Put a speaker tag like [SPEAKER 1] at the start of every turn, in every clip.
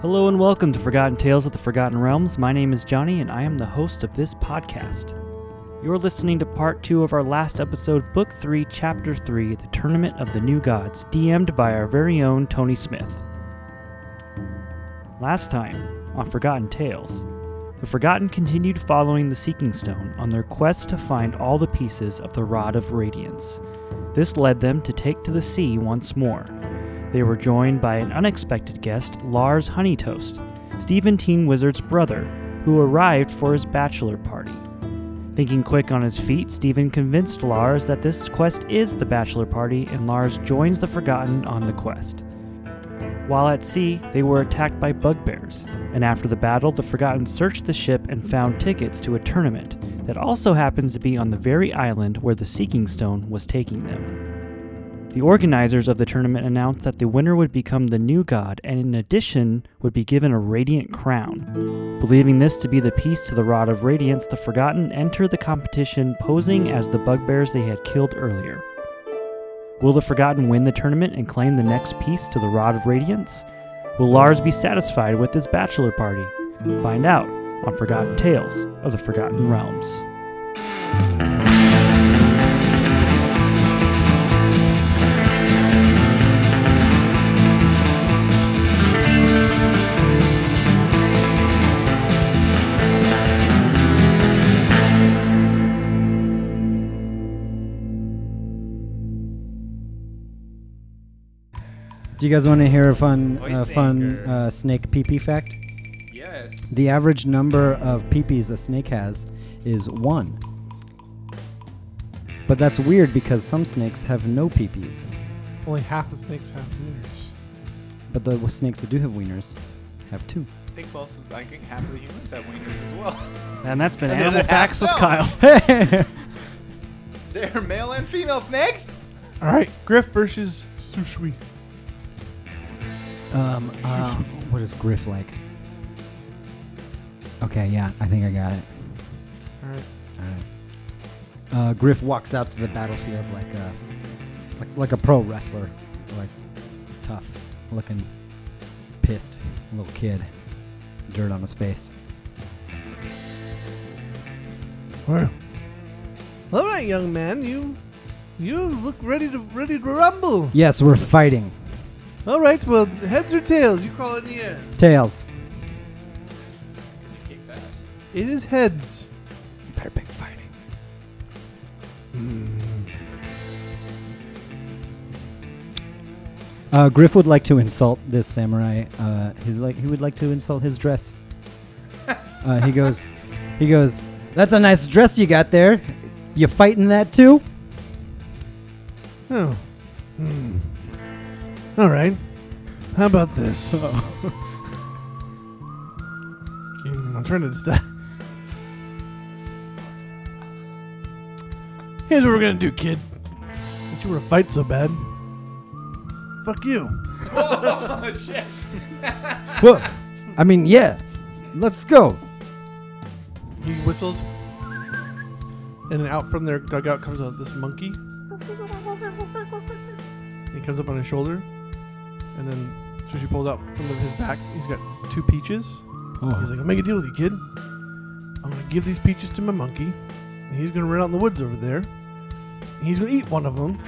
[SPEAKER 1] Hello and welcome to Forgotten Tales of the Forgotten Realms. My name is Johnny and I am the host of this podcast. You're listening to part two of our last episode, Book 3, Chapter 3, The Tournament of the New Gods, DM'd by our very own Tony Smith. Last time, on Forgotten Tales, the Forgotten continued following the Seeking Stone on their quest to find all the pieces of the Rod of Radiance. This led them to take to the sea once more. They were joined by an unexpected guest, Lars Honeytoast, Stephen Teen Wizard's brother, who arrived for his bachelor party. Thinking quick on his feet, Stephen convinced Lars that this quest is the bachelor party, and Lars joins the Forgotten on the quest. While at sea, they were attacked by bugbears, and after the battle, the Forgotten searched the ship and found tickets to a tournament that also happens to be on the very island where the Seeking Stone was taking them. The organizers of the tournament announced that the winner would become the new god and, in addition, would be given a radiant crown. Believing this to be the piece to the Rod of Radiance, the Forgotten enter the competition posing as the bugbears they had killed earlier. Will the Forgotten win the tournament and claim the next piece to the Rod of Radiance? Will Lars be satisfied with his bachelor party? Find out on Forgotten Tales of the Forgotten Realms.
[SPEAKER 2] Do you guys want to hear a fun,
[SPEAKER 3] Voice
[SPEAKER 2] uh, fun
[SPEAKER 3] anchor.
[SPEAKER 2] uh, snake pee pee fact?
[SPEAKER 3] Yes.
[SPEAKER 2] The average number of pee pees a snake has is one. But that's weird because some snakes have no pee pees,
[SPEAKER 4] Only half the snakes have wieners.
[SPEAKER 2] but the snakes that do have wieners have two.
[SPEAKER 3] I think both. Of, I think half of the humans have wieners as well.
[SPEAKER 1] And that's been
[SPEAKER 3] And the
[SPEAKER 1] Animal
[SPEAKER 3] other half
[SPEAKER 1] Facts with
[SPEAKER 3] don't.
[SPEAKER 1] Kyle.
[SPEAKER 3] They're male and female snakes.
[SPEAKER 4] All right, Griff versus Sushui.
[SPEAKER 2] um, uh, what is Griff like? Okay, yeah, I think I got it.
[SPEAKER 4] All right.
[SPEAKER 2] All right. Uh, Griff walks out to the battlefield like a like, like a pro wrestler, like tough, looking pissed little kid, dirt on his face.
[SPEAKER 4] Well, all right, young man, you you look ready to ready to rumble.
[SPEAKER 2] Yes, we're fighting.
[SPEAKER 4] All right, well, heads or tails? You call it in the air.
[SPEAKER 2] Tails.
[SPEAKER 3] Kicks ass.
[SPEAKER 4] It is heads.
[SPEAKER 2] Perfect fighting. Uh, Griff would like to insult this samurai. Uh, he's like he would like to insult his dress. uh, he goes, he goes. That's a nice dress you got there. You fighting that too?
[SPEAKER 4] Oh. Hmm. All right. How about this? Hmm, I'm trying to decide. Here's what we're gonna do, kid. If you were to fight so bad, fuck you.
[SPEAKER 3] oh shit!
[SPEAKER 2] Whoa. I mean, yeah. Let's go.
[SPEAKER 4] He whistles, and then out from their dugout comes out this monkey. He comes up on his shoulder, and then Sushi pulls out from his back. He's got two peaches. Oh, He's like, I'll make a deal with you, kid. I'm gonna give these peaches to my monkey, and he's gonna run out in the woods over there. And he's gonna eat one of them.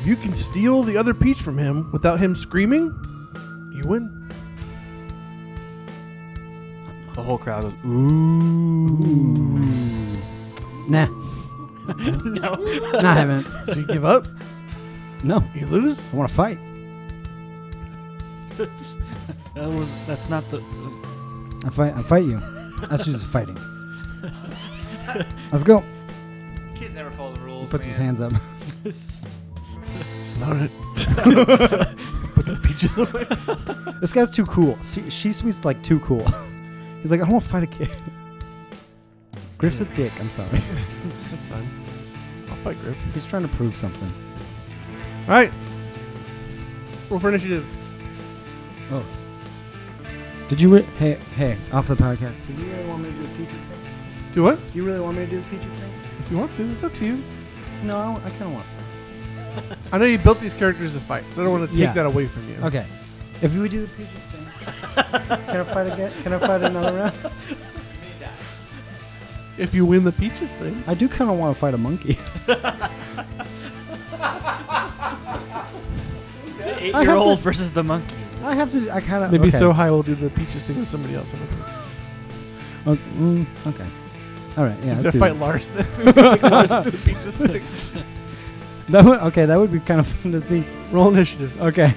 [SPEAKER 4] If you can steal the other peach from him without him screaming, you win.
[SPEAKER 1] The whole crowd was,
[SPEAKER 2] Hmm. Nah,
[SPEAKER 1] no.
[SPEAKER 2] not having it.
[SPEAKER 4] So you give up,
[SPEAKER 2] No,
[SPEAKER 4] you lose.
[SPEAKER 2] I want to fight.
[SPEAKER 1] That was, that's not the.
[SPEAKER 2] I fight. I fight you. That's just fighting. Let's go.
[SPEAKER 3] Kids never follow the rules.
[SPEAKER 2] Puts his
[SPEAKER 3] man.
[SPEAKER 2] hands up.
[SPEAKER 4] All right. Puts his peaches away.
[SPEAKER 2] This guy's too cool. She, she sweet's like too cool. He's like, I won't fight a kid. Griff's a dick. I'm sorry.
[SPEAKER 4] That's fine. I'll fight Griff.
[SPEAKER 2] He's trying to prove something.
[SPEAKER 4] All right. Roll for initiative.
[SPEAKER 2] Oh. Did you? Re- hey, hey, off the podcast.
[SPEAKER 5] Do you really want me to do the peaches thing?
[SPEAKER 4] Do what?
[SPEAKER 5] Do you really want me to do the peaches thing?
[SPEAKER 4] If you want to, it's up to you.
[SPEAKER 2] No, I, kind of want.
[SPEAKER 4] I know you built these characters to fight, so I don't want to take
[SPEAKER 2] Yeah.
[SPEAKER 4] that away from you.
[SPEAKER 2] Okay. If we would do the peaches thing,
[SPEAKER 5] Can I fight again? Can I fight another round?
[SPEAKER 4] If you win the peaches thing,
[SPEAKER 2] I do kind of want to fight a monkey.
[SPEAKER 6] The eight year old versus the monkey.
[SPEAKER 2] I have to. I kind of
[SPEAKER 4] maybe
[SPEAKER 2] okay.
[SPEAKER 4] so high will do the peaches thing with somebody else. I don't know.
[SPEAKER 2] Oh, mm, okay. All right. Yeah.
[SPEAKER 4] Gotta
[SPEAKER 2] Let's do
[SPEAKER 4] fight
[SPEAKER 2] that.
[SPEAKER 4] Lars. That's maybe make Lars do the peaches thing.
[SPEAKER 2] That would, okay, that would be kind of fun to see.
[SPEAKER 4] Roll initiative.
[SPEAKER 2] Okay.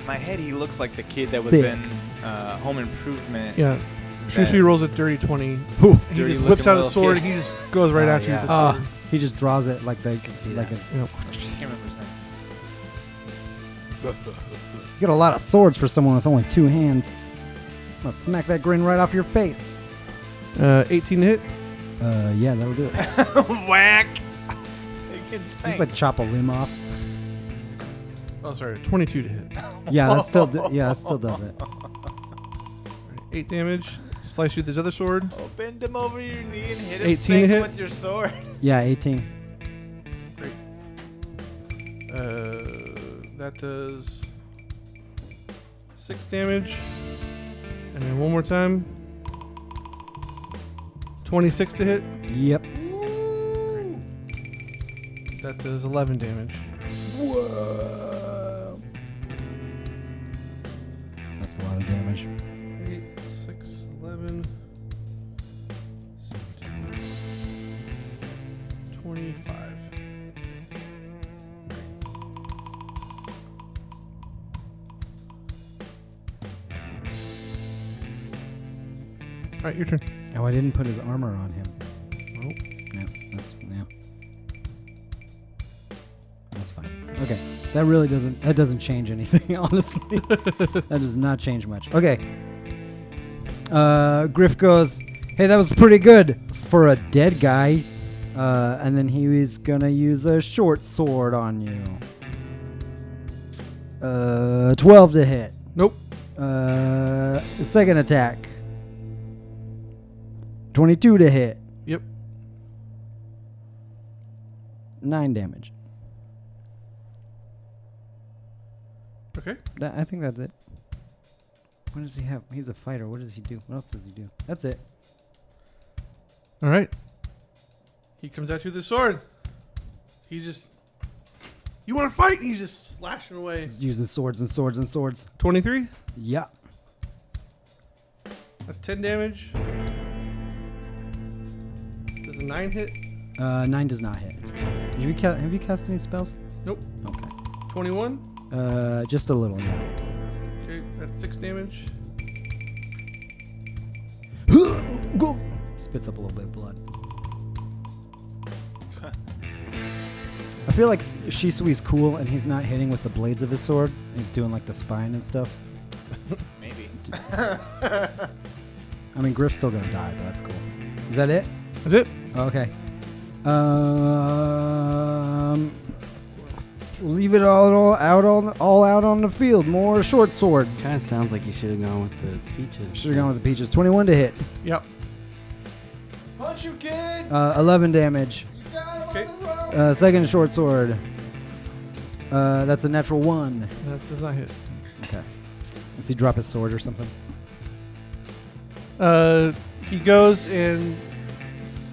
[SPEAKER 3] In my head, he looks like the kid that was
[SPEAKER 2] Six.
[SPEAKER 3] in uh, Home Improvement.
[SPEAKER 4] Yeah. Shusui
[SPEAKER 3] That
[SPEAKER 4] rolls a dirty twenty.
[SPEAKER 2] Ooh.
[SPEAKER 4] He
[SPEAKER 3] Dirty
[SPEAKER 4] just whips
[SPEAKER 3] looking
[SPEAKER 4] out
[SPEAKER 3] little
[SPEAKER 4] his sword
[SPEAKER 3] kid.
[SPEAKER 4] and he just goes right
[SPEAKER 3] Oh,
[SPEAKER 4] at you.
[SPEAKER 3] yeah.
[SPEAKER 4] with the
[SPEAKER 2] Ah.
[SPEAKER 4] sword.
[SPEAKER 2] He just draws it like they can
[SPEAKER 3] see
[SPEAKER 2] see like
[SPEAKER 3] that.
[SPEAKER 2] a,
[SPEAKER 4] You know,
[SPEAKER 3] can't remember his name.
[SPEAKER 2] you get a lot of swords for someone with only two hands. i will smack that grin right off your face.
[SPEAKER 4] Uh, 18 hit.
[SPEAKER 2] Uh, yeah, that'll do it.
[SPEAKER 3] Whack! It's
[SPEAKER 2] Just like chop a limb off.
[SPEAKER 4] Oh, sorry. 22 to hit. All
[SPEAKER 2] Yeah, that still do, yeah, that still does it.
[SPEAKER 4] right, 8 damage. Slice you with his other sword.
[SPEAKER 3] oh, bend him over your knee and hit him
[SPEAKER 4] 18
[SPEAKER 3] thing
[SPEAKER 4] hit.
[SPEAKER 3] with your sword.
[SPEAKER 2] Yeah, 18.
[SPEAKER 4] Uh, that does 6 damage. And then one more time. 26 to hit.
[SPEAKER 2] Yep.
[SPEAKER 4] That does 11 damage.
[SPEAKER 2] That's a lot of damage.
[SPEAKER 4] 8, 6, 11, 17, 25. All right, your turn.
[SPEAKER 2] Oh, I didn't put his armor on him.
[SPEAKER 4] Nope.
[SPEAKER 2] Yeah, that's yeah. That's fine. Okay, that really doesn't that doesn't change anything. Honestly, that does not change much. Okay. Uh, Griff goes, "Hey, that was pretty good for a dead guy," uh, and then he is gonna use a short sword on you. Uh, twelve to hit.
[SPEAKER 4] Nope.
[SPEAKER 2] Uh, second attack. Twenty-two to hit.
[SPEAKER 4] Yep.
[SPEAKER 2] Nine damage.
[SPEAKER 4] Okay.
[SPEAKER 2] That, I think that's it. What does he have? He's a fighter. What does he do? What else does he do? That's it.
[SPEAKER 4] All right. He comes at you with his sword. He just. You want to fight? And he's just slashing away.
[SPEAKER 2] He's using swords and swords and swords.
[SPEAKER 4] 23.
[SPEAKER 2] Yeah.
[SPEAKER 4] That's 10 damage. Does a 9 hit?
[SPEAKER 2] Uh, nine does not hit. Have you, ca- have you cast any spells?
[SPEAKER 4] Nope.
[SPEAKER 2] Okay.
[SPEAKER 4] 21.
[SPEAKER 2] Uh, just a little now.
[SPEAKER 4] Okay, that's 6 damage.
[SPEAKER 2] Go. Spits up a little bit of blood. I feel like S- Shisui's cool and he's not hitting with the blades of his sword. He's doing like the spine and stuff.
[SPEAKER 3] Maybe.
[SPEAKER 2] I mean, Griff's still gonna die, but that's cool. Is that it? Oh,
[SPEAKER 4] That's it.
[SPEAKER 2] Okay. Um, leave it all, all out on all out on the field. More short swords.
[SPEAKER 1] Kind of sounds like you should have gone with the peaches.
[SPEAKER 2] Should have gone with the peaches. Twenty-one to hit.
[SPEAKER 4] Yep.
[SPEAKER 3] Punch you, kid!
[SPEAKER 2] Uh, Eleven damage.
[SPEAKER 3] You got him
[SPEAKER 4] Okay.
[SPEAKER 3] on the road!
[SPEAKER 2] Uh, second short sword. Uh, that's a natural one.
[SPEAKER 4] That does not hit.
[SPEAKER 2] Okay. Does he drop his sword or something?
[SPEAKER 4] Uh, he goes and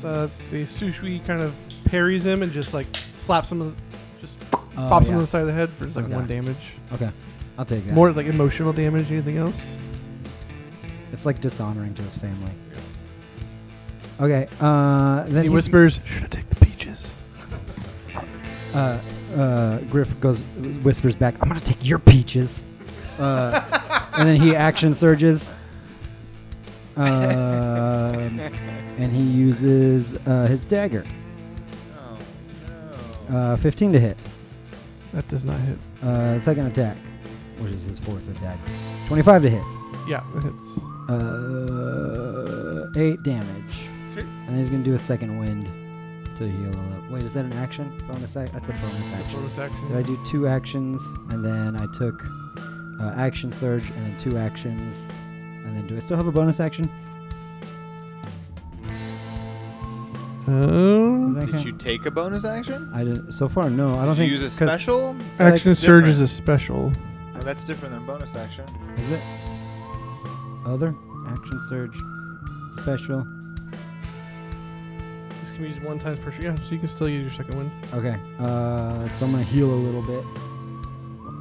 [SPEAKER 4] uh, let's see, Sushui kind of parries him and just like slaps him, with- just
[SPEAKER 2] Oh,
[SPEAKER 4] pops him
[SPEAKER 2] yeah.
[SPEAKER 4] on the side of the head for just like
[SPEAKER 2] Okay.
[SPEAKER 4] one damage.
[SPEAKER 2] Okay. I'll take that.
[SPEAKER 4] More like emotional damage, than anything else.
[SPEAKER 2] It's like dishonoring to his family. Okay. Uh, then
[SPEAKER 4] He
[SPEAKER 2] he's-
[SPEAKER 4] whispers, "Should have taken the peaches."
[SPEAKER 2] uh, uh, Griff goes whispers back, "I'm gonna take your peaches," uh, and then he action surges, um, and he uses uh, his dagger,
[SPEAKER 3] Oh, no.
[SPEAKER 2] uh, 15 to hit.
[SPEAKER 4] That does not hit.
[SPEAKER 2] Uh, second attack, which is his fourth attack, 25 to hit,
[SPEAKER 4] Yeah, that
[SPEAKER 2] uh,
[SPEAKER 4] hits.
[SPEAKER 2] eight damage,
[SPEAKER 4] Okay.
[SPEAKER 2] and then he's gonna do a second wind to heal up. Wait, is that an action? Bonus action? That's a bonus action.
[SPEAKER 4] Bonus action.
[SPEAKER 2] Did I do two actions and then I took uh, action surge and then two actions and then do I still have a bonus action? Does
[SPEAKER 4] Uh,
[SPEAKER 2] that
[SPEAKER 3] Did
[SPEAKER 2] count?
[SPEAKER 3] you take a bonus action?
[SPEAKER 2] I didn't. So far, no. I don't
[SPEAKER 3] Did
[SPEAKER 2] think.
[SPEAKER 3] you use a
[SPEAKER 2] 'cause
[SPEAKER 3] special?
[SPEAKER 2] sex-
[SPEAKER 4] action
[SPEAKER 3] That's
[SPEAKER 4] surge is
[SPEAKER 3] different.
[SPEAKER 4] a special.
[SPEAKER 3] I thought that's different than bonus action.
[SPEAKER 2] Is it? Other? Action surge. Special.
[SPEAKER 4] This can be used one times per shot. Yeah, so you can still use your second wind.
[SPEAKER 2] Okay. Uh, so I'm gonna heal a little bit.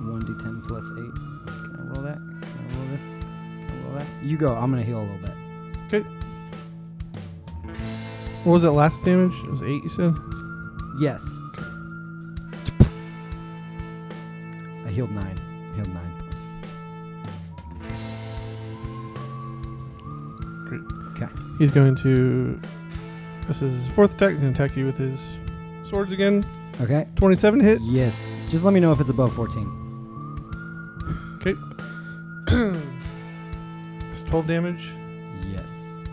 [SPEAKER 2] One d10 plus eight. Can I roll that? Can I roll this? Can I roll that? You go. I'm gonna heal a little bit.
[SPEAKER 4] What was that last damage? It was eight, you said?
[SPEAKER 2] Yes. I healed nine. Healed nine points.
[SPEAKER 4] He's going to. This is his fourth attack. He's going to attack you with his swords again.
[SPEAKER 2] Okay.
[SPEAKER 4] 27 hit.
[SPEAKER 2] Yes. Just let me know if it's above 14.
[SPEAKER 4] it's 12 damage.
[SPEAKER 2] Yes.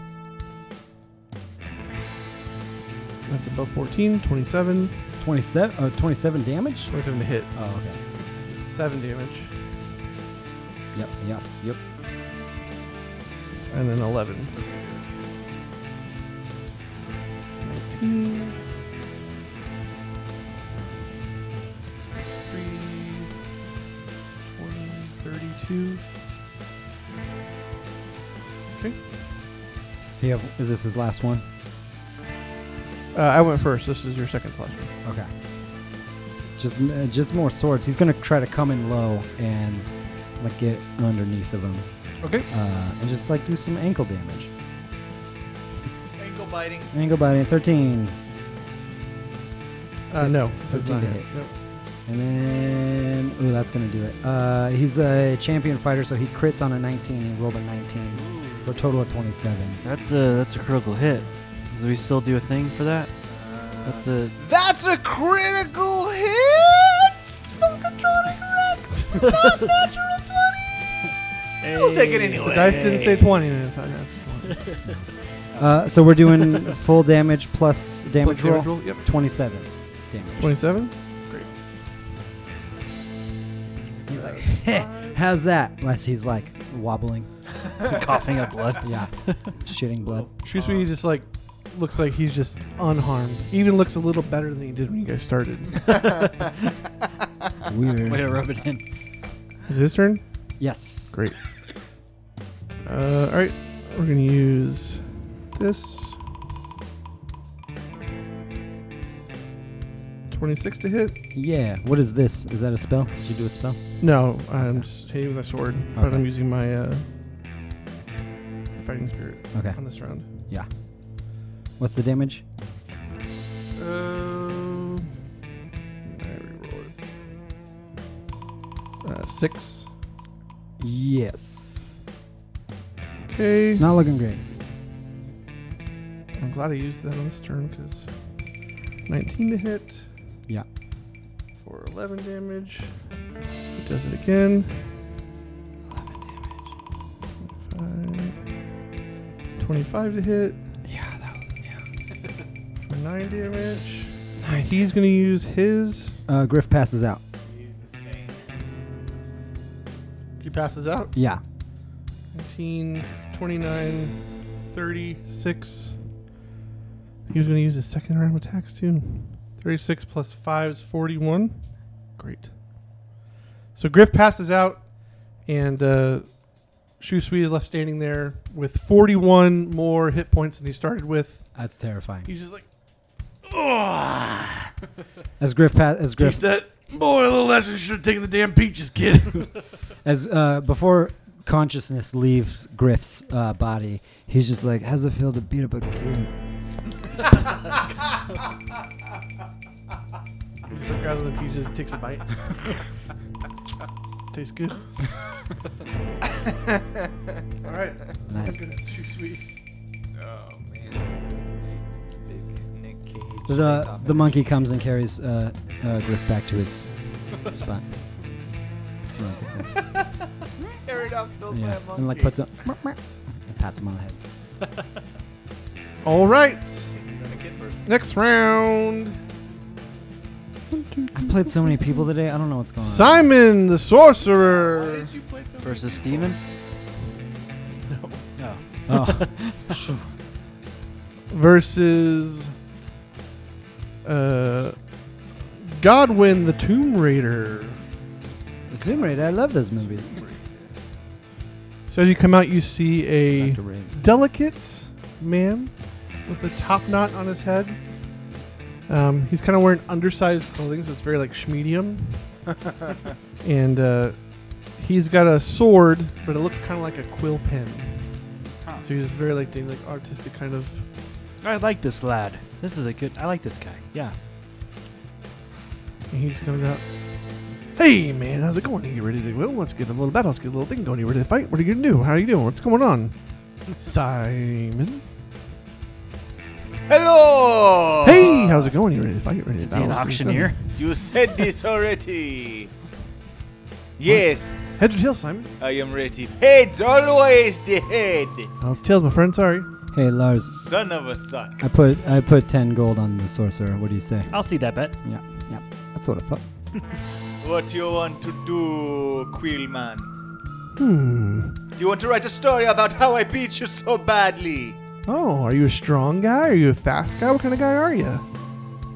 [SPEAKER 4] That's above 14. 27.
[SPEAKER 2] 27, uh, 27 damage?
[SPEAKER 4] 27 to hit.
[SPEAKER 2] Oh, okay.
[SPEAKER 4] 7 damage.
[SPEAKER 2] Yep, yep, yep.
[SPEAKER 4] And then 11. It's 19. It's 3, 20, 32.
[SPEAKER 2] So you have, is this his last one?
[SPEAKER 4] Uh, I went first. This is your second slash.
[SPEAKER 2] Okay. Just, uh, just more swords. He's gonna try to come in low and like get underneath of him,
[SPEAKER 4] Okay.
[SPEAKER 2] uh, and just like do some ankle damage.
[SPEAKER 3] Ankle biting.
[SPEAKER 2] Ankle biting, thirteen,
[SPEAKER 4] Uh, no. That's
[SPEAKER 2] 13
[SPEAKER 4] not
[SPEAKER 2] to
[SPEAKER 4] it.
[SPEAKER 2] hit. and then ooh, that's gonna do it. Uh, he's a champion fighter, so he crits on a nineteen. He rolled a nineteen for a total of twenty-seven.
[SPEAKER 6] That's a that's a critical hit. Do we still do a thing for that? That's a
[SPEAKER 3] Uh, That's a critical hit from controlling Rex. Not natural We'll take it anyway.
[SPEAKER 4] The dice didn't say 20, and it's not half.
[SPEAKER 2] Uh, so we're doing full damage plus damage
[SPEAKER 4] Plus damage
[SPEAKER 2] roll.
[SPEAKER 4] roll? Yep.
[SPEAKER 2] Twenty-seven damage.
[SPEAKER 4] 27?
[SPEAKER 2] He's like, "Heh, how's that? Unless he's like wobbling.
[SPEAKER 6] coughing up blood.
[SPEAKER 2] Yeah, shitting blood.
[SPEAKER 4] Oh, Shusui just like looks like he's just unharmed. He even looks a little better than he did when you guys started.
[SPEAKER 6] Way to
[SPEAKER 2] Weird.
[SPEAKER 6] rub it in.
[SPEAKER 4] Is it his turn?
[SPEAKER 2] Yes.
[SPEAKER 4] Great. Uh, all right, we're gonna use this. Twenty-six to hit.
[SPEAKER 2] Yeah. What is this? Is that a spell? Did you do a spell?
[SPEAKER 4] No, I'm just hitting with a sword, but
[SPEAKER 2] Okay.
[SPEAKER 4] I'm using my uh, fighting spirit
[SPEAKER 2] Okay.
[SPEAKER 4] on this round.
[SPEAKER 2] What's the damage?
[SPEAKER 4] Uh, I reroll it. Uh, six.
[SPEAKER 2] Yes.
[SPEAKER 4] Okay.
[SPEAKER 2] It's not looking great.
[SPEAKER 4] I'm glad I used that on this turn because 19 to hit.
[SPEAKER 2] Yeah.
[SPEAKER 4] For 11 damage. It does it again. 11 damage. 25 to hit.
[SPEAKER 2] Yeah. That one, yeah.
[SPEAKER 4] For 9 damage. He's going to use his.
[SPEAKER 2] Uh, Griff passes out.
[SPEAKER 4] He passes out.
[SPEAKER 2] Yeah.
[SPEAKER 4] 19, 29, 36. He was going to use his second round of attacks too. 36 plus 5 is 41. Great. So Griff passes out, and uh, Shusui is left standing there with 41 more hit points than he started with.
[SPEAKER 2] That's terrifying.
[SPEAKER 4] He's just like,
[SPEAKER 2] As Griff pa- as Griff
[SPEAKER 1] that boy a little lesson. Should have taken the damn peaches, kid.
[SPEAKER 2] as uh, before consciousness leaves Griff's uh, body, he's just like, "How's it feel to beat up a kid?"
[SPEAKER 4] he just like grabs the peaches, takes a bite. Tastes good. All right.
[SPEAKER 2] Nice.
[SPEAKER 4] Shusui.
[SPEAKER 3] Oh man. It's big Nick Cage.
[SPEAKER 2] The uh, the monkey comes and carries uh, uh, Griff back to his spot. Just runs with him.
[SPEAKER 3] Carried off Bill
[SPEAKER 2] yeah,
[SPEAKER 3] by a
[SPEAKER 2] and like
[SPEAKER 3] monkey.
[SPEAKER 2] puts him, and pats him on the head.
[SPEAKER 4] All right.
[SPEAKER 3] He's a kid person.
[SPEAKER 4] Next round,
[SPEAKER 2] I've played so many people today. I don't know what's going on.
[SPEAKER 4] Simon the
[SPEAKER 3] Why
[SPEAKER 4] Sorcerer.
[SPEAKER 3] did you play so many
[SPEAKER 6] Versus
[SPEAKER 3] people?
[SPEAKER 6] Steven? No.
[SPEAKER 2] Oh,
[SPEAKER 4] versus uh, Godwin the Tomb Raider.
[SPEAKER 6] It's
[SPEAKER 2] Zoom Raid. I love those movies.
[SPEAKER 4] So as you come out, you see a
[SPEAKER 2] Dr. Raid.
[SPEAKER 4] delicate man with a top knot on his head. Um, he's kind of wearing undersized clothing, so it's very like schmedium. and uh, he's got a sword, but it looks kind of like a quill pen.
[SPEAKER 6] Huh.
[SPEAKER 4] So he's just very like doing like artistic kind of.
[SPEAKER 6] I like this lad. This is a good. I like this guy. Yeah.
[SPEAKER 4] And he just comes out. Hey man, how's it going? Are you ready to go? Let's get a little battle. Let's get a little thing going. You ready to fight? What are you gonna do? How are you doing? What's going on, Simon?
[SPEAKER 3] Hello!
[SPEAKER 4] Hey, how's it going? You ready to fight? Ready to
[SPEAKER 6] Is he an
[SPEAKER 4] battle?
[SPEAKER 6] auctioneer?
[SPEAKER 3] You said this already. Yes,
[SPEAKER 4] Heads or tails, Simon?
[SPEAKER 3] I am ready. Heads, always the head.
[SPEAKER 4] No, it's tails, my friend. Sorry.
[SPEAKER 2] Hey Lars,
[SPEAKER 3] Son of a suck.
[SPEAKER 2] I put I put ten gold on the sorcerer. What do you say?
[SPEAKER 6] I'll see that bet.
[SPEAKER 2] Yeah, yeah. That's what I thought.
[SPEAKER 3] What you want to do, Quillman?
[SPEAKER 4] Hmm.
[SPEAKER 3] Do you want to write a story about how I beat you so badly?
[SPEAKER 4] Oh, are you a strong guy? Are you a fast guy? What kind of guy are you?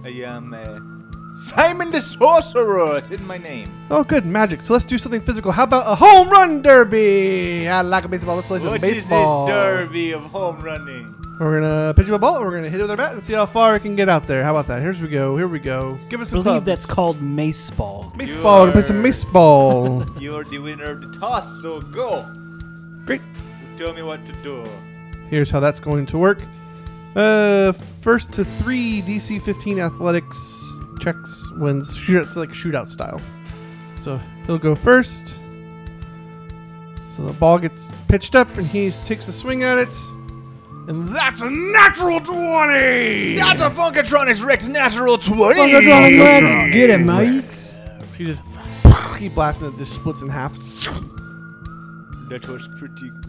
[SPEAKER 3] I am uh, Simon the Sorcerer. It's in my name.
[SPEAKER 4] Oh, good magic. So let's do something physical. How about a home run derby? I like a baseball. Let's play
[SPEAKER 3] What is
[SPEAKER 4] some baseball.
[SPEAKER 3] this derby of home running?
[SPEAKER 4] We're gonna pitch you a ball. We're gonna hit it with our bat and see how far it can get out there. How about that? Here we go. Here we go. Give us
[SPEAKER 6] I
[SPEAKER 4] some
[SPEAKER 6] believe
[SPEAKER 4] clubs.
[SPEAKER 6] that's called mace ball.
[SPEAKER 4] baseball. We're gonna play some
[SPEAKER 3] You're-
[SPEAKER 4] baseball.
[SPEAKER 3] You're the winner of the toss, so go.
[SPEAKER 4] Great.
[SPEAKER 3] You tell me what to do.
[SPEAKER 4] Here's how that's going to work. Uh, first to three DC 15 athletics checks wins. Shootouts like shootout style. So he'll go first. So the ball gets pitched up, and he takes a swing at it. And that's a natural 20!
[SPEAKER 3] That's a Funkatronics Rex natural 20.
[SPEAKER 2] Oh, Get it, Mike.
[SPEAKER 4] So he just he blasts and it just splits in half.
[SPEAKER 3] That was pretty good.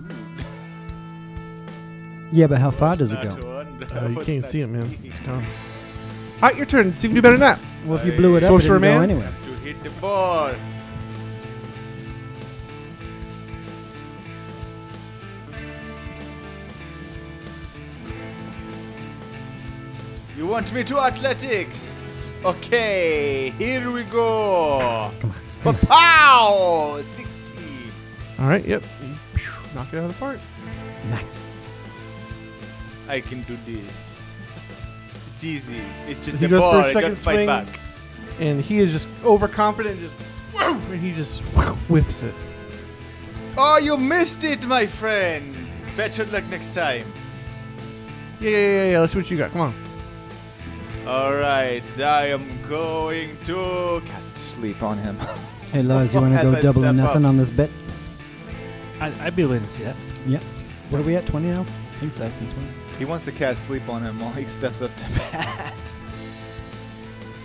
[SPEAKER 2] Yeah, but how far does it
[SPEAKER 3] Not
[SPEAKER 2] go?
[SPEAKER 3] one, that
[SPEAKER 4] Uh, you
[SPEAKER 3] was
[SPEAKER 4] can't
[SPEAKER 3] not
[SPEAKER 4] see it, man.
[SPEAKER 3] seen.
[SPEAKER 4] It's gone. All right, your turn. See if you do better than that.
[SPEAKER 2] Well, if you blew it up, it
[SPEAKER 4] Sorcerer
[SPEAKER 2] didn't go
[SPEAKER 4] man?
[SPEAKER 2] anywhere.
[SPEAKER 3] To hit the ball. You want me to athletics? Okay, here we go.
[SPEAKER 2] Come on.
[SPEAKER 3] Pow! 16.
[SPEAKER 4] All right, yep. Phew, Knock it out of the park.
[SPEAKER 2] Nice.
[SPEAKER 3] I can do this. It's easy. It's just
[SPEAKER 4] He
[SPEAKER 3] the
[SPEAKER 4] goes for
[SPEAKER 3] ball.
[SPEAKER 4] a
[SPEAKER 3] I gotta
[SPEAKER 4] second swing.
[SPEAKER 3] fight back.
[SPEAKER 4] and he is just overconfident, just whoa, and he just whips it.
[SPEAKER 3] Oh, you missed it, my friend. Better luck next time.
[SPEAKER 4] Yeah, yeah, yeah, yeah. Let's see what you got. Come on.
[SPEAKER 3] All right, I am going to cast sleep on him.
[SPEAKER 2] Hey Lars, you want to
[SPEAKER 3] As
[SPEAKER 2] go
[SPEAKER 3] I
[SPEAKER 2] double or
[SPEAKER 3] step
[SPEAKER 2] nothing
[SPEAKER 3] up.
[SPEAKER 2] on this bet?
[SPEAKER 6] I, I'd be willing to see that.
[SPEAKER 2] Yeah. What are we at? Twenty now? I think so. I think 20.
[SPEAKER 3] he wants to cast sleep on him while he steps up to bat.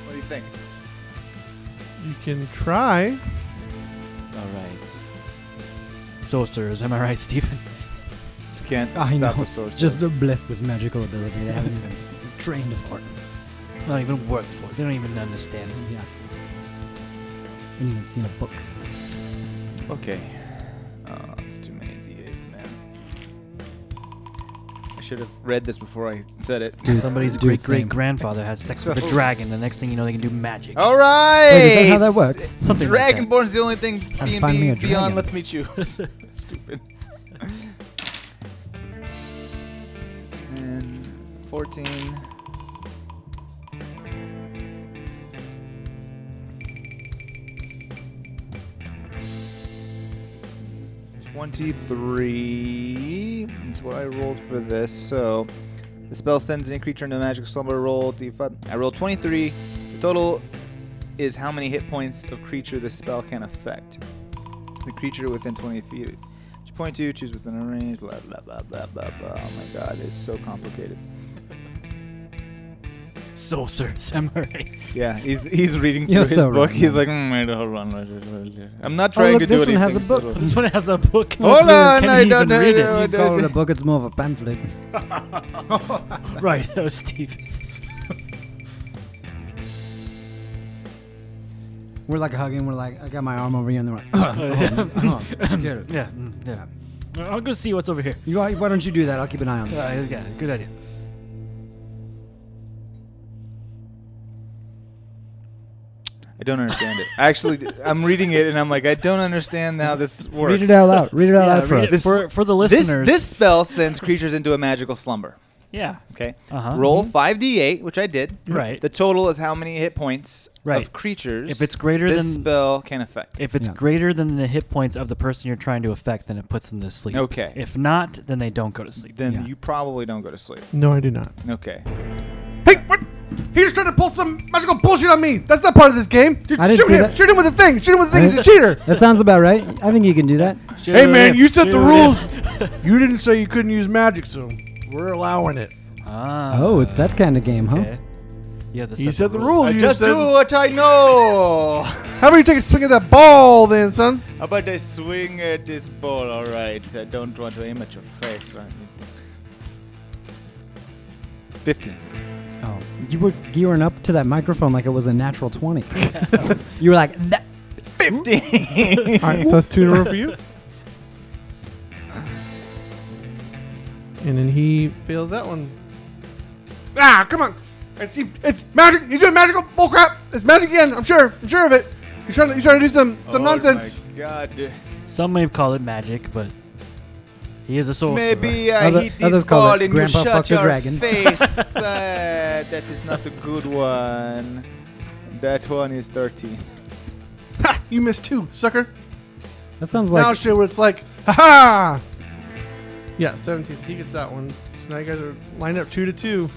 [SPEAKER 3] what do you think?
[SPEAKER 4] You can try.
[SPEAKER 3] All right.
[SPEAKER 6] Sorcerers, am I right, Stephen?
[SPEAKER 3] You can't
[SPEAKER 2] I
[SPEAKER 3] stop
[SPEAKER 2] know.
[SPEAKER 3] a sorcerer.
[SPEAKER 2] Just they're blessed with magical ability. They haven't even trained for it.
[SPEAKER 6] Not even work for it. They don't even understand. it.
[SPEAKER 2] Yeah. Haven't even seen a book.
[SPEAKER 3] okay. Oh, it's too many d8s, man. I should have read this before I said it.
[SPEAKER 2] Dude,
[SPEAKER 6] Somebody's
[SPEAKER 2] dude,
[SPEAKER 6] great great
[SPEAKER 2] same.
[SPEAKER 6] grandfather had sex with a
[SPEAKER 3] So-
[SPEAKER 6] dragon. The next thing you know, they can do magic.
[SPEAKER 3] All right.
[SPEAKER 2] Wait, is that how that works?
[SPEAKER 6] Something like that.
[SPEAKER 3] Dragonborn's the only thing
[SPEAKER 2] Gotta
[SPEAKER 3] D&D
[SPEAKER 2] find me a dragon.
[SPEAKER 3] beyond lets me choose. Stupid. 10, 14. Twenty-three is what I rolled for this. So, the spell sends any creature into a magic slumber. Roll d5. I rolled twenty-three. The total is how many hit points of creature the spell can affect. The creature within 20 feet. Just point to, choose within a range, blah, blah, blah, blah, blah, blah. Oh my god, it's so complicated.
[SPEAKER 6] Sorcerers, am I right?
[SPEAKER 3] Yeah, he's he's reading through
[SPEAKER 2] You're
[SPEAKER 3] his
[SPEAKER 2] so wrong,
[SPEAKER 3] book. he's
[SPEAKER 2] man.
[SPEAKER 3] like, mm, wait, hold on. wait, wait, wait, wait." I'm not
[SPEAKER 2] Oh,
[SPEAKER 3] trying
[SPEAKER 2] look,
[SPEAKER 3] to do
[SPEAKER 2] this one
[SPEAKER 3] anything.
[SPEAKER 2] has a book.
[SPEAKER 3] subtle.
[SPEAKER 6] This one has a book.
[SPEAKER 3] Hold on,
[SPEAKER 6] Can
[SPEAKER 3] I
[SPEAKER 6] he
[SPEAKER 3] don't
[SPEAKER 6] even read
[SPEAKER 3] know.
[SPEAKER 6] it?
[SPEAKER 3] I
[SPEAKER 2] You call it a
[SPEAKER 3] don't-
[SPEAKER 2] book, it's more of a pamphlet.
[SPEAKER 6] Right, that was Steve.
[SPEAKER 2] We're like hugging, we're like, I got my arm over you, and they're like, oh, get it.
[SPEAKER 6] Yeah, mm, yeah. I'll go see what's over here.
[SPEAKER 2] You, are- why don't you do that? I'll keep an eye on this.
[SPEAKER 6] Uh, yeah, good idea.
[SPEAKER 3] I don't understand it. I actually, I'm reading it and I'm like, I don't understand how this works.
[SPEAKER 2] Read it out loud.
[SPEAKER 1] Uh,
[SPEAKER 2] Read it out
[SPEAKER 6] Yeah,
[SPEAKER 2] loud for
[SPEAKER 6] read
[SPEAKER 2] us.
[SPEAKER 6] it.
[SPEAKER 3] This-
[SPEAKER 6] for, for the
[SPEAKER 3] This
[SPEAKER 6] listeners.
[SPEAKER 3] this spell sends creatures into a magical slumber.
[SPEAKER 6] yeah.
[SPEAKER 3] Okay.
[SPEAKER 6] Uh-huh.
[SPEAKER 3] Roll five d8, which I did.
[SPEAKER 6] Right.
[SPEAKER 3] The total is how many hit points
[SPEAKER 6] Right.
[SPEAKER 3] of creatures.
[SPEAKER 6] If it's greater
[SPEAKER 3] this
[SPEAKER 6] than-
[SPEAKER 3] spell can affect.
[SPEAKER 6] If it's
[SPEAKER 2] Yeah.
[SPEAKER 6] greater than the hit points of the person you're trying to affect, then it puts them to sleep.
[SPEAKER 3] Okay.
[SPEAKER 6] If not, then they don't go to sleep.
[SPEAKER 3] then
[SPEAKER 2] Yeah.
[SPEAKER 3] you probably don't go to sleep.
[SPEAKER 4] No, I do not.
[SPEAKER 3] Okay.
[SPEAKER 4] Hey, what? He was trying to pull some magical bullshit on me. That's not part of this game. Dude,
[SPEAKER 2] I didn't
[SPEAKER 4] shoot
[SPEAKER 2] see
[SPEAKER 4] him.
[SPEAKER 2] that.
[SPEAKER 4] Shoot him with a thing. Shoot him with a thing. He's
[SPEAKER 2] I-
[SPEAKER 4] a cheater.
[SPEAKER 2] That sounds about right. I think you can do that.
[SPEAKER 4] Hey, man, you set the rules. you didn't say you couldn't use magic, so we're allowing it.
[SPEAKER 6] Ah,
[SPEAKER 2] Oh, it's that kind of game, huh?
[SPEAKER 6] Okay. Yeah, the
[SPEAKER 4] You set the rules.
[SPEAKER 3] I
[SPEAKER 4] you
[SPEAKER 3] just
[SPEAKER 4] said-
[SPEAKER 3] do what I know.
[SPEAKER 4] How about you take a swing at that ball, then, son?
[SPEAKER 3] How about I swing at this ball? All right. I don't want to aim at your face. Right? Fifteen.
[SPEAKER 2] Oh, you were gearing up to that microphone like it was a natural twenty. you were like, "Nah."
[SPEAKER 3] Fifteen.
[SPEAKER 4] All right, so that's two in a row for you. And then he fails that one. Ah, come on! It's it's magic. He's doing magical bullcrap. It's magic again. I'm sure. I'm sure of it. He's trying to he's trying to do some some
[SPEAKER 3] Oh
[SPEAKER 4] nonsense.
[SPEAKER 3] my God.
[SPEAKER 6] Some may call it magic, but he is a sorcerer.
[SPEAKER 3] Maybe I
[SPEAKER 2] Other-
[SPEAKER 3] hit
[SPEAKER 2] others
[SPEAKER 3] this
[SPEAKER 2] call
[SPEAKER 3] ball
[SPEAKER 2] it
[SPEAKER 3] and
[SPEAKER 2] Grandpa
[SPEAKER 3] you
[SPEAKER 2] fucked
[SPEAKER 3] shut
[SPEAKER 2] a
[SPEAKER 3] your
[SPEAKER 2] dragon.
[SPEAKER 3] face. uh, that is not a good one. That one is 13.
[SPEAKER 4] Ha! You missed two, sucker.
[SPEAKER 2] that sounds
[SPEAKER 4] now I'll
[SPEAKER 2] like
[SPEAKER 4] show you what it's like. Ha ha! Yeah, 17. So he gets that one. So now you guys are lined up two to two.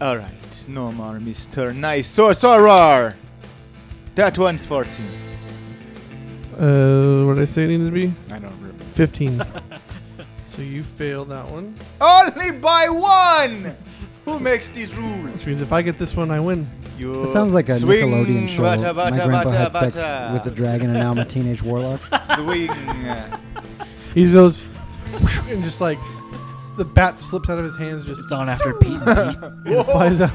[SPEAKER 3] All right, no more, Mr. Nice Sorcerer. That one's 14.
[SPEAKER 4] Uh, what did I say it needed to be?
[SPEAKER 3] I don't remember.
[SPEAKER 4] 15. so you failed that one.
[SPEAKER 3] Only by one! Who makes these rules?
[SPEAKER 4] Which means if I get this one, I win.
[SPEAKER 3] You
[SPEAKER 2] it sounds like a
[SPEAKER 3] swing,
[SPEAKER 2] Nickelodeon show.
[SPEAKER 3] Vata,
[SPEAKER 2] My
[SPEAKER 3] vata,
[SPEAKER 2] grandpa
[SPEAKER 3] vata,
[SPEAKER 2] had sex
[SPEAKER 3] vata.
[SPEAKER 2] with a dragon, and now I'm a teenage warlock.
[SPEAKER 3] swing.
[SPEAKER 4] He goes, and just like the bat slips out of his hands, just
[SPEAKER 6] It's on after Pete and Pete.
[SPEAKER 4] and flies out.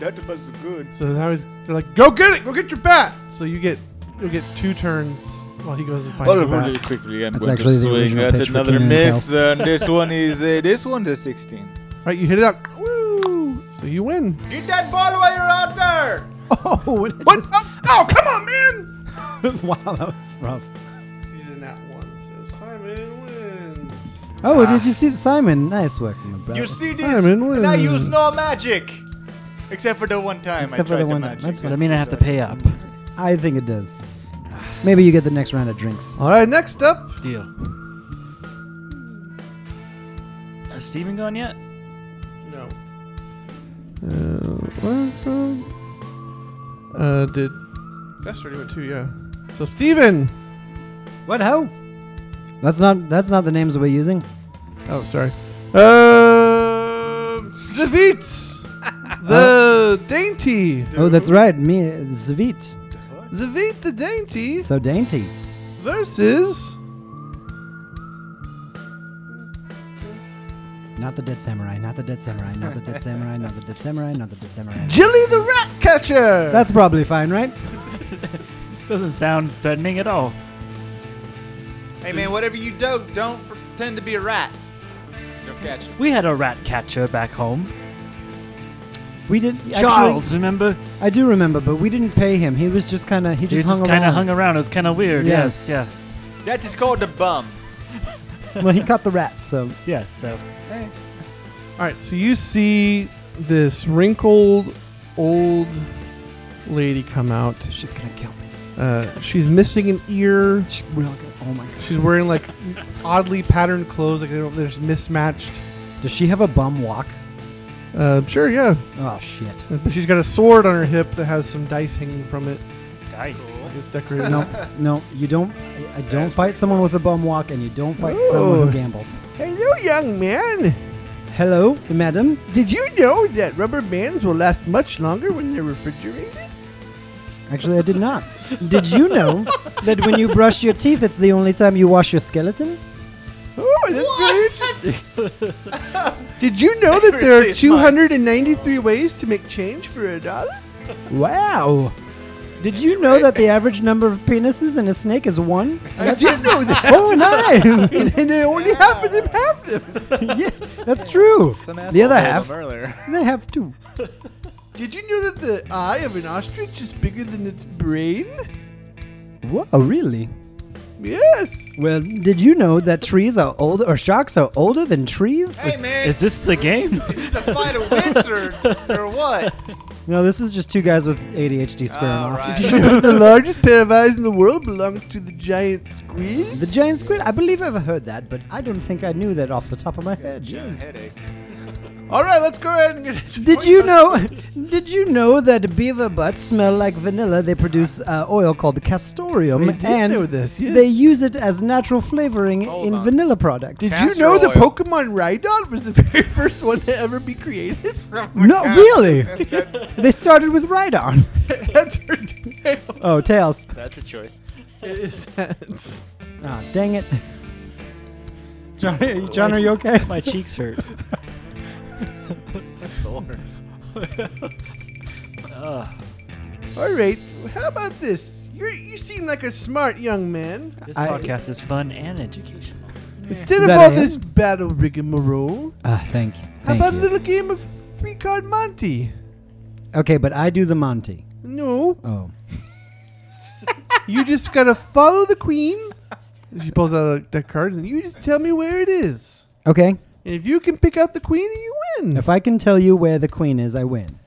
[SPEAKER 3] that was good.
[SPEAKER 4] So now he's they're like, "Go get it! Go get your bat!" So you get you'll get two turns while he goes and finds the
[SPEAKER 3] Well,
[SPEAKER 4] bat.
[SPEAKER 3] really quickly, I'm
[SPEAKER 2] That's
[SPEAKER 3] going
[SPEAKER 2] actually
[SPEAKER 3] to
[SPEAKER 2] the
[SPEAKER 3] swing
[SPEAKER 2] original
[SPEAKER 3] at
[SPEAKER 2] pitch for
[SPEAKER 3] another
[SPEAKER 2] Keenan and
[SPEAKER 3] miss, and this one is uh, this one's a 16.
[SPEAKER 4] Right, you hit it out. Woo! So you win.
[SPEAKER 3] Get that ball while you're out there.
[SPEAKER 2] oh,
[SPEAKER 4] What? Oh, oh, come on, man!
[SPEAKER 2] wow, that was rough.
[SPEAKER 4] So you did that one. So Simon wins.
[SPEAKER 2] Oh, did you see Simon? Nice work, my brother.
[SPEAKER 3] You see this?
[SPEAKER 4] Simon
[SPEAKER 3] and I
[SPEAKER 4] wins.
[SPEAKER 3] use no magic, except for the one time I
[SPEAKER 2] Except for
[SPEAKER 3] tried
[SPEAKER 2] the one time.
[SPEAKER 3] magic.
[SPEAKER 2] That's
[SPEAKER 6] Does that mean I have to pay up?
[SPEAKER 2] I think it does. Maybe you get the next round of drinks.
[SPEAKER 4] All right, next up.
[SPEAKER 6] Deal. Has Steven gone yet?
[SPEAKER 4] No. Uh, what? um, Uh, did That's already went too? Yeah. So Steven.
[SPEAKER 2] What ho? That's not that's not the names we're using.
[SPEAKER 4] Oh, sorry. Um, Zavit, the dainty.
[SPEAKER 2] Oh, that's right. Me, Zvit.
[SPEAKER 4] Zavit the dainty
[SPEAKER 2] So dainty.
[SPEAKER 4] versus.
[SPEAKER 2] Not the dead samurai. Not the dead samurai. Not the dead samurai. Not the dead samurai. Not the dead samurai.
[SPEAKER 4] Jilly the Rat Catcher!
[SPEAKER 2] That's probably fine, right?
[SPEAKER 6] Doesn't sound threatening at all.
[SPEAKER 3] Hey man, whatever you do, don't pretend to be a rat. Don't catch him.
[SPEAKER 6] We had a rat catcher back home.
[SPEAKER 2] We did.
[SPEAKER 6] Charles, remember?
[SPEAKER 2] Actually, I do remember, but we didn't pay him. He was just kind of. He
[SPEAKER 6] He
[SPEAKER 2] just,
[SPEAKER 6] just
[SPEAKER 2] hung
[SPEAKER 6] kind of
[SPEAKER 2] around.
[SPEAKER 6] hung around. It was kind of weird.
[SPEAKER 2] Yeah.
[SPEAKER 6] Yes, yeah.
[SPEAKER 3] That is called a bum.
[SPEAKER 2] well, he caught the rats, so
[SPEAKER 6] Yes, so.
[SPEAKER 4] Alright, so you see this wrinkled old lady come out.
[SPEAKER 2] she's gonna kill me.
[SPEAKER 4] Uh, she's missing an ear.
[SPEAKER 2] She's real good. Oh my god.
[SPEAKER 4] She's wearing like oddly patterned clothes, like they don't- they're just mismatched.
[SPEAKER 2] Does she have a bum walk?
[SPEAKER 4] Uh, sure, yeah.
[SPEAKER 2] Oh shit.
[SPEAKER 4] But she's got a sword on her hip that has some dice hanging from it.
[SPEAKER 6] Dice.
[SPEAKER 4] Like it's decorated.
[SPEAKER 2] No, no, you don't. I don't fight someone with a bum walk, and you don't fight someone
[SPEAKER 4] Ooh.
[SPEAKER 2] who gambles.
[SPEAKER 4] Hello, young man.
[SPEAKER 2] Hello, madam.
[SPEAKER 4] Did you know that rubber bands will last much longer when they're refrigerated?
[SPEAKER 2] Actually, I did not. did you know that when you brush your teeth, it's the only time you wash your skeleton?
[SPEAKER 4] Oh, that's very interesting. Did you know that there are
[SPEAKER 3] Everybody's mine.
[SPEAKER 4] 293 ways to make change for a dollar?
[SPEAKER 2] Wow. Did you know that the average number of penises in a snake is one?
[SPEAKER 4] I did know that.
[SPEAKER 2] Oh, nice.
[SPEAKER 4] and they only half of them have them.
[SPEAKER 2] yeah, that's true.
[SPEAKER 3] Some
[SPEAKER 2] The other half,
[SPEAKER 3] earlier.
[SPEAKER 2] they have two.
[SPEAKER 4] Did you know that the eye of an ostrich is bigger than its brain?
[SPEAKER 2] Whoa, really?
[SPEAKER 4] Yes.
[SPEAKER 2] Well, did you know that trees are older, or sharks are older than trees?
[SPEAKER 3] Hey man,
[SPEAKER 6] Is this the game?
[SPEAKER 3] is this a fight of wits or, or what?
[SPEAKER 2] No, this is just two guys with ADHD squaring
[SPEAKER 3] All
[SPEAKER 2] off.
[SPEAKER 3] right.
[SPEAKER 4] Did you know that the largest pair of eyes in the world belongs to the giant squid?
[SPEAKER 2] The giant squid? I believe I've heard that, but I don't think I knew that off the top of my head. Jeez.
[SPEAKER 3] Giant headache.
[SPEAKER 4] All right, let's go ahead and get.
[SPEAKER 2] Did you know? Did you know that beaver butts smell like vanilla? They produce uh, oil called
[SPEAKER 4] They
[SPEAKER 2] castoreum,
[SPEAKER 4] did
[SPEAKER 2] and
[SPEAKER 4] know this, yes.
[SPEAKER 2] they use it as natural flavoring
[SPEAKER 3] Hold
[SPEAKER 2] in
[SPEAKER 3] on.
[SPEAKER 2] vanilla products.
[SPEAKER 4] Did you
[SPEAKER 3] Castor
[SPEAKER 4] know the
[SPEAKER 3] oil.
[SPEAKER 4] Pokemon Rhydon was the very first one to ever be created?
[SPEAKER 3] Oh
[SPEAKER 2] no, really? they started with Rhydon.
[SPEAKER 4] That's ridiculous.
[SPEAKER 2] Oh, tails.
[SPEAKER 3] That's a choice.
[SPEAKER 4] It is sense.
[SPEAKER 2] Ah, dang it. John, John, are you okay?
[SPEAKER 6] My cheeks hurt.
[SPEAKER 3] Swords.
[SPEAKER 4] All right, how about this? You you seem like a smart young man.
[SPEAKER 6] This
[SPEAKER 2] I-
[SPEAKER 6] podcast is fun and educational.
[SPEAKER 4] Instead of
[SPEAKER 2] That
[SPEAKER 4] all
[SPEAKER 2] I am.
[SPEAKER 4] this battle rigmarole,
[SPEAKER 2] Ah, thank you.
[SPEAKER 4] how
[SPEAKER 2] Thank
[SPEAKER 4] about
[SPEAKER 2] you.
[SPEAKER 4] a little game of three card Monty?
[SPEAKER 2] okay, but I do the Monty.
[SPEAKER 4] No,
[SPEAKER 2] Oh.
[SPEAKER 4] you just gotta follow the queen. She pulls out a deck of cards, and you just tell me where it is.
[SPEAKER 2] Okay.
[SPEAKER 4] And if you can pick out the queen, you win.
[SPEAKER 2] If I can tell you where the queen is, I win.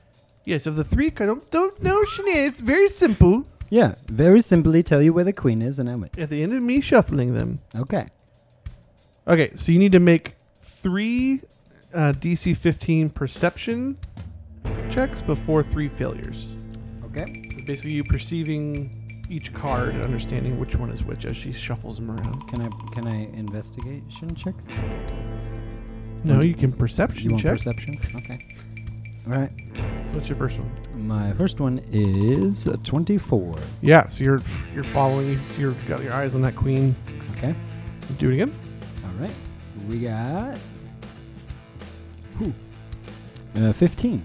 [SPEAKER 4] yes, of the three card, don't, don't know shenanigans. It's very simple.
[SPEAKER 2] Yeah, very simply tell you where the queen is, and I win.
[SPEAKER 4] At the end of me shuffling them.
[SPEAKER 2] Okay.
[SPEAKER 4] Okay, so you need to make three uh, DC 15 perception checks before three failures.
[SPEAKER 2] Okay.
[SPEAKER 4] So basically, you perceiving each card and understanding which one is which as she shuffles them around.
[SPEAKER 2] Can I can I investigation check?
[SPEAKER 4] No, you can
[SPEAKER 2] Hmm. You
[SPEAKER 4] perception
[SPEAKER 2] want
[SPEAKER 4] check.
[SPEAKER 2] perception? Okay. All right.
[SPEAKER 4] So What's your first one?
[SPEAKER 2] My first one is a 24.
[SPEAKER 4] Yeah, so you're you're following. You see, you've got your eyes on that queen.
[SPEAKER 2] Okay.
[SPEAKER 4] Do it again.
[SPEAKER 2] All right. We got Ooh. Uh, 15.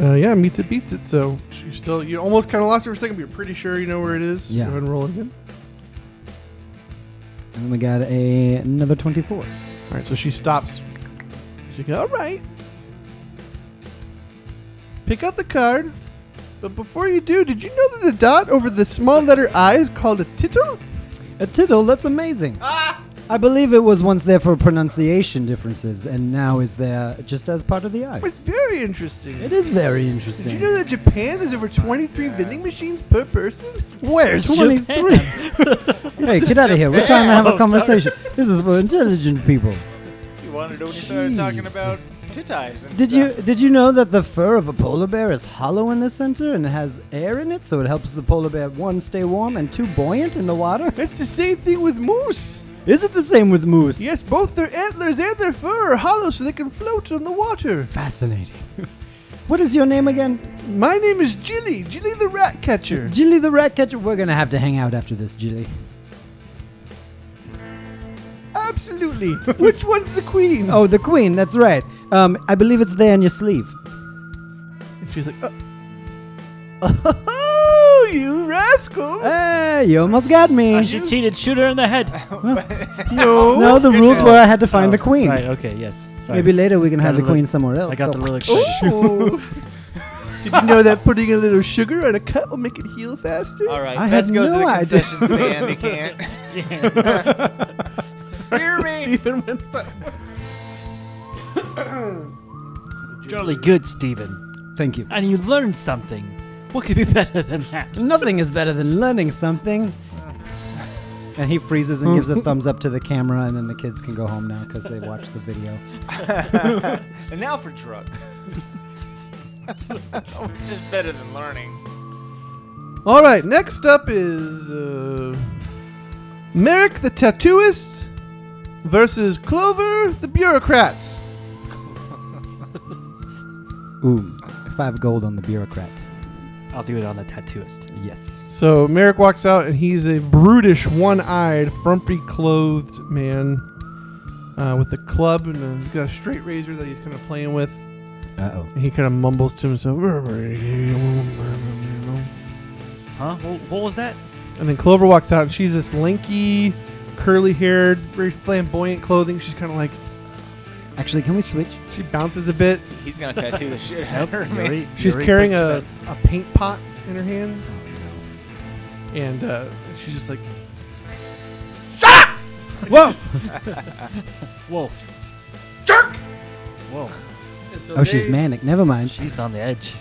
[SPEAKER 4] Uh, yeah, meets it, beats it. So you still you almost kind of lost it for a second, but you're pretty sure you know where it is.
[SPEAKER 2] Yeah.
[SPEAKER 4] Go ahead and roll again.
[SPEAKER 2] And then we got a another 24.
[SPEAKER 4] All right, so she stops. She goes, "All right, pick out the card." But before you do, did you know that the dot over the small letter I is called a tittle?
[SPEAKER 2] A tittle, that's amazing. I believe it was once there for pronunciation differences and now is there just as part of the eye.
[SPEAKER 4] It's very interesting.
[SPEAKER 2] It is very
[SPEAKER 4] Did
[SPEAKER 2] interesting.
[SPEAKER 4] you know that Japan has over 23 vending machines per person?
[SPEAKER 2] Where's 23? hey, get out of here. We're trying to have a conversation. This is for intelligent people.
[SPEAKER 3] You wanted to when you started talking
[SPEAKER 2] Jeez.
[SPEAKER 3] about tit eyes and
[SPEAKER 2] Did you
[SPEAKER 3] stuff.
[SPEAKER 2] did you know that the fur of a polar bear is hollow in the center and has air in it, so it helps the polar bear one stay warm and two buoyant in the water?
[SPEAKER 4] It's the same thing with moose.
[SPEAKER 2] Is it the same with moose?
[SPEAKER 4] Yes, both their antlers and their fur are hollow so they can float on the water.
[SPEAKER 2] Fascinating. what is your name again?
[SPEAKER 4] My name is Jilly, Jilly the rat catcher.
[SPEAKER 2] Jilly the rat catcher. We're gonna have to hang out after this, Jilly.
[SPEAKER 4] Absolutely. Which one's the queen?
[SPEAKER 2] Oh, the queen. That's right. Um, I believe it's there in your sleeve.
[SPEAKER 4] And she's like, oh, oh you rascal.
[SPEAKER 2] Hey, you almost got me.
[SPEAKER 6] Ah, she cheated. Shoot her in the head.
[SPEAKER 4] no.
[SPEAKER 2] no, the rules were I had to find
[SPEAKER 6] Oh,
[SPEAKER 2] the queen.
[SPEAKER 6] Right. Okay. Yes. Sorry.
[SPEAKER 2] Maybe later we can
[SPEAKER 6] Got
[SPEAKER 2] have
[SPEAKER 6] a
[SPEAKER 2] the
[SPEAKER 6] little-
[SPEAKER 2] queen somewhere else.
[SPEAKER 6] I got
[SPEAKER 2] so-
[SPEAKER 6] the really excited.
[SPEAKER 4] Ooh. Did you know that putting a little sugar on a cut will make it heal faster?
[SPEAKER 3] All right,
[SPEAKER 2] I
[SPEAKER 3] Bess
[SPEAKER 2] had
[SPEAKER 3] goes
[SPEAKER 2] no
[SPEAKER 3] to the
[SPEAKER 2] idea.
[SPEAKER 3] concession stand. He can't.
[SPEAKER 6] Damn.
[SPEAKER 3] Hear
[SPEAKER 4] So
[SPEAKER 3] me.
[SPEAKER 4] Stephen wins that one.
[SPEAKER 6] Jolly good, Stephen.
[SPEAKER 2] Thank you.
[SPEAKER 6] And you learned something. What could be better than that?
[SPEAKER 2] Nothing is better than learning something. And he freezes and gives a thumbs up to the camera, and then the kids can go home now because they watched the video.
[SPEAKER 3] And now for drugs. Which is better than learning.
[SPEAKER 4] All right, next up is uh, Merrick the tattooist versus Clover the bureaucrat.
[SPEAKER 2] Ooh, five gold on the bureaucrat.
[SPEAKER 6] I'll do it on the tattooist.
[SPEAKER 2] Yes.
[SPEAKER 4] So Merrick walks out, and he's a brutish, one-eyed, frumpy-clothed man uh, with a club and a, he's got a straight razor that he's kind of playing with.
[SPEAKER 2] Uh oh.
[SPEAKER 4] And he kind of mumbles to himself, and
[SPEAKER 6] Huh? Wha- What was that?
[SPEAKER 4] then Clover walks out, and she's this lanky, curly-haired, very flamboyant clothing. She's kind of like,
[SPEAKER 2] Actually, can we switch?
[SPEAKER 4] She bounces a bit.
[SPEAKER 3] He's gonna tattoo the shit out of her.
[SPEAKER 6] Yuri-
[SPEAKER 3] man.
[SPEAKER 6] Yuri
[SPEAKER 4] She's carrying a,
[SPEAKER 6] puts
[SPEAKER 4] a paint pot in her hand,
[SPEAKER 2] Oh, no.
[SPEAKER 4] and uh, she's just like,
[SPEAKER 6] back- Whoa. Jerk! Whoa.
[SPEAKER 4] and so
[SPEAKER 2] Oh, she's
[SPEAKER 4] they-
[SPEAKER 2] manic. Never mind.
[SPEAKER 6] She's on the edge.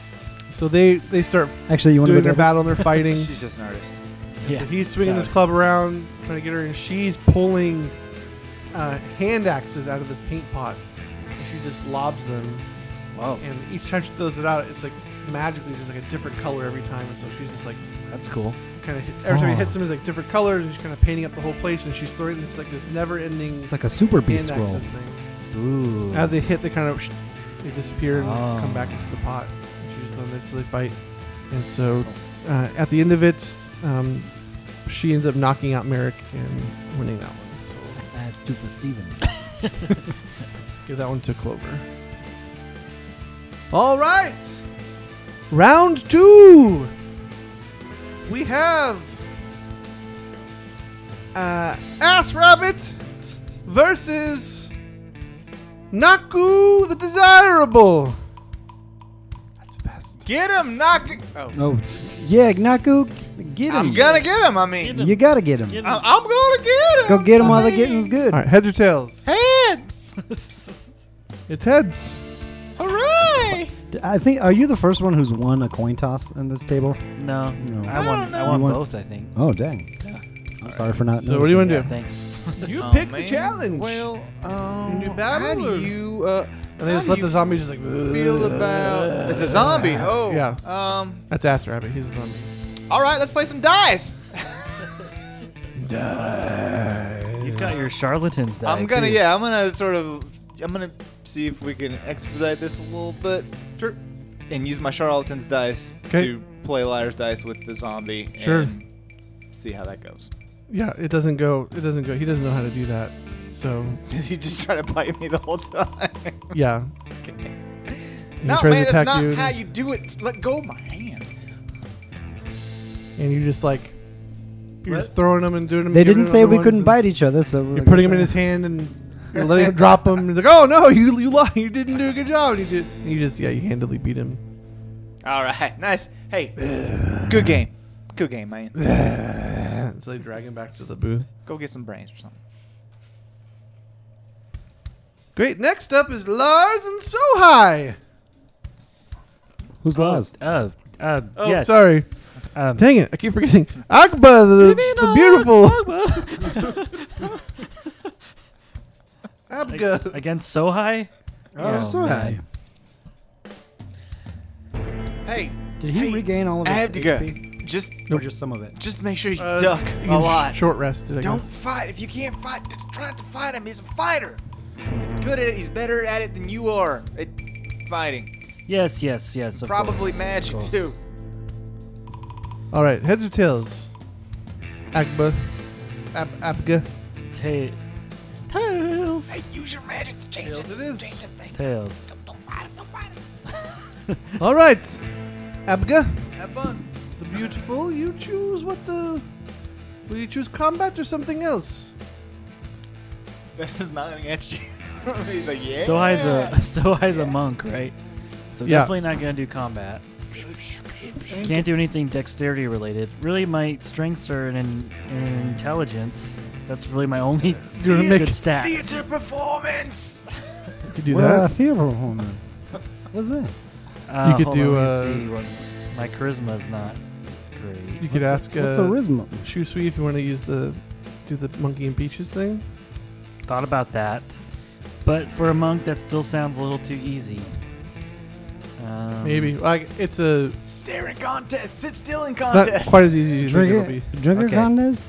[SPEAKER 4] So they they start
[SPEAKER 2] Actually, you want to
[SPEAKER 4] doing
[SPEAKER 2] go
[SPEAKER 4] their
[SPEAKER 2] devil?
[SPEAKER 4] battle and they're fighting.
[SPEAKER 3] She's just an artist.
[SPEAKER 4] So
[SPEAKER 6] Yeah.
[SPEAKER 4] he's swinging his
[SPEAKER 6] Sorry.
[SPEAKER 4] club around, trying to get her, and she's pulling uh, hand axes out of this paint pot. And she just lobs them,
[SPEAKER 6] Whoa.
[SPEAKER 4] and each time she throws it out, it's like magically just like a different color every time. And so she's just like
[SPEAKER 6] That's cool.
[SPEAKER 4] kind of every time
[SPEAKER 2] Oh.
[SPEAKER 4] he hits them, it's like different colors, and she's kind of painting up the whole place. And she's throwing this like this never-ending
[SPEAKER 2] It's like a super
[SPEAKER 4] hand
[SPEAKER 2] beast roll.
[SPEAKER 4] axes thing.
[SPEAKER 6] Ooh.
[SPEAKER 4] As they hit, they kind of sh- they disappear and
[SPEAKER 6] Oh.
[SPEAKER 4] come back into the pot. And she's done this, so they fight. And so uh, at the end of it, um, she ends up knocking out Merrick and winning that one.
[SPEAKER 2] That's two for Steven.
[SPEAKER 4] So give that one to Clover. All right, round two. We have uh, Ass Rabbit versus Naku the Desirable. That's fast.
[SPEAKER 3] Get him! Knock. It. Oh,
[SPEAKER 2] Oh, yeah, Ignaku, get him.
[SPEAKER 3] I'm gonna get him. I mean,
[SPEAKER 2] You gotta get him.
[SPEAKER 3] I- I'm gonna get him.
[SPEAKER 2] Go get him while the
[SPEAKER 3] Hey.
[SPEAKER 2] getting's good.
[SPEAKER 4] All right, heads or tails?
[SPEAKER 3] Heads!
[SPEAKER 4] It's heads.
[SPEAKER 3] Hooray!
[SPEAKER 2] D- I think. Are you the first one who's won a coin toss in this table?
[SPEAKER 6] No.
[SPEAKER 2] No.
[SPEAKER 6] I want, I
[SPEAKER 2] You
[SPEAKER 6] want
[SPEAKER 2] want-
[SPEAKER 6] both, I think.
[SPEAKER 2] Oh dang.
[SPEAKER 6] Yeah.
[SPEAKER 2] I'm sorry for not.
[SPEAKER 4] So what do
[SPEAKER 2] noticing.
[SPEAKER 4] you want
[SPEAKER 6] Yeah,
[SPEAKER 4] to do?
[SPEAKER 6] thanks.
[SPEAKER 4] You
[SPEAKER 3] Oh,
[SPEAKER 4] pick the
[SPEAKER 3] man.
[SPEAKER 4] challenge.
[SPEAKER 3] Well, um,
[SPEAKER 4] You do battle
[SPEAKER 3] how do
[SPEAKER 4] or-
[SPEAKER 3] you uh,
[SPEAKER 4] and they
[SPEAKER 3] how
[SPEAKER 4] just
[SPEAKER 3] do
[SPEAKER 4] let the
[SPEAKER 3] you
[SPEAKER 4] zombie just like.
[SPEAKER 3] feel about it's a zombie? Oh,
[SPEAKER 4] Yeah.
[SPEAKER 3] Um,
[SPEAKER 4] That's Ass Rabbit. He's a zombie.
[SPEAKER 3] all right, let's play some dice.
[SPEAKER 6] You've got your charlatans. die,
[SPEAKER 3] I'm gonna,
[SPEAKER 6] too.
[SPEAKER 3] yeah, I'm gonna sort of, I'm gonna see if we can expedite this a little bit. Sure. And use my charlatan's dice
[SPEAKER 4] 'Kay.
[SPEAKER 3] to play liar's dice with the zombie.
[SPEAKER 4] Sure.
[SPEAKER 3] And see how that goes.
[SPEAKER 4] Yeah, it doesn't go. It doesn't go. He doesn't know how to do that. So
[SPEAKER 3] Does he just try to bite me the whole time?
[SPEAKER 4] yeah. He
[SPEAKER 3] no,
[SPEAKER 4] tries to
[SPEAKER 3] man, that's
[SPEAKER 4] attack
[SPEAKER 3] not
[SPEAKER 4] you,
[SPEAKER 3] how you do it. Let go of my hand.
[SPEAKER 4] and you just like you're
[SPEAKER 2] What?
[SPEAKER 4] just throwing them and doing them.
[SPEAKER 2] They didn't say we couldn't bite each other, so
[SPEAKER 4] You're putting him in his hand and you're letting him drop him. He's like, oh no, you you lied. You didn't do a good job. And you did. And you just yeah, you handily beat him.
[SPEAKER 3] All right, nice. Hey, good game. Good game, man.
[SPEAKER 4] so they drag him back to the booth.
[SPEAKER 3] Go get some brains or something.
[SPEAKER 4] Great. Next up is Lars and Sohai.
[SPEAKER 2] Who's Lars?
[SPEAKER 6] Oh, uh, uh,
[SPEAKER 4] Oh,
[SPEAKER 6] yes.
[SPEAKER 4] sorry.
[SPEAKER 6] Um,
[SPEAKER 4] Dang it, I keep forgetting. Akbar, the, the beautiful. Abga.
[SPEAKER 6] Against Sohai?
[SPEAKER 4] Oh, Sohai.
[SPEAKER 2] man.
[SPEAKER 3] Hey,
[SPEAKER 2] Did he
[SPEAKER 3] Hey,
[SPEAKER 2] regain all of his
[SPEAKER 3] I have to go.
[SPEAKER 2] HP?
[SPEAKER 3] Just,
[SPEAKER 2] Or just some of it?
[SPEAKER 3] just make sure you
[SPEAKER 4] Uh,
[SPEAKER 3] duck
[SPEAKER 4] you
[SPEAKER 3] a
[SPEAKER 4] can
[SPEAKER 3] lot.
[SPEAKER 4] sh- Short rested, I
[SPEAKER 3] Don't
[SPEAKER 4] guess.
[SPEAKER 3] fight. If you can't fight, t- try not to fight him. He's a fighter. He's good at it. He's better at it than you are at fighting.
[SPEAKER 6] Yes, yes, yes. Of
[SPEAKER 3] Probably
[SPEAKER 6] course.
[SPEAKER 3] magic
[SPEAKER 6] Of course.
[SPEAKER 3] too.
[SPEAKER 4] All right, heads or tails? Akba. Ab- Abga.
[SPEAKER 6] Ta- tails.
[SPEAKER 3] Hey, use your magic to change
[SPEAKER 4] Tails
[SPEAKER 3] it.
[SPEAKER 4] it is.
[SPEAKER 3] Change the thing.
[SPEAKER 6] Tails.
[SPEAKER 3] Don't fight him. Don't fight him.
[SPEAKER 4] All right, Abga.
[SPEAKER 3] Have fun.
[SPEAKER 4] The beautiful. You choose what the. Will you choose combat or something else?
[SPEAKER 3] This is not against you. He's like, yeah.
[SPEAKER 6] Sohai's a Sohai's a monk, right? So
[SPEAKER 4] Yeah.
[SPEAKER 6] definitely not gonna do combat. Can't do anything dexterity related. Really, my strengths are in, in intelligence. That's really my only
[SPEAKER 4] You're gonna make.
[SPEAKER 6] good stat.
[SPEAKER 3] theater performance.
[SPEAKER 4] You could do
[SPEAKER 2] Well, a
[SPEAKER 4] that.
[SPEAKER 2] theater woman. What's that?
[SPEAKER 6] Uh,
[SPEAKER 4] You could
[SPEAKER 6] hold
[SPEAKER 4] do,
[SPEAKER 6] on,
[SPEAKER 4] uh,
[SPEAKER 6] let me see what- my charisma's not great.
[SPEAKER 4] You could ask.
[SPEAKER 2] What's
[SPEAKER 4] uh,
[SPEAKER 2] a rhythm?
[SPEAKER 4] Shu Sui if you want to use the. Do the monkey and peaches thing.
[SPEAKER 6] Thought about that, but for a monk, that still sounds a little too easy. Um,
[SPEAKER 4] Maybe. Like, it's a.
[SPEAKER 3] Staring contest. Sit still in
[SPEAKER 4] It's not
[SPEAKER 3] contest.
[SPEAKER 4] quite as easy as you think it'll be.
[SPEAKER 2] Drinker, drinker
[SPEAKER 6] Okay.
[SPEAKER 2] contest?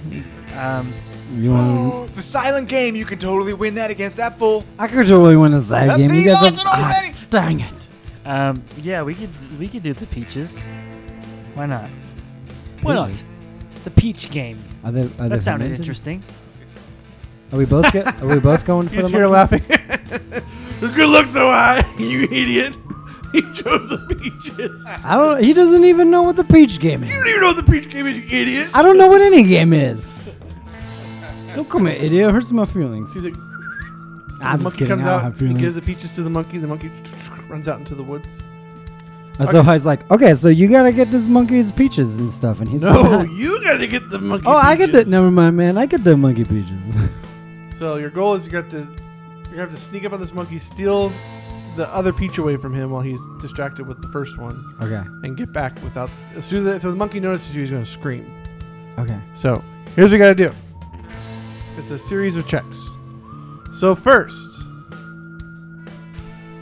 [SPEAKER 6] Um,
[SPEAKER 2] You want?
[SPEAKER 3] the silent game. You can totally win that against that fool.
[SPEAKER 2] I could totally win a side
[SPEAKER 3] I've
[SPEAKER 2] game.
[SPEAKER 3] seen
[SPEAKER 2] You guys
[SPEAKER 3] odds
[SPEAKER 2] are-
[SPEAKER 3] and already.
[SPEAKER 2] ah, dang it!
[SPEAKER 6] um, yeah, we could we could do the peaches. Why not? Why not?
[SPEAKER 2] Peaches?
[SPEAKER 6] The peach game.
[SPEAKER 2] Are they, are they
[SPEAKER 6] That sounded
[SPEAKER 2] fermented?
[SPEAKER 6] interesting.
[SPEAKER 2] Are we both get, Are we both going for the
[SPEAKER 4] He's here
[SPEAKER 2] monkey?
[SPEAKER 4] laughing.
[SPEAKER 1] Good luck, so high, you idiot. He chose the peaches. You
[SPEAKER 2] I don't. He doesn't even know what the peach game is.
[SPEAKER 1] don't even know what the peach game is, you idiot.
[SPEAKER 2] I don't know what any game is. Don't come here, idiot. It hurts my feelings.
[SPEAKER 4] He's like,
[SPEAKER 2] I'm
[SPEAKER 4] the
[SPEAKER 2] just
[SPEAKER 4] monkey
[SPEAKER 2] kidding.
[SPEAKER 4] comes
[SPEAKER 2] I don't
[SPEAKER 4] out,
[SPEAKER 2] have
[SPEAKER 4] he
[SPEAKER 2] feelings.
[SPEAKER 4] gives the peaches to the monkey. The monkey runs out into the woods.
[SPEAKER 2] Uh, So I was like, okay, so you gotta get this monkey's peaches and stuff, and he's
[SPEAKER 1] No,
[SPEAKER 2] like,
[SPEAKER 1] you gotta get the monkey.
[SPEAKER 2] oh, I get the
[SPEAKER 1] peaches.
[SPEAKER 2] never mind, man, I get the monkey peaches.
[SPEAKER 4] So your goal is you got to you have to sneak up on this monkey, steal the other peach away from him while he's distracted with the first one,
[SPEAKER 2] okay,
[SPEAKER 4] and get back without. As soon as the, if the monkey notices you, he's gonna scream.
[SPEAKER 2] okay,
[SPEAKER 4] So here's what you gotta do. It's a series of checks. So first,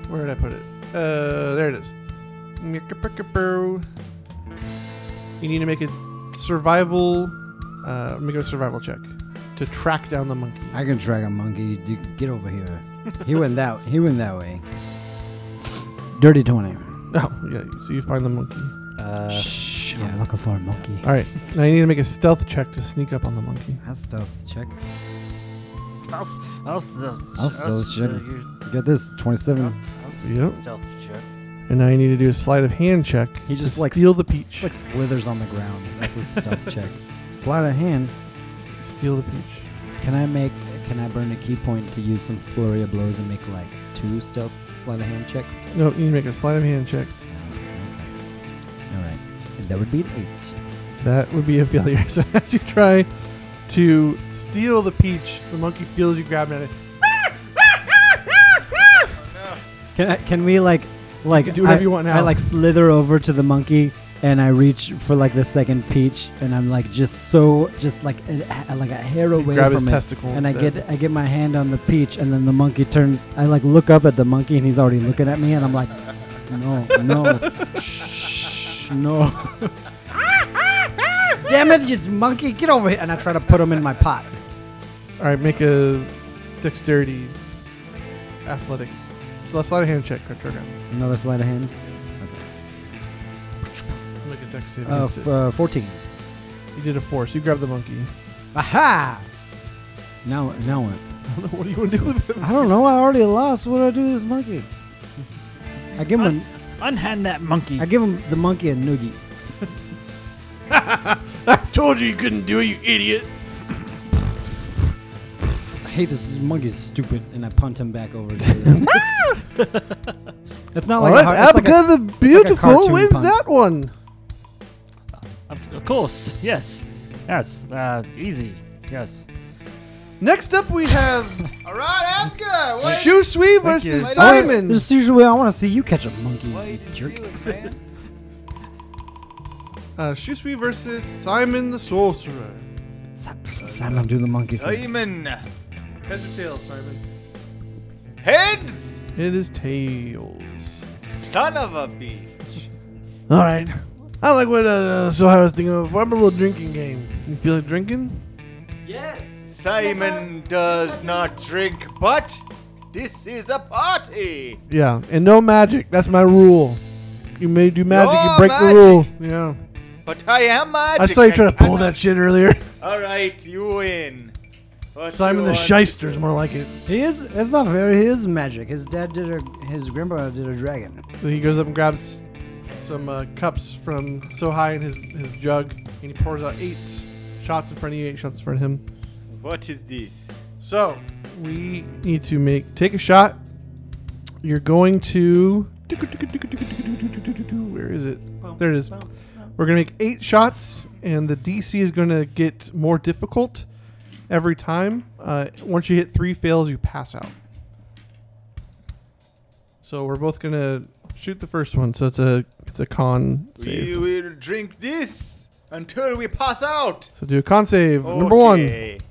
[SPEAKER 4] where did I put it? Uh, there it is. You need to make a survival. Uh, let me go survival check to track down the monkey.
[SPEAKER 2] I can drag a monkey. Dude, get over here. he went that. He went that way. Dirty twenty.
[SPEAKER 4] Oh, yeah. So you find the monkey.
[SPEAKER 6] Uh,
[SPEAKER 2] Shh,
[SPEAKER 6] yeah.
[SPEAKER 2] I'm looking for a monkey.
[SPEAKER 4] All right. Now you need to make a stealth check to sneak up on the monkey.
[SPEAKER 2] That's stuff. Check.
[SPEAKER 6] I'll, s- I'll, s- I'll,
[SPEAKER 2] I'll
[SPEAKER 6] s- I'll
[SPEAKER 2] s-
[SPEAKER 6] show you-
[SPEAKER 2] You got this twenty-seven.
[SPEAKER 6] I'll s-
[SPEAKER 4] Yep.
[SPEAKER 6] stealth check.
[SPEAKER 4] And now you need to do a sleight of hand check.
[SPEAKER 2] He
[SPEAKER 4] to
[SPEAKER 2] just, like,
[SPEAKER 4] steal the
[SPEAKER 2] It's
[SPEAKER 4] peach.
[SPEAKER 2] like slithers on the ground. That's a stealth check. Slide of hand.
[SPEAKER 4] steal the peach.
[SPEAKER 2] Can I make? Can I burn a key point to use some flurry of blows and make like two stealth sleight of hand checks?
[SPEAKER 4] No, you need to make a sleight of hand check.
[SPEAKER 2] Oh, Okay. All right. That would be an eight.
[SPEAKER 4] That would be a failure. So as you try to steal the peach, the monkey feels you grabbing at it.
[SPEAKER 2] Can I, can we like like
[SPEAKER 4] can do whatever
[SPEAKER 2] I,
[SPEAKER 4] you want now.
[SPEAKER 2] I like slither over to the monkey and I reach for like the second peach and I'm like just so just like a, a- like a hair
[SPEAKER 4] You
[SPEAKER 2] away
[SPEAKER 4] grab
[SPEAKER 2] from
[SPEAKER 4] his
[SPEAKER 2] it.
[SPEAKER 4] testicle.
[SPEAKER 2] and I
[SPEAKER 4] instead.
[SPEAKER 2] get I get my hand on the peach and then the monkey turns I like look up at the monkey and he's already looking at me and I'm like no no shh no damn it it's monkey get over here and I try to put him in my pot
[SPEAKER 4] All right, make a dexterity, athletics, so left sleight of hand check. Trigger.
[SPEAKER 2] another sleight of hand
[SPEAKER 4] Make a dex save
[SPEAKER 2] uh,
[SPEAKER 4] against
[SPEAKER 2] f-
[SPEAKER 4] it.
[SPEAKER 2] uh, 14
[SPEAKER 4] You did a four, so you grab the monkey.
[SPEAKER 2] aha now now what
[SPEAKER 4] I don't know what do you want to do with it.
[SPEAKER 2] I don't know. I already lost. What do I do to this monkey? I give him.
[SPEAKER 6] Unhand that monkey.
[SPEAKER 2] A, I give him the monkey a noogie.
[SPEAKER 1] I told you you couldn't do it, you idiot.
[SPEAKER 2] I hate this. This monkey's stupid, and I punt him back over. to him. It's not like a hard, it's like a,
[SPEAKER 4] Abigail the Beautiful
[SPEAKER 2] cartoon
[SPEAKER 4] wins
[SPEAKER 2] punch.
[SPEAKER 4] that one.
[SPEAKER 6] Of of course, yes. Yes, uh, easy. Yes.
[SPEAKER 4] Next up, we have
[SPEAKER 3] All right, Abigail. What?
[SPEAKER 4] Shu Sui
[SPEAKER 6] you.
[SPEAKER 4] versus
[SPEAKER 2] I wanna-
[SPEAKER 4] Simon.
[SPEAKER 2] Just usually, I want to see you catch a monkey.
[SPEAKER 3] Why you
[SPEAKER 2] jerk.
[SPEAKER 3] didn't do it, man?
[SPEAKER 4] Uh, Shu Sui versus Simon the Sorcerer.
[SPEAKER 2] Si- Simon, do the monkey. thing.
[SPEAKER 3] Simon.
[SPEAKER 4] Heads or tails, Simon?
[SPEAKER 3] Heads.
[SPEAKER 4] It is tails.
[SPEAKER 3] Son of a bitch.
[SPEAKER 4] All right. I like what uh, so I was thinking of. I'm a little drinking game. You feel like drinking?
[SPEAKER 3] Simon does not drink, but this is a party.
[SPEAKER 4] Yeah, and no magic. That's my rule. You may do magic,
[SPEAKER 3] No
[SPEAKER 4] you break
[SPEAKER 3] magic.
[SPEAKER 4] the rule. Yeah.
[SPEAKER 3] But I am magic.
[SPEAKER 4] I saw you try to pull
[SPEAKER 3] cannot-
[SPEAKER 4] that shit earlier.
[SPEAKER 3] All right, you win. What you
[SPEAKER 4] Simon the
[SPEAKER 3] want-
[SPEAKER 4] Shyster is more like it.
[SPEAKER 2] He is. It's not fair. He is magic. His dad did a. His grandpa did a dragon.
[SPEAKER 4] So he goes up and grabs some uh, cups from so high in his, his jug, and he pours out eight shots in front of you, eight shots in front of him.
[SPEAKER 3] What is this?
[SPEAKER 4] So we need to make take a shot. You're going to where is it? There it is. We're gonna make eight shots, and the DC is gonna get more difficult every time. Uh, once you hit three fails, you pass out. So we're both gonna shoot the first one. So it's a it's a con
[SPEAKER 3] We
[SPEAKER 4] save.
[SPEAKER 3] will drink this until we pass out.
[SPEAKER 4] So do a con save. Number one.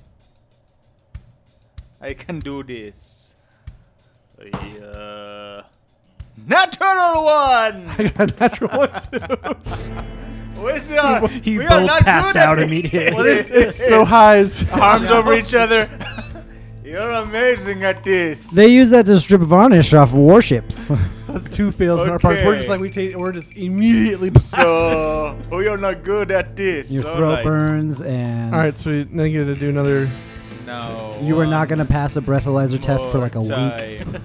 [SPEAKER 3] Okay. I can do this. Uh, natural one.
[SPEAKER 4] Natural one. too.
[SPEAKER 3] Where's the other-
[SPEAKER 6] You
[SPEAKER 3] we are
[SPEAKER 6] both
[SPEAKER 3] not
[SPEAKER 6] pass
[SPEAKER 3] good
[SPEAKER 6] out
[SPEAKER 3] at it.
[SPEAKER 6] immediately.
[SPEAKER 4] What is it's so high. It's
[SPEAKER 3] Arms over each other. You're amazing at this.
[SPEAKER 2] They use that to strip varnish off warships.
[SPEAKER 4] That's two fails in our part. We're just
[SPEAKER 3] Okay.
[SPEAKER 4] like we take. We're just immediately. Passed.
[SPEAKER 3] so we are not good at this.
[SPEAKER 2] Your
[SPEAKER 3] All
[SPEAKER 2] throat
[SPEAKER 3] right.
[SPEAKER 2] burns, and
[SPEAKER 4] all right, so we- now you get to do another.
[SPEAKER 3] No.
[SPEAKER 2] you were not gonna pass a breathalyzer test for like a week.
[SPEAKER 3] week.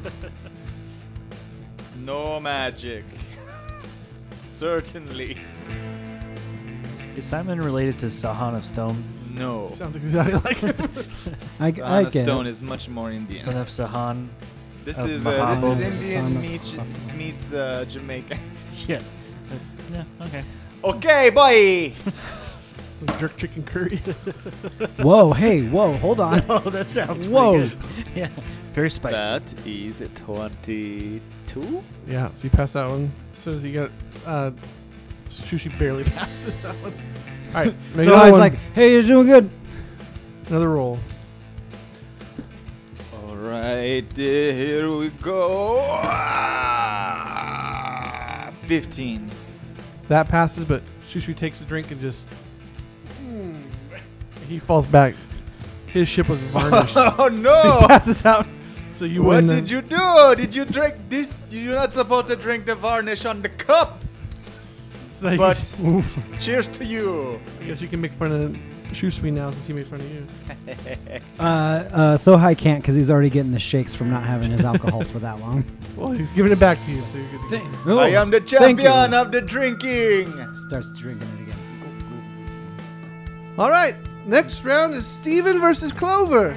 [SPEAKER 3] no magic. Certainly.
[SPEAKER 6] Is Simon related to Sahana Stone?
[SPEAKER 3] No.
[SPEAKER 4] Sounds exactly like it.
[SPEAKER 2] I, I
[SPEAKER 3] Sahana
[SPEAKER 2] get it.
[SPEAKER 3] Stone is much more Indian.
[SPEAKER 6] Son of Sahan.
[SPEAKER 3] this,
[SPEAKER 6] of
[SPEAKER 3] is, uh, this
[SPEAKER 6] Mahabo.
[SPEAKER 3] is Indian
[SPEAKER 2] Son of-
[SPEAKER 3] meets, meets uh, Jamaica.
[SPEAKER 6] Yeah. Uh, yeah, okay.
[SPEAKER 3] okay, boy.
[SPEAKER 4] It's like jerk chicken curry.
[SPEAKER 2] Whoa, hey, whoa, hold on.
[SPEAKER 6] Oh, that sounds
[SPEAKER 2] Whoa.
[SPEAKER 6] pretty good. Yeah, very spicy.
[SPEAKER 3] is 22.
[SPEAKER 4] yeah, so you pass that one. As soon as you get uh Sushi barely passes that one. Alright, make
[SPEAKER 2] so
[SPEAKER 4] another
[SPEAKER 2] I was
[SPEAKER 4] one.
[SPEAKER 2] like, hey, you're doing good.
[SPEAKER 4] another roll.
[SPEAKER 3] All right, dear, here we go. Ah, 15.
[SPEAKER 4] That passes, but Shushu takes a drink and just hmm, he falls back. His ship was varnished. so
[SPEAKER 3] Oh
[SPEAKER 4] he
[SPEAKER 3] no!
[SPEAKER 4] passes out. So you
[SPEAKER 3] What
[SPEAKER 4] win. the-
[SPEAKER 3] did you do? Oh, Did you drink this? You're not supposed to drink the varnish on the cup.
[SPEAKER 4] so you-
[SPEAKER 3] But- Cheers to you.
[SPEAKER 4] I guess you can make fun of Shusui now since he made fun of you.
[SPEAKER 2] Uh, uh, Sohai can't because he's already getting the shakes from not having his alcohol for that long.
[SPEAKER 4] Well, he's giving it back to you, so you're good. to go.
[SPEAKER 3] I am the
[SPEAKER 2] Oh, thank you.
[SPEAKER 3] champion of the drinking.
[SPEAKER 2] Starts drinking it again.
[SPEAKER 4] All right, next round is Steven versus Clover.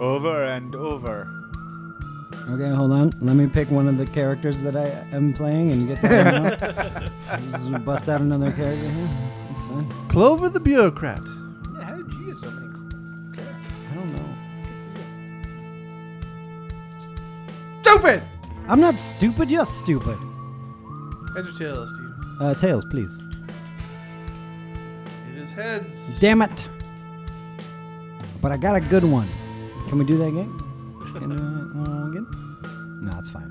[SPEAKER 3] Over and over.
[SPEAKER 2] Okay, hold on. Let me pick one of the characters that I am playing and get that one out. Just bust out another character here. That's fine.
[SPEAKER 4] Clover the bureaucrat.
[SPEAKER 3] Yeah, how did you get so many?
[SPEAKER 2] I don't know.
[SPEAKER 4] Stupid.
[SPEAKER 2] I'm not stupid. You're stupid.
[SPEAKER 4] Heads or tails, Steven?
[SPEAKER 2] Uh, tails, please.
[SPEAKER 4] It is heads.
[SPEAKER 2] Damn it. But I got a good one. Can we do that again? Can uh, again? No, it's fine.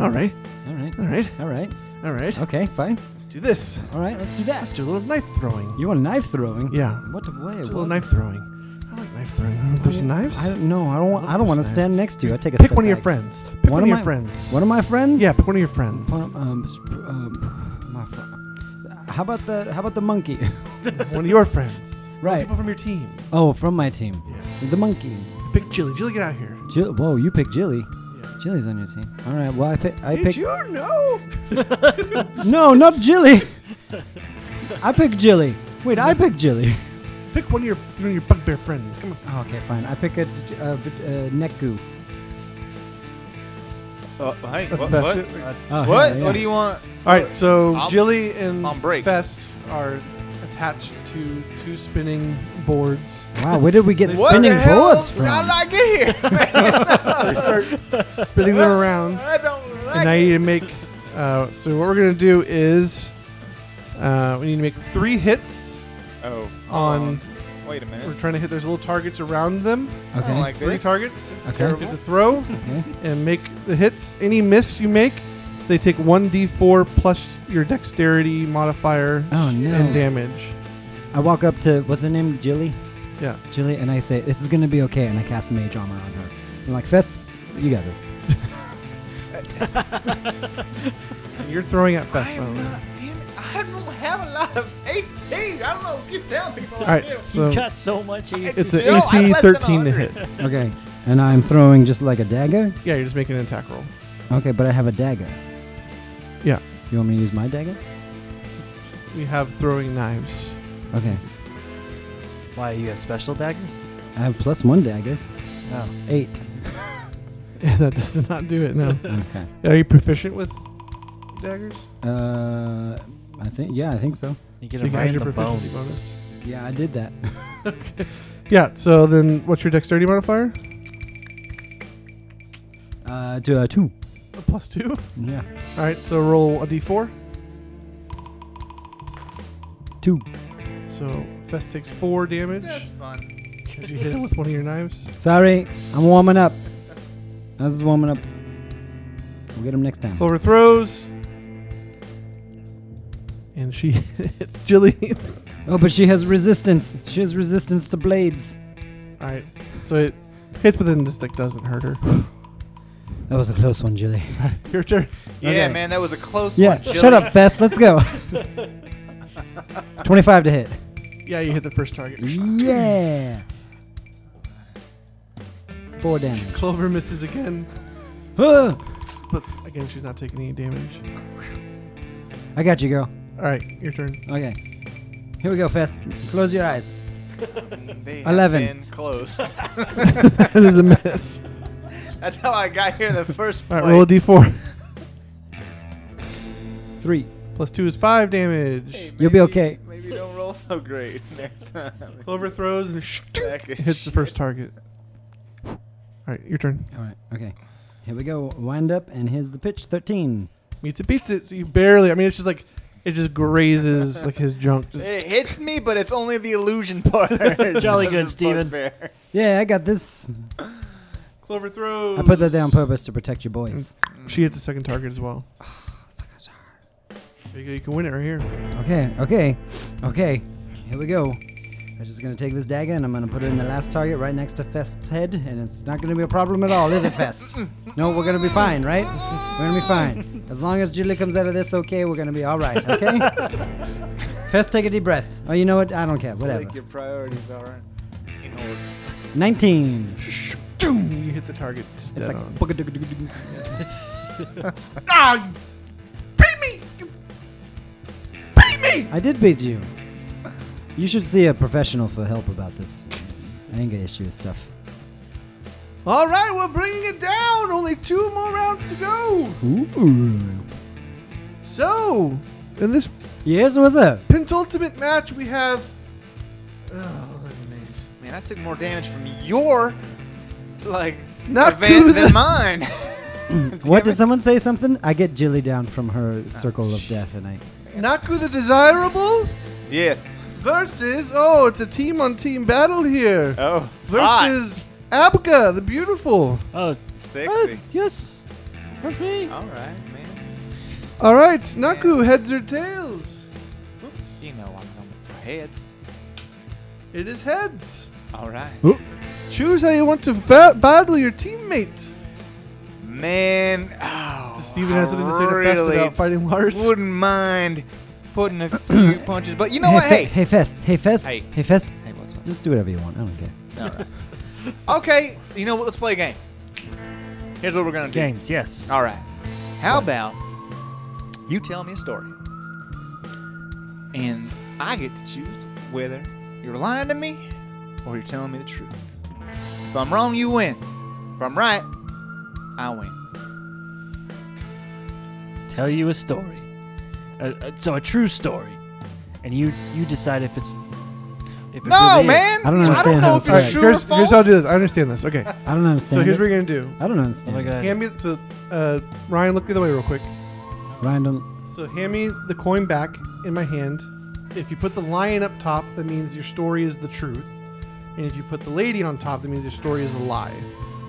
[SPEAKER 4] All right,
[SPEAKER 2] All right.
[SPEAKER 4] all right,
[SPEAKER 2] All right.
[SPEAKER 4] all right.
[SPEAKER 2] Okay, fine.
[SPEAKER 4] Let's do this.
[SPEAKER 2] All right, let's do
[SPEAKER 4] Let's
[SPEAKER 2] that.
[SPEAKER 4] do a little knife throwing.
[SPEAKER 2] You want knife throwing?
[SPEAKER 4] Yeah.
[SPEAKER 2] What the way?
[SPEAKER 4] Let's do
[SPEAKER 2] what?
[SPEAKER 4] a little knife throwing. I like knife throwing. I don't know if There's
[SPEAKER 2] I-
[SPEAKER 4] knives.
[SPEAKER 2] I don't know. I don't. Want, I don't
[SPEAKER 4] Those
[SPEAKER 2] want to
[SPEAKER 4] knives.
[SPEAKER 2] stand next to you. I take a
[SPEAKER 4] pick
[SPEAKER 2] step
[SPEAKER 4] one of your
[SPEAKER 2] back.
[SPEAKER 4] friends. Pick
[SPEAKER 2] One
[SPEAKER 4] one,
[SPEAKER 2] of
[SPEAKER 4] of your
[SPEAKER 2] my-
[SPEAKER 4] friends.
[SPEAKER 2] One of my friends.
[SPEAKER 4] Yeah, pick one of your friends.
[SPEAKER 2] Um, um, sp- um, my fr- how about the How about the monkey?
[SPEAKER 4] one of your friends.
[SPEAKER 2] Right.
[SPEAKER 4] People from your team.
[SPEAKER 2] oh, from my team.
[SPEAKER 4] Yeah.
[SPEAKER 2] The monkey.
[SPEAKER 4] Pick Jilly. Jilly, get out here.
[SPEAKER 2] Jill, whoa, you picked Jilly.
[SPEAKER 4] Yeah.
[SPEAKER 2] Jilly's on your team. All right. Well, I pick. I pick.
[SPEAKER 4] you know?
[SPEAKER 2] No, not Jilly. I pick Jilly. Wait, I pick Jilly.
[SPEAKER 4] Pick one of your one of your bugbear friends. Come on.
[SPEAKER 2] Oh, okay, fine. I pick a, t- a, v- a Neku.
[SPEAKER 3] Uh, hey,
[SPEAKER 4] That's
[SPEAKER 3] what?
[SPEAKER 4] best.
[SPEAKER 2] Oh,
[SPEAKER 3] What? What?
[SPEAKER 2] hell yeah.
[SPEAKER 3] What do you want?
[SPEAKER 4] All right, so
[SPEAKER 3] I'll-
[SPEAKER 4] Jilly and
[SPEAKER 3] I'll break.
[SPEAKER 4] Fest are attached to two spinning boards.
[SPEAKER 2] Wow, where did we get
[SPEAKER 3] What
[SPEAKER 2] spinning
[SPEAKER 3] the hell?
[SPEAKER 2] boards from?
[SPEAKER 3] How did I get here?
[SPEAKER 4] They start spinning them around,
[SPEAKER 3] I don't like
[SPEAKER 4] and now
[SPEAKER 3] it.
[SPEAKER 4] you need to make. Uh, so what we're gonna do is uh, we need to make three hits
[SPEAKER 3] Oh, hold
[SPEAKER 4] on.
[SPEAKER 3] Wait a
[SPEAKER 4] We're
[SPEAKER 3] minute.
[SPEAKER 4] trying to hit. There's little targets around them.
[SPEAKER 3] I don't
[SPEAKER 2] Okay.
[SPEAKER 3] like
[SPEAKER 4] Three
[SPEAKER 3] this.
[SPEAKER 4] targets.
[SPEAKER 3] This is
[SPEAKER 2] Okay.
[SPEAKER 4] You have
[SPEAKER 3] terrible.
[SPEAKER 4] to throw
[SPEAKER 2] okay.
[SPEAKER 4] and make the hits. Any miss you make, they take one d4 plus your dexterity modifier
[SPEAKER 2] Oh, no.
[SPEAKER 4] and damage.
[SPEAKER 2] I walk up to what's her name, Jilly.
[SPEAKER 4] Yeah.
[SPEAKER 2] Jilly, and I say, "This is gonna be okay," and I cast Mage Armor on her. I'm like, "Fest, you got this."
[SPEAKER 4] And you're throwing at Fest. by the
[SPEAKER 3] I'm
[SPEAKER 4] way.
[SPEAKER 3] not in. I don't have a lot of HP. I don't know. Keep telling people.
[SPEAKER 4] All
[SPEAKER 3] I
[SPEAKER 4] right,
[SPEAKER 3] do.
[SPEAKER 4] so
[SPEAKER 6] you got so much e- eat.
[SPEAKER 4] it's an
[SPEAKER 3] Yo, I'm
[SPEAKER 4] AC
[SPEAKER 3] less than
[SPEAKER 4] 13 to
[SPEAKER 3] 100.
[SPEAKER 4] hit.
[SPEAKER 2] Okay. And I'm throwing just like a dagger.
[SPEAKER 4] Yeah, you're just making an attack roll.
[SPEAKER 2] Okay, but I have a dagger.
[SPEAKER 4] Yeah.
[SPEAKER 2] You want me to use my dagger?
[SPEAKER 4] We have throwing knives.
[SPEAKER 2] Okay.
[SPEAKER 6] Why, you have special daggers?
[SPEAKER 2] I have plus one daggers.
[SPEAKER 6] Oh.
[SPEAKER 2] Eight.
[SPEAKER 4] that does not do it. No.
[SPEAKER 2] Okay.
[SPEAKER 4] Are you proficient with daggers?
[SPEAKER 2] Uh, I think. Yeah, I think so.
[SPEAKER 6] You get
[SPEAKER 4] So
[SPEAKER 6] them
[SPEAKER 4] you can
[SPEAKER 6] right
[SPEAKER 4] add
[SPEAKER 6] in
[SPEAKER 4] your
[SPEAKER 6] the bone.
[SPEAKER 4] proficiency bonus.
[SPEAKER 2] Yeah, I did that.
[SPEAKER 4] Yeah. So then, what's your dexterity modifier?
[SPEAKER 2] Uh, to a two.
[SPEAKER 4] A plus two.
[SPEAKER 2] Yeah.
[SPEAKER 4] All right. So roll a d4.
[SPEAKER 2] Two.
[SPEAKER 4] So Fest takes four damage.
[SPEAKER 3] That's fun.
[SPEAKER 4] Did you hit him with one of your knives?
[SPEAKER 2] Sorry, I'm warming up. I was warming up. We'll get him next time.
[SPEAKER 4] Clover throws. And she hits Jilly.
[SPEAKER 2] Oh, but she has resistance. She has resistance to blades.
[SPEAKER 4] Alright. So it hits but then just like doesn't hurt her.
[SPEAKER 2] That was a close one, Jilly.
[SPEAKER 4] Your turn.
[SPEAKER 3] Yeah, man, that was a close
[SPEAKER 2] Yeah,
[SPEAKER 3] one. Jilly.
[SPEAKER 2] shut up, Fest. Let's go. 25 to hit.
[SPEAKER 4] Yeah, you hit the first target.
[SPEAKER 2] Yeah. Four damage.
[SPEAKER 4] Clover misses again.
[SPEAKER 2] Ah,
[SPEAKER 4] But again she's not taking any damage.
[SPEAKER 2] I got you, girl.
[SPEAKER 4] Alright, your turn.
[SPEAKER 2] Okay. Here we go, Fest. Close your eyes.
[SPEAKER 3] They have
[SPEAKER 2] 11.
[SPEAKER 3] been Closed.
[SPEAKER 4] it is a mess.
[SPEAKER 3] That's how I got here in the first
[SPEAKER 4] All
[SPEAKER 3] place.
[SPEAKER 4] right, roll a d4.
[SPEAKER 2] Three.
[SPEAKER 4] Plus two is five damage.
[SPEAKER 3] Hey,
[SPEAKER 2] You'll be
[SPEAKER 3] maybe-
[SPEAKER 2] okay.
[SPEAKER 3] Maybe don't roll so great next time.
[SPEAKER 4] Clover throws and sh-
[SPEAKER 3] Sack of
[SPEAKER 4] hits the first target. All right, your turn.
[SPEAKER 2] All right. Okay. Here we go. Wind up, and here's the pitch. Thirteen.
[SPEAKER 4] Meets it, beats it. So you barely. I mean, it's just like it just grazes like his junk. Just
[SPEAKER 3] It hits me, but it's only the illusion part.
[SPEAKER 6] Jolly
[SPEAKER 3] It's a
[SPEAKER 6] good, Steven.
[SPEAKER 3] bugbear.
[SPEAKER 2] Yeah, I got this.
[SPEAKER 4] Clover throws.
[SPEAKER 2] I put that there on purpose to protect your boys.
[SPEAKER 4] She hits the second target as well. There you go. You can win it right here.
[SPEAKER 2] Okay. Okay. Okay. Here we go. I'm just gonna take this dagger and I'm gonna put it in the last target right next to Fest's head, and it's not gonna be a problem at all, is it, Fest? No, we're gonna be fine, right?
[SPEAKER 3] Ah,
[SPEAKER 2] We're gonna be fine. As long as Julie comes out of this okay, we're gonna be all right. Okay. Fest, take a deep breath. Oh, you know what? I don't care.
[SPEAKER 3] I
[SPEAKER 2] Whatever.
[SPEAKER 3] think your priorities are in order.
[SPEAKER 2] Nineteen.
[SPEAKER 4] Doom! You hit the target. It's
[SPEAKER 2] It's
[SPEAKER 4] dead
[SPEAKER 2] like
[SPEAKER 4] on.
[SPEAKER 1] Ah, you beat me! You beat me!
[SPEAKER 2] I did beat you. You should see a professional for help about this anger issue stuff.
[SPEAKER 4] All right, we're bringing it down. Only two more rounds to go. So, in this
[SPEAKER 2] Yes, what's up?
[SPEAKER 4] penultimate match, we have. Oh, names.
[SPEAKER 3] Man, I took more damage from your like
[SPEAKER 4] Not
[SPEAKER 3] event
[SPEAKER 4] good.
[SPEAKER 3] than mine.
[SPEAKER 2] What did someone say something? I get Jilly down from
[SPEAKER 3] Uh,
[SPEAKER 2] her circle of death, and I.
[SPEAKER 4] Naku the Desirable
[SPEAKER 3] yes.
[SPEAKER 4] versus oh, it's a team on team battle here
[SPEAKER 3] Oh. Hot.
[SPEAKER 4] versus Abka the Beautiful.
[SPEAKER 6] Oh,
[SPEAKER 3] Sexy.
[SPEAKER 6] yes. That's me.
[SPEAKER 3] All right, man.
[SPEAKER 4] All right, Naku heads or tails? Oops,
[SPEAKER 3] You know I'm coming for heads.
[SPEAKER 4] it is heads.
[SPEAKER 3] All right.
[SPEAKER 4] Choose how you want to fa- battle your teammate.
[SPEAKER 3] Man. Oh,
[SPEAKER 4] Steven has something to say
[SPEAKER 3] I
[SPEAKER 4] to Fest
[SPEAKER 3] really
[SPEAKER 4] about fighting Lars.
[SPEAKER 3] Wouldn't mind putting a few punches, but you know what?
[SPEAKER 2] Fe-
[SPEAKER 3] Hey.
[SPEAKER 2] Hey, Fest. Hey, Fest.
[SPEAKER 3] Hey.
[SPEAKER 2] Hey, Fest.
[SPEAKER 3] Hey, what's up?
[SPEAKER 2] Just do whatever you want. I don't care.
[SPEAKER 3] Okay, you know what? Let's play a game. Here's what we're gonna do.
[SPEAKER 6] James, yes.
[SPEAKER 3] All right. How about you tell me a story, and I get to choose whether you're lying to me or you're telling me the truth. If I'm wrong, you win. If I'm right, I win.
[SPEAKER 6] Tell you a story. Uh, uh, so a true story, and you you decide if it's. If it
[SPEAKER 3] No,
[SPEAKER 6] really is.
[SPEAKER 3] man.
[SPEAKER 2] I don't understand
[SPEAKER 3] know
[SPEAKER 2] how
[SPEAKER 3] if
[SPEAKER 2] this
[SPEAKER 3] you're
[SPEAKER 2] works.
[SPEAKER 3] true
[SPEAKER 4] here's,
[SPEAKER 3] or
[SPEAKER 4] here's
[SPEAKER 3] false.
[SPEAKER 4] how I do this. I understand this. Okay,
[SPEAKER 2] I don't understand.
[SPEAKER 4] so here's
[SPEAKER 2] it.
[SPEAKER 4] what you're gonna do.
[SPEAKER 2] I don't
[SPEAKER 6] Oh
[SPEAKER 2] understand.
[SPEAKER 6] my
[SPEAKER 2] it.
[SPEAKER 6] god.
[SPEAKER 4] Hand me so uh, Ryan, look the other way real quick.
[SPEAKER 2] Ryan, don't.
[SPEAKER 4] So hand me the coin back in my hand. If you put the lion up top, that means your story is the truth. And if you put the lady on top, that means your story is a lie.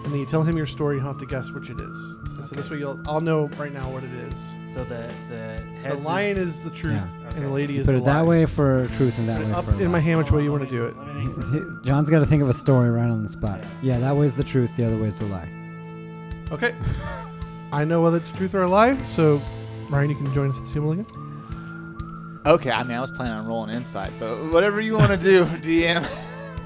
[SPEAKER 4] And then you tell him your story, you don't have to guess which it is. And so this way you'll I'll know right now what it is.
[SPEAKER 6] So the the
[SPEAKER 4] The
[SPEAKER 6] heads
[SPEAKER 4] lion is the truth
[SPEAKER 2] Yeah.
[SPEAKER 4] and the lady
[SPEAKER 2] You
[SPEAKER 4] is
[SPEAKER 2] put
[SPEAKER 4] the
[SPEAKER 2] it that
[SPEAKER 4] lie.
[SPEAKER 2] way for truth and that
[SPEAKER 4] Put it
[SPEAKER 2] way
[SPEAKER 4] up
[SPEAKER 2] for.
[SPEAKER 4] in my
[SPEAKER 2] lie.
[SPEAKER 4] hand which way you want to do it.
[SPEAKER 2] John's got to think of a story right on the spot. Yeah, that way's the truth. The other way's the lie.
[SPEAKER 4] Okay. I know whether it's truth or a lie, so Ryan, you can join us at the table again.
[SPEAKER 3] Okay, I mean, I was planning on rolling insight, but whatever you want to do, DM.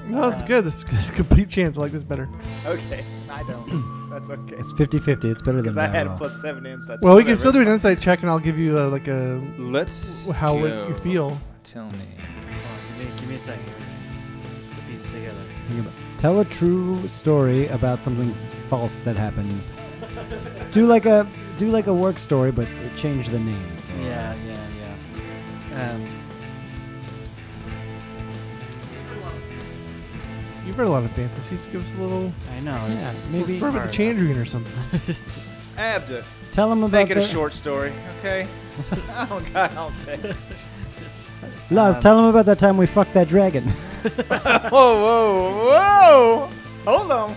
[SPEAKER 4] No, it's good. This is a complete chance. I like this better.
[SPEAKER 3] Okay, I don't. That's okay.
[SPEAKER 2] It's 50-50. It's better than
[SPEAKER 3] Because I
[SPEAKER 2] that.
[SPEAKER 3] had a plus seven insight.
[SPEAKER 4] Well, we can still do an insight check, and I'll give you uh, like a
[SPEAKER 3] Let's
[SPEAKER 4] how
[SPEAKER 3] go.
[SPEAKER 4] you feel.
[SPEAKER 3] Tell me.
[SPEAKER 6] give, me, give me a second. Put pieces together.
[SPEAKER 2] Think about- Tell a true story about something false that happened. do like a do like a work story, but change the names.
[SPEAKER 6] Yeah, yeah, yeah. Um,
[SPEAKER 4] You've read a lot of fantasy. Just give us a little.
[SPEAKER 6] I know.
[SPEAKER 2] Yeah,
[SPEAKER 6] it's
[SPEAKER 2] maybe-
[SPEAKER 4] Let's start with the Chandrian or something.
[SPEAKER 3] Abda,
[SPEAKER 2] Tell them about
[SPEAKER 3] make it
[SPEAKER 2] the,
[SPEAKER 3] a short story, okay? oh God, I'll take. it.
[SPEAKER 2] Lars. tell them about that time we fucked that dragon.
[SPEAKER 3] Whoa, whoa, whoa! Hold on.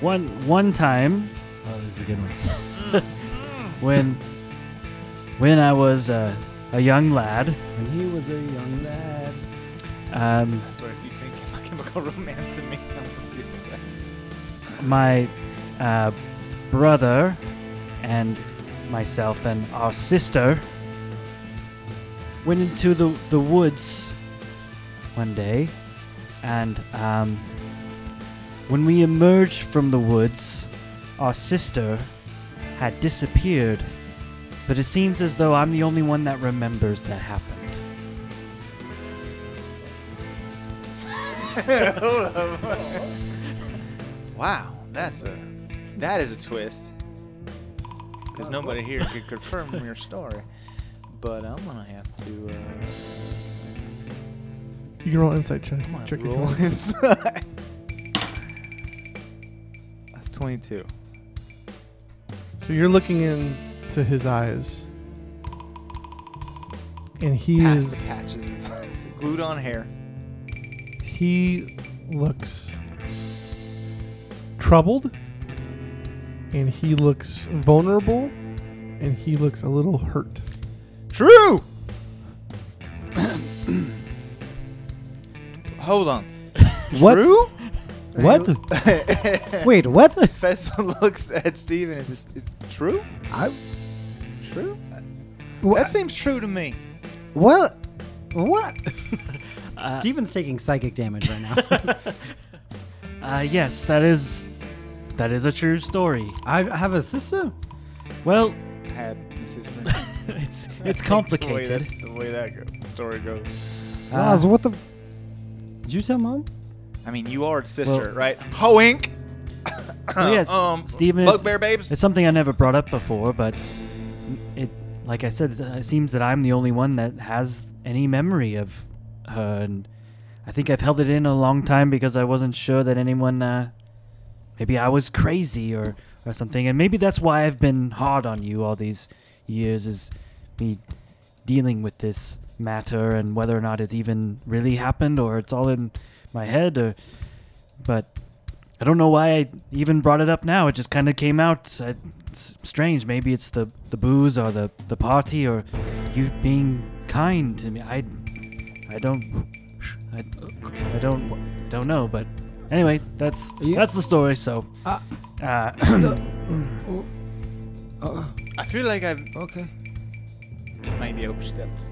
[SPEAKER 6] One one time
[SPEAKER 2] oh, this is a good one.
[SPEAKER 6] when when I was uh, a young lad,
[SPEAKER 2] When he was a young lad.
[SPEAKER 6] um,
[SPEAKER 3] I swear, if you sing My Chemical Romance to me, I'm confused.
[SPEAKER 6] my uh, brother and myself and our sister went into the, the woods one day and um, when we emerged from the woods our sister had disappeared
[SPEAKER 1] But it seems as though I'm the only one that remembers that happened.
[SPEAKER 3] Wow, that's a that is a twist. Because nobody here could confirm your story. But I'm gonna have to. Uh,
[SPEAKER 4] You can roll insight check.
[SPEAKER 3] I'm gonna
[SPEAKER 4] check your
[SPEAKER 3] roll
[SPEAKER 4] phone.
[SPEAKER 3] inside. That's 22.
[SPEAKER 4] So you're looking into his eyes, and he
[SPEAKER 3] Past
[SPEAKER 4] is
[SPEAKER 3] the patches, glued on hair.
[SPEAKER 4] he looks troubled, and he looks vulnerable, and he looks a little hurt.
[SPEAKER 3] True. Hold on.
[SPEAKER 2] What?
[SPEAKER 3] True?
[SPEAKER 2] What? Wait, what?
[SPEAKER 3] Fess looks at Steven. Is this it's true?
[SPEAKER 2] I,
[SPEAKER 3] True?
[SPEAKER 2] Wha-
[SPEAKER 3] That seems true to me.
[SPEAKER 2] what? What?
[SPEAKER 1] Uh,
[SPEAKER 2] Steven's taking psychic damage right now.
[SPEAKER 1] Uh, yes, that is that is a true story.
[SPEAKER 2] I have a sister.
[SPEAKER 1] Well,
[SPEAKER 3] Had this is
[SPEAKER 1] it's it's
[SPEAKER 3] The way
[SPEAKER 1] complicated.
[SPEAKER 3] that's the way that go- story goes.
[SPEAKER 1] Uh,
[SPEAKER 2] Oz, what the? Did you tell mom?
[SPEAKER 3] I mean, you are a sister,
[SPEAKER 1] Well-
[SPEAKER 3] right? Hoink.
[SPEAKER 1] Well, yes,
[SPEAKER 3] um,
[SPEAKER 1] Steven, it's-
[SPEAKER 3] Bugbear babes.
[SPEAKER 1] It's something I never brought up before, but it, like I said, it seems that I'm the only one that has any memory of her, and I think I've held it in a long time because I wasn't sure that anyone, uh, maybe I was crazy or or something, and maybe that's why I've been hard on you all these years, is me dealing with this matter and whether or not it's even really happened or it's all in my head, or but I don't know why I even brought it up now. It just kind of came out. I- It's strange. Maybe it's the, the booze or the, the party or you being kind to me. I, I don't, I, I don't, don't know. But anyway, that's
[SPEAKER 2] Yeah.
[SPEAKER 1] that's the story. So,
[SPEAKER 3] Ah.
[SPEAKER 2] Uh,
[SPEAKER 1] uh,
[SPEAKER 3] I feel like I've
[SPEAKER 2] Uh, okay.
[SPEAKER 3] maybe overstepped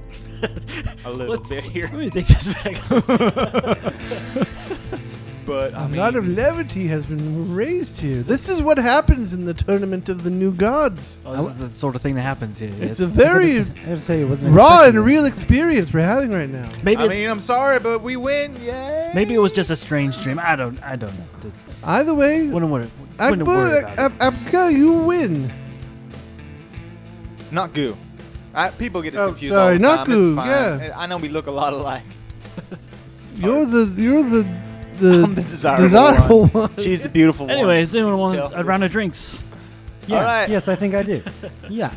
[SPEAKER 3] a little
[SPEAKER 1] let's
[SPEAKER 3] bit
[SPEAKER 1] let
[SPEAKER 3] here,
[SPEAKER 1] me take this Oh, back.
[SPEAKER 3] but I
[SPEAKER 4] A
[SPEAKER 3] mean,
[SPEAKER 4] lot of levity has been raised here. This is what happens in the tournament of the new gods.
[SPEAKER 1] oh, this is the sort of thing that happens here.
[SPEAKER 4] It's
[SPEAKER 1] It's
[SPEAKER 4] a very
[SPEAKER 2] I have to tell you, it wasn't
[SPEAKER 4] raw
[SPEAKER 2] expecting
[SPEAKER 4] and
[SPEAKER 2] that.
[SPEAKER 4] real experience we're having right now.
[SPEAKER 1] maybe
[SPEAKER 3] I
[SPEAKER 1] it's,
[SPEAKER 3] mean, I'm sorry, but we win. Yay!
[SPEAKER 1] maybe it was just a strange dream. I don't I don't know. Just
[SPEAKER 4] Either way,
[SPEAKER 1] wouldn't worry.
[SPEAKER 4] Akbar,
[SPEAKER 1] Wouldn't worry about it.
[SPEAKER 4] Ab- Abka, you win.
[SPEAKER 3] not goo. I, people get us
[SPEAKER 4] Oh,
[SPEAKER 3] confused
[SPEAKER 4] sorry,
[SPEAKER 3] all the
[SPEAKER 4] not
[SPEAKER 3] time.
[SPEAKER 4] goo,
[SPEAKER 3] It's fine.
[SPEAKER 4] yeah.
[SPEAKER 3] I know we look a lot alike.
[SPEAKER 4] You're the you're the the
[SPEAKER 3] I'm the desirable,
[SPEAKER 4] desirable
[SPEAKER 3] one.
[SPEAKER 4] one.
[SPEAKER 3] She's the beautiful one.
[SPEAKER 1] Anyways, anyone wants
[SPEAKER 3] tell.
[SPEAKER 1] a round of drinks?
[SPEAKER 2] Yeah.
[SPEAKER 3] All right.
[SPEAKER 2] Yes, I think I do. yeah.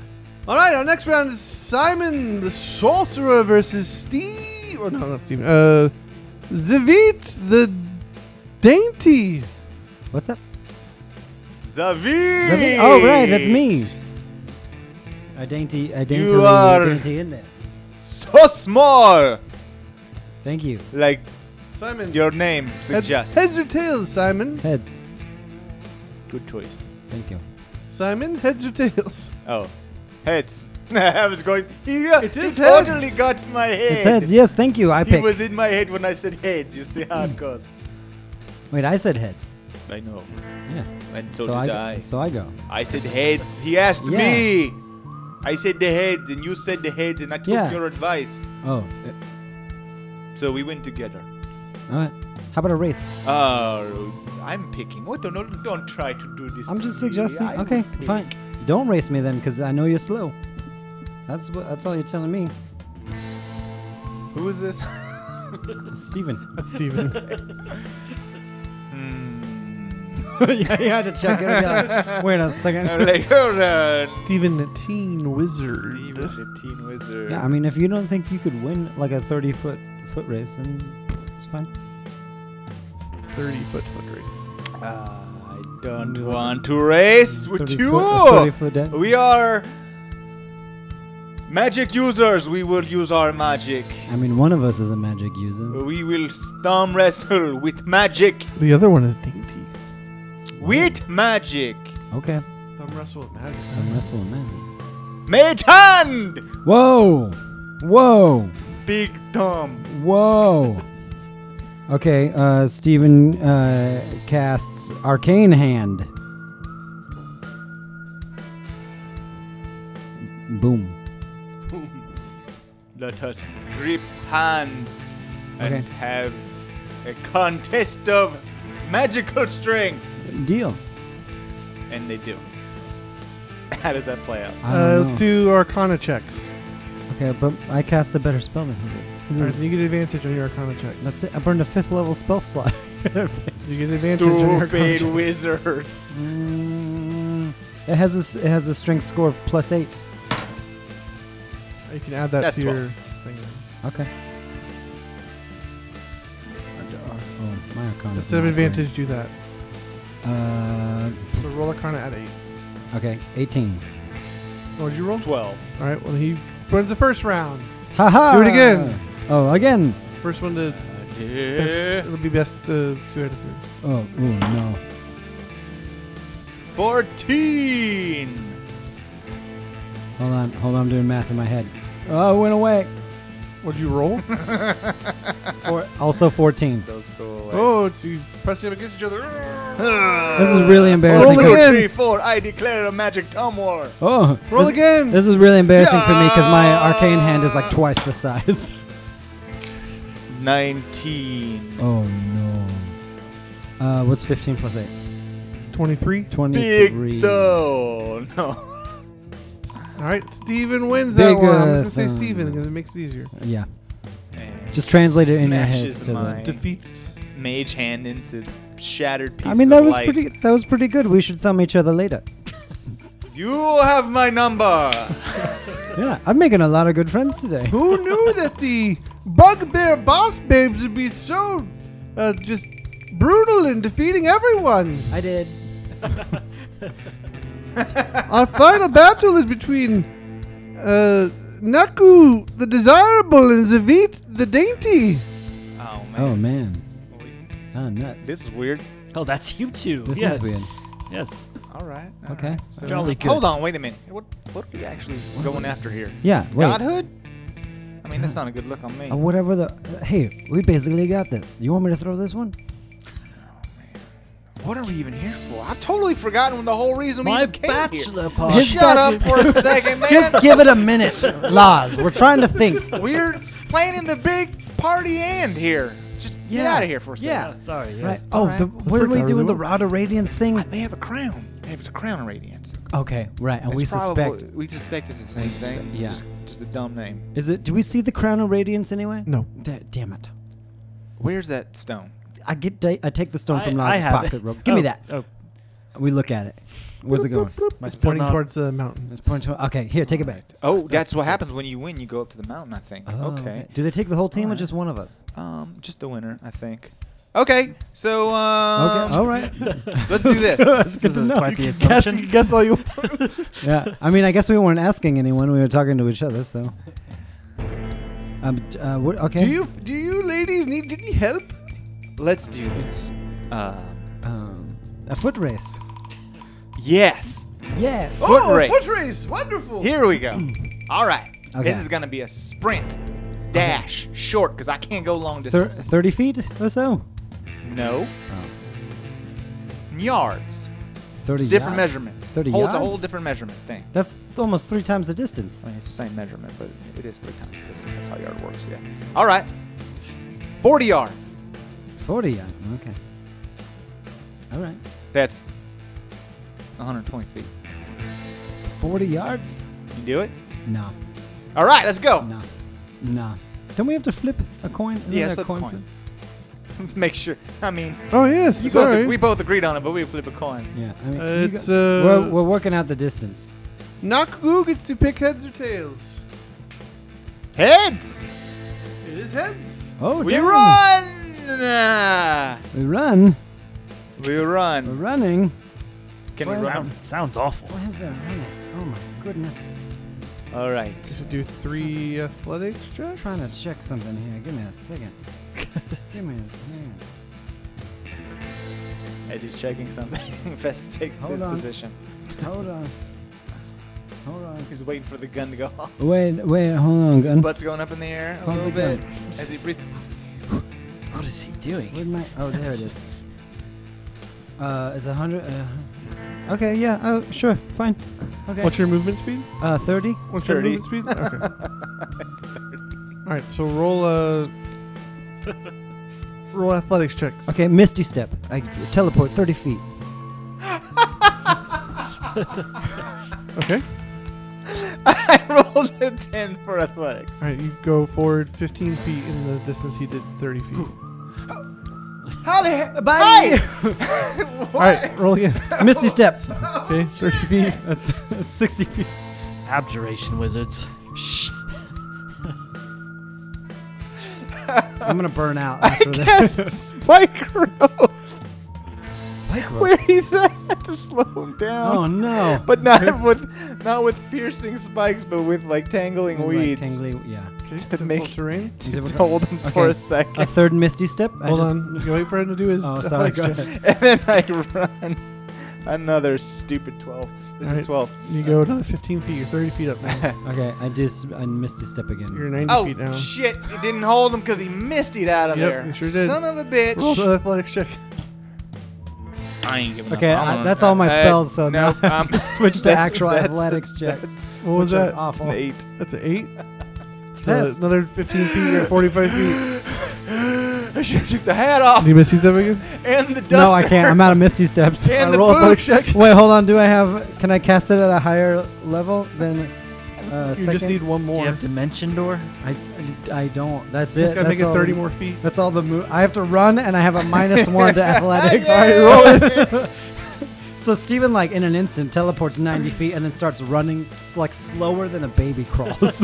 [SPEAKER 4] All right, our next round is Simon the Sorcerer versus Steve. Oh no, not Steve. Uh, Zavit the Dainty.
[SPEAKER 2] What's up?
[SPEAKER 3] Zavi.
[SPEAKER 2] Zavi- oh, right, that's me. A dainty, a dainty,
[SPEAKER 3] are-
[SPEAKER 2] dainty in there.
[SPEAKER 3] So small,
[SPEAKER 2] Thank you.
[SPEAKER 3] like
[SPEAKER 4] Simon,
[SPEAKER 3] your name suggests.
[SPEAKER 4] heads or tails, Simon.
[SPEAKER 2] Heads.
[SPEAKER 3] Good choice.
[SPEAKER 2] Thank you.
[SPEAKER 4] Simon, heads or tails.
[SPEAKER 3] Oh, heads. I was going. He, uh,
[SPEAKER 4] It
[SPEAKER 3] he
[SPEAKER 4] is heads.
[SPEAKER 3] totally got my head.
[SPEAKER 2] It's heads. Yes, thank you. I
[SPEAKER 3] He
[SPEAKER 2] picked.
[SPEAKER 3] was in my head when I said heads. You see how it goes.
[SPEAKER 4] Mm.
[SPEAKER 2] Wait, I said heads.
[SPEAKER 3] I know.
[SPEAKER 2] Yeah.
[SPEAKER 3] And so,
[SPEAKER 2] I,
[SPEAKER 3] did
[SPEAKER 2] go-
[SPEAKER 3] I.
[SPEAKER 2] So I go.
[SPEAKER 3] I said heads. He asked
[SPEAKER 2] Yeah.
[SPEAKER 3] me. I said the heads, and you said the heads, and I took
[SPEAKER 2] Yeah.
[SPEAKER 3] your advice.
[SPEAKER 2] Oh.
[SPEAKER 3] So we went together.
[SPEAKER 2] All right. How about a race?
[SPEAKER 3] Oh, I'm picking. Oh, don't, don't try to do this.
[SPEAKER 2] I'm
[SPEAKER 3] to
[SPEAKER 2] just
[SPEAKER 3] me.
[SPEAKER 2] suggesting.
[SPEAKER 3] I
[SPEAKER 2] okay,
[SPEAKER 3] will pick.
[SPEAKER 2] fine. Don't race me then, because I know you're slow. That's what. That's all you're telling me,
[SPEAKER 3] Who is this?
[SPEAKER 2] Steven.
[SPEAKER 4] That's Steven.
[SPEAKER 2] yeah, you had to check it out. Wait a second.
[SPEAKER 3] I'm like, hold on.
[SPEAKER 4] Steven the Teen Wizard.
[SPEAKER 3] Steve is a teen wizard.
[SPEAKER 2] Yeah, I mean, if you don't think you could win like a 30 foot foot race, then it's fine.
[SPEAKER 4] 30 foot foot race.
[SPEAKER 3] Uh, I don't want to race with
[SPEAKER 2] 30
[SPEAKER 3] you.
[SPEAKER 2] Foot, a 30 foot day.
[SPEAKER 3] We are magic users. We will use our magic.
[SPEAKER 2] I mean, one of us is a magic user.
[SPEAKER 3] We will stom wrestle with magic.
[SPEAKER 4] The other one is Dainty.
[SPEAKER 3] With magic.
[SPEAKER 2] Okay,
[SPEAKER 4] Thumb wrestle at magic.
[SPEAKER 2] I'm wrestling man.
[SPEAKER 3] Mage hand.
[SPEAKER 2] Whoa, whoa,
[SPEAKER 3] Big Tom.
[SPEAKER 2] whoa. okay, uh, Steven uh, casts arcane hand. Boom.
[SPEAKER 3] Let us grip hands and
[SPEAKER 2] Okay.
[SPEAKER 3] have a contest of magical strength.
[SPEAKER 2] Deal.
[SPEAKER 3] And they do. How does that play out?
[SPEAKER 2] I
[SPEAKER 4] Uh,
[SPEAKER 2] don't
[SPEAKER 4] let's
[SPEAKER 2] know.
[SPEAKER 4] do Arcana checes.
[SPEAKER 2] Okay, but I cast a better spell than he did.
[SPEAKER 4] All
[SPEAKER 2] This
[SPEAKER 4] right,
[SPEAKER 2] is-
[SPEAKER 4] you get advantage on your Arcana checks.
[SPEAKER 2] Hmm. That's it. I burned a fifth level spell slot.
[SPEAKER 4] You get advantage on your Arcana
[SPEAKER 3] Stupid
[SPEAKER 4] checks.
[SPEAKER 3] wizards.
[SPEAKER 2] Mm-hmm. Mm, it has a s- it has a strength score of plus eight.
[SPEAKER 4] You can add that
[SPEAKER 3] That's
[SPEAKER 4] to your thing.
[SPEAKER 2] Okay. Oh, my arcana.
[SPEAKER 4] Instead of advantage, do that.
[SPEAKER 2] Uh,
[SPEAKER 4] So roll Arcana at eight.
[SPEAKER 2] okay, eighteen.
[SPEAKER 4] What did you roll?
[SPEAKER 3] Twelve.
[SPEAKER 4] All right. Well, he wins the first round.
[SPEAKER 2] Ha ha!
[SPEAKER 4] Do it again.
[SPEAKER 2] Oh, again.
[SPEAKER 4] First one to best, it'll be best uh, two out of three.
[SPEAKER 2] Oh, ooh, no.
[SPEAKER 3] Fourteen.
[SPEAKER 2] Hold on, hold on. I'm doing math in my head. Oh, it went away.
[SPEAKER 4] What'd you roll?
[SPEAKER 2] Four, also fourteen.
[SPEAKER 3] Those go away.
[SPEAKER 4] oh, it's you pressing up against each other.
[SPEAKER 3] Ah.
[SPEAKER 2] This is
[SPEAKER 3] Oh,
[SPEAKER 2] really embarrassing.
[SPEAKER 4] Roll
[SPEAKER 3] One, two,
[SPEAKER 4] again.
[SPEAKER 2] because-
[SPEAKER 3] three, four. I declare a magic tom war.
[SPEAKER 2] Oh,
[SPEAKER 4] Roll
[SPEAKER 2] this,
[SPEAKER 4] again.
[SPEAKER 2] This is really embarrassing for me because my arcane hand is like twice the size.
[SPEAKER 3] Nineteen.
[SPEAKER 2] Oh no. Uh, what's fifteen plus eight?
[SPEAKER 4] Twenty-three.
[SPEAKER 2] Twenty-three.
[SPEAKER 3] Big though. No.
[SPEAKER 4] All right, Steven wins that
[SPEAKER 2] Big,
[SPEAKER 4] one. I'm
[SPEAKER 2] uh,
[SPEAKER 4] just gonna say
[SPEAKER 2] thumb.
[SPEAKER 4] Steven because it makes it easier.
[SPEAKER 2] Yeah.
[SPEAKER 3] And
[SPEAKER 2] Just translate it in your head
[SPEAKER 3] smashes
[SPEAKER 2] to the-
[SPEAKER 3] my
[SPEAKER 4] Defeats.
[SPEAKER 3] mage hand into shattered pieces.
[SPEAKER 2] I mean that
[SPEAKER 3] of
[SPEAKER 2] was
[SPEAKER 3] light.
[SPEAKER 2] pretty. That was pretty good. We should thumb each other later.
[SPEAKER 3] You have my number.
[SPEAKER 2] Yeah, I'm making a lot of good friends today.
[SPEAKER 4] Who knew that the bugbear boss babes would be so uh, just brutal in defeating everyone?
[SPEAKER 2] I did.
[SPEAKER 4] Our final battle is between uh, Naku the desirable and Zavit the dainty.
[SPEAKER 3] Oh
[SPEAKER 2] Oh
[SPEAKER 3] man.
[SPEAKER 2] man. Oh nuts.
[SPEAKER 3] This is weird.
[SPEAKER 6] Oh, that's you two.
[SPEAKER 2] This
[SPEAKER 6] yes.
[SPEAKER 2] is weird.
[SPEAKER 6] Yes.
[SPEAKER 3] All right. all
[SPEAKER 2] Okay.
[SPEAKER 3] right. So-
[SPEAKER 6] Jolly good.
[SPEAKER 3] Hold on. Wait a minute. What what are we actually going after here?
[SPEAKER 2] Yeah. Wait.
[SPEAKER 3] Godhood? I mean, that's not a good look on me.
[SPEAKER 2] Uh, whatever the. uh, hey, we basically got this. You want me to throw this one?
[SPEAKER 3] What are we even here for? I've totally forgotten the whole reason we
[SPEAKER 6] My
[SPEAKER 3] even came here.
[SPEAKER 6] bachelor party.
[SPEAKER 2] His
[SPEAKER 3] Shut up
[SPEAKER 2] bachelor-
[SPEAKER 3] for a second, man.
[SPEAKER 2] Just give it a minute, Laz. We're trying to think.
[SPEAKER 3] We're planning the big party and here. Just get
[SPEAKER 2] Yeah.
[SPEAKER 3] out of here for a second.
[SPEAKER 2] Yeah.
[SPEAKER 6] sorry.
[SPEAKER 2] Right.
[SPEAKER 6] Yes.
[SPEAKER 2] Oh,
[SPEAKER 3] Alright.
[SPEAKER 2] the,
[SPEAKER 4] Let's
[SPEAKER 2] what are
[SPEAKER 4] work
[SPEAKER 2] we
[SPEAKER 4] out
[SPEAKER 2] doing? The
[SPEAKER 4] the-
[SPEAKER 2] Rod of Radiance thing?
[SPEAKER 3] Wait, Uh, They have a crown. They have a crown radiance.
[SPEAKER 2] Okay, right. And Oh, we
[SPEAKER 3] It's probably-
[SPEAKER 2] suspect.
[SPEAKER 3] We suspect it's the same
[SPEAKER 2] We suspect-
[SPEAKER 3] thing.
[SPEAKER 2] yeah.
[SPEAKER 3] Just, just a dumb name.
[SPEAKER 2] Is it? Do we see the crown of radiance anyway?
[SPEAKER 4] No.
[SPEAKER 2] Da- damn it!
[SPEAKER 3] Where's that stone?
[SPEAKER 2] I get. da- I take the stone
[SPEAKER 6] I-
[SPEAKER 2] from
[SPEAKER 6] I
[SPEAKER 2] Laz's
[SPEAKER 6] have
[SPEAKER 2] pocket.
[SPEAKER 6] it.
[SPEAKER 2] Ro- Give me
[SPEAKER 6] Oh,
[SPEAKER 2] that.
[SPEAKER 6] Oh,
[SPEAKER 2] We look at it. Where's it going?
[SPEAKER 6] my still
[SPEAKER 4] Pointing
[SPEAKER 6] not.
[SPEAKER 4] towards the mountain.
[SPEAKER 2] It's pointing to. Okay, here, take it back.
[SPEAKER 3] Oh, that's what happens when you win. You go up to the mountain, I think.
[SPEAKER 2] Oh,
[SPEAKER 3] okay.
[SPEAKER 2] Do they take the whole team or
[SPEAKER 3] Alright.
[SPEAKER 2] just one of us?
[SPEAKER 3] Um, just the winner, I think. Okay, so um,
[SPEAKER 2] okay. All right.
[SPEAKER 3] let's do this.
[SPEAKER 6] This is quite the
[SPEAKER 4] Guess, you
[SPEAKER 6] assumption.
[SPEAKER 4] can guess all you want.
[SPEAKER 2] yeah. I mean, I guess we weren't asking anyone. We were talking to each other. So. Um. d- Uh, what, okay.
[SPEAKER 4] Do you do you ladies need any help?
[SPEAKER 3] Let's do this. Uh,
[SPEAKER 2] Um, a foot race.
[SPEAKER 3] yes.
[SPEAKER 2] Yes.
[SPEAKER 3] Foot
[SPEAKER 4] oh,
[SPEAKER 3] race.
[SPEAKER 4] foot race! Wonderful.
[SPEAKER 3] Here we go. All right.
[SPEAKER 2] Okay.
[SPEAKER 3] This is gonna be a sprint, dash, short, because I can't go long
[SPEAKER 2] Thir-
[SPEAKER 3] distance.
[SPEAKER 2] Thirty feet or so.
[SPEAKER 3] no.
[SPEAKER 2] Oh.
[SPEAKER 3] Yards.
[SPEAKER 2] Thirty.
[SPEAKER 3] Different
[SPEAKER 2] yards.
[SPEAKER 3] measurement.
[SPEAKER 2] 30
[SPEAKER 3] Holds a
[SPEAKER 2] yards?
[SPEAKER 3] whole different measurement thing.
[SPEAKER 2] That's almost three times the distance.
[SPEAKER 3] I mean, it's the same measurement, but it is three times the distance. That's how yard works. Yeah. All right. Forty yards.
[SPEAKER 2] Forty yards. Okay. All right.
[SPEAKER 3] That's 120 feet.
[SPEAKER 2] Forty yards.
[SPEAKER 3] You do it.
[SPEAKER 2] No.
[SPEAKER 3] All right. Let's go.
[SPEAKER 2] No. No. Don't we have to flip a coin? Isn't
[SPEAKER 3] Yeah,
[SPEAKER 2] there a
[SPEAKER 3] flip a coin.
[SPEAKER 2] flip?
[SPEAKER 3] Make sure. I mean,
[SPEAKER 4] Oh yes.
[SPEAKER 3] you both, we both agreed on it, but we flip a coin.
[SPEAKER 2] Yeah. I mean,
[SPEAKER 4] Uh,
[SPEAKER 2] you
[SPEAKER 4] it's,
[SPEAKER 2] go-
[SPEAKER 4] uh,
[SPEAKER 2] we're, we're working out the distance.
[SPEAKER 4] Naku gets to pick heads or tails.
[SPEAKER 3] Heads.
[SPEAKER 4] It is heads.
[SPEAKER 2] Oh,
[SPEAKER 3] We
[SPEAKER 2] damn.
[SPEAKER 3] run.
[SPEAKER 2] We run.
[SPEAKER 3] We
[SPEAKER 2] We're
[SPEAKER 3] run.
[SPEAKER 2] running.
[SPEAKER 3] Can
[SPEAKER 2] What
[SPEAKER 3] we
[SPEAKER 2] is
[SPEAKER 3] run?
[SPEAKER 6] Sound- sounds awful.
[SPEAKER 2] Why is there running? Oh my goodness.
[SPEAKER 3] All
[SPEAKER 4] You
[SPEAKER 3] right.
[SPEAKER 4] should do three athletics
[SPEAKER 2] I'm
[SPEAKER 4] checks.
[SPEAKER 2] trying to check something here. Give me a second. Give me a second.
[SPEAKER 3] As he's checking something, Fest takes
[SPEAKER 2] Hold
[SPEAKER 3] his
[SPEAKER 2] on.
[SPEAKER 3] position.
[SPEAKER 2] Hold on. Hold on.
[SPEAKER 3] He's waiting for the gun to go off.
[SPEAKER 2] Wait, wait, hold on.
[SPEAKER 3] His
[SPEAKER 2] gun.
[SPEAKER 3] butt's going up in the air a
[SPEAKER 2] Hold
[SPEAKER 3] little
[SPEAKER 2] the gun.
[SPEAKER 3] bit as he breathes.
[SPEAKER 6] What is he
[SPEAKER 2] Where'd
[SPEAKER 6] doing?
[SPEAKER 2] my, oh, there it is. Uh, it's a hundred. Uh, Okay, yeah, uh, sure, fine. Okay.
[SPEAKER 4] What's your movement speed?
[SPEAKER 2] uh, 30?
[SPEAKER 4] What's
[SPEAKER 3] 30.
[SPEAKER 4] your movement speed? Okay. All right, so roll a roll athletics checks.
[SPEAKER 2] Okay, Misty Step. I teleport 30 feet.
[SPEAKER 4] Okay.
[SPEAKER 3] I rolled a 10 for athletics.
[SPEAKER 4] All right, you go forward 15 feet in the distance he did 30 feet.
[SPEAKER 3] How the heck?
[SPEAKER 2] Bye!
[SPEAKER 4] All right, roll again.
[SPEAKER 2] Misty Step.
[SPEAKER 4] Okay, 30 feet.
[SPEAKER 2] That's 60 feet.
[SPEAKER 6] Abjuration wizards. Shh.
[SPEAKER 2] I'm going to burn out after this.
[SPEAKER 3] Spike Row,
[SPEAKER 2] Spike roll.
[SPEAKER 3] where he's at to slow him down.
[SPEAKER 2] Oh, no.
[SPEAKER 3] But not with not with piercing spikes, but with like tangling
[SPEAKER 2] Like
[SPEAKER 3] weeds
[SPEAKER 2] tingly- yeah.
[SPEAKER 4] Okay,
[SPEAKER 3] To
[SPEAKER 4] difficult
[SPEAKER 3] make-
[SPEAKER 4] terrain.
[SPEAKER 3] to
[SPEAKER 2] Difficult.
[SPEAKER 3] hold him for
[SPEAKER 2] Okay. Uh,
[SPEAKER 3] a second,
[SPEAKER 2] A third Misty Step. I
[SPEAKER 4] Hold
[SPEAKER 2] just-
[SPEAKER 4] on. You wait for him to do uh, his.
[SPEAKER 2] Oh, sorry.
[SPEAKER 4] athletics
[SPEAKER 2] Go
[SPEAKER 4] check.
[SPEAKER 2] ahead.
[SPEAKER 3] and then I run another stupid twelve. This
[SPEAKER 4] All
[SPEAKER 3] is
[SPEAKER 4] right.
[SPEAKER 3] twelve.
[SPEAKER 4] You go another 15 feet. You're 30 feet up now.
[SPEAKER 2] Okay, I just I Misty Step again.
[SPEAKER 4] You're 90
[SPEAKER 3] Oh
[SPEAKER 4] feet down.
[SPEAKER 3] shit! It didn't hold him because he missed it out of
[SPEAKER 4] Yep,
[SPEAKER 3] there.
[SPEAKER 4] he sure did.
[SPEAKER 3] Son of a
[SPEAKER 4] Roll
[SPEAKER 3] bitch!
[SPEAKER 4] the athletics check.
[SPEAKER 3] I ain't giving
[SPEAKER 2] Okay,
[SPEAKER 3] I'm
[SPEAKER 2] I-
[SPEAKER 3] on-
[SPEAKER 2] that's all my
[SPEAKER 3] uh,
[SPEAKER 2] spells, so
[SPEAKER 3] no,
[SPEAKER 2] now
[SPEAKER 3] um,
[SPEAKER 2] switch to
[SPEAKER 3] that's-
[SPEAKER 2] actual
[SPEAKER 3] that's-
[SPEAKER 2] athletics checks.
[SPEAKER 3] that's
[SPEAKER 4] What was
[SPEAKER 3] such an
[SPEAKER 4] that?
[SPEAKER 2] Awful.
[SPEAKER 3] Eight.
[SPEAKER 4] That's an 8. So
[SPEAKER 2] Test.
[SPEAKER 4] another 15 feet. You're at 45 feet.
[SPEAKER 3] I should have took the hat off
[SPEAKER 4] Do you miss these up again?
[SPEAKER 3] and the duster.
[SPEAKER 2] No, I can't. I'm out of Misty Steps.
[SPEAKER 3] And
[SPEAKER 2] I
[SPEAKER 3] the
[SPEAKER 2] roll
[SPEAKER 3] boots.
[SPEAKER 2] athletics check. Wait, hold on. Do I have? Can I cast it at a higher level than? Uh,
[SPEAKER 4] You
[SPEAKER 2] second?
[SPEAKER 4] just need one
[SPEAKER 6] Do you
[SPEAKER 4] more.
[SPEAKER 6] have dimension door?
[SPEAKER 2] I, I don't. That's
[SPEAKER 4] Just
[SPEAKER 2] it. That's
[SPEAKER 4] gotta make it
[SPEAKER 2] all-
[SPEAKER 4] 30 more feet.
[SPEAKER 2] That's all the move. I have to run, and I have a minus one to athletics. roll it. so Steven, like in an instant, teleports 90 feet and then starts running like slower than a baby crawls.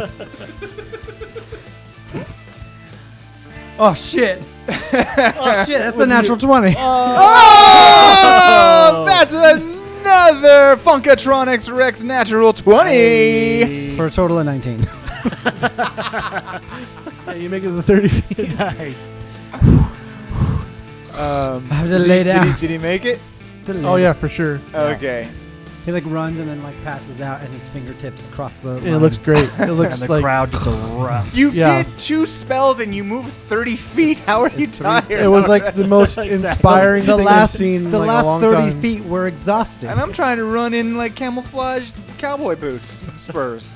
[SPEAKER 2] oh shit! oh shit! That's a natural 20.
[SPEAKER 3] Oh, that's another Funkatronics Rex natural 20.
[SPEAKER 2] for a total of 19.
[SPEAKER 4] Yeah, you make it to 30 feet.
[SPEAKER 6] nice.
[SPEAKER 3] Um,
[SPEAKER 2] I have to
[SPEAKER 3] did
[SPEAKER 2] lay
[SPEAKER 3] he,
[SPEAKER 2] down.
[SPEAKER 3] Did he, did he make it?
[SPEAKER 4] Oh, yeah, for sure.
[SPEAKER 3] Okay.
[SPEAKER 2] He like runs and then like passes out, and his fingertips cross the.
[SPEAKER 4] It
[SPEAKER 2] line.
[SPEAKER 4] looks great. It
[SPEAKER 6] And
[SPEAKER 4] looks
[SPEAKER 6] the
[SPEAKER 4] like
[SPEAKER 6] crowd just erupts.
[SPEAKER 3] You
[SPEAKER 4] Yeah.
[SPEAKER 3] did two spells and you moved 30 feet. How are you
[SPEAKER 2] three
[SPEAKER 3] tired?
[SPEAKER 4] it was like the most
[SPEAKER 6] Exactly.
[SPEAKER 4] inspiring
[SPEAKER 2] the
[SPEAKER 4] thing
[SPEAKER 2] last
[SPEAKER 4] I've seen in,
[SPEAKER 2] the
[SPEAKER 4] like,
[SPEAKER 2] last
[SPEAKER 4] a long
[SPEAKER 2] 30
[SPEAKER 4] time.
[SPEAKER 2] feet were exhausting.
[SPEAKER 3] and I'm trying to run in like camouflaged cowboy boots, spurs.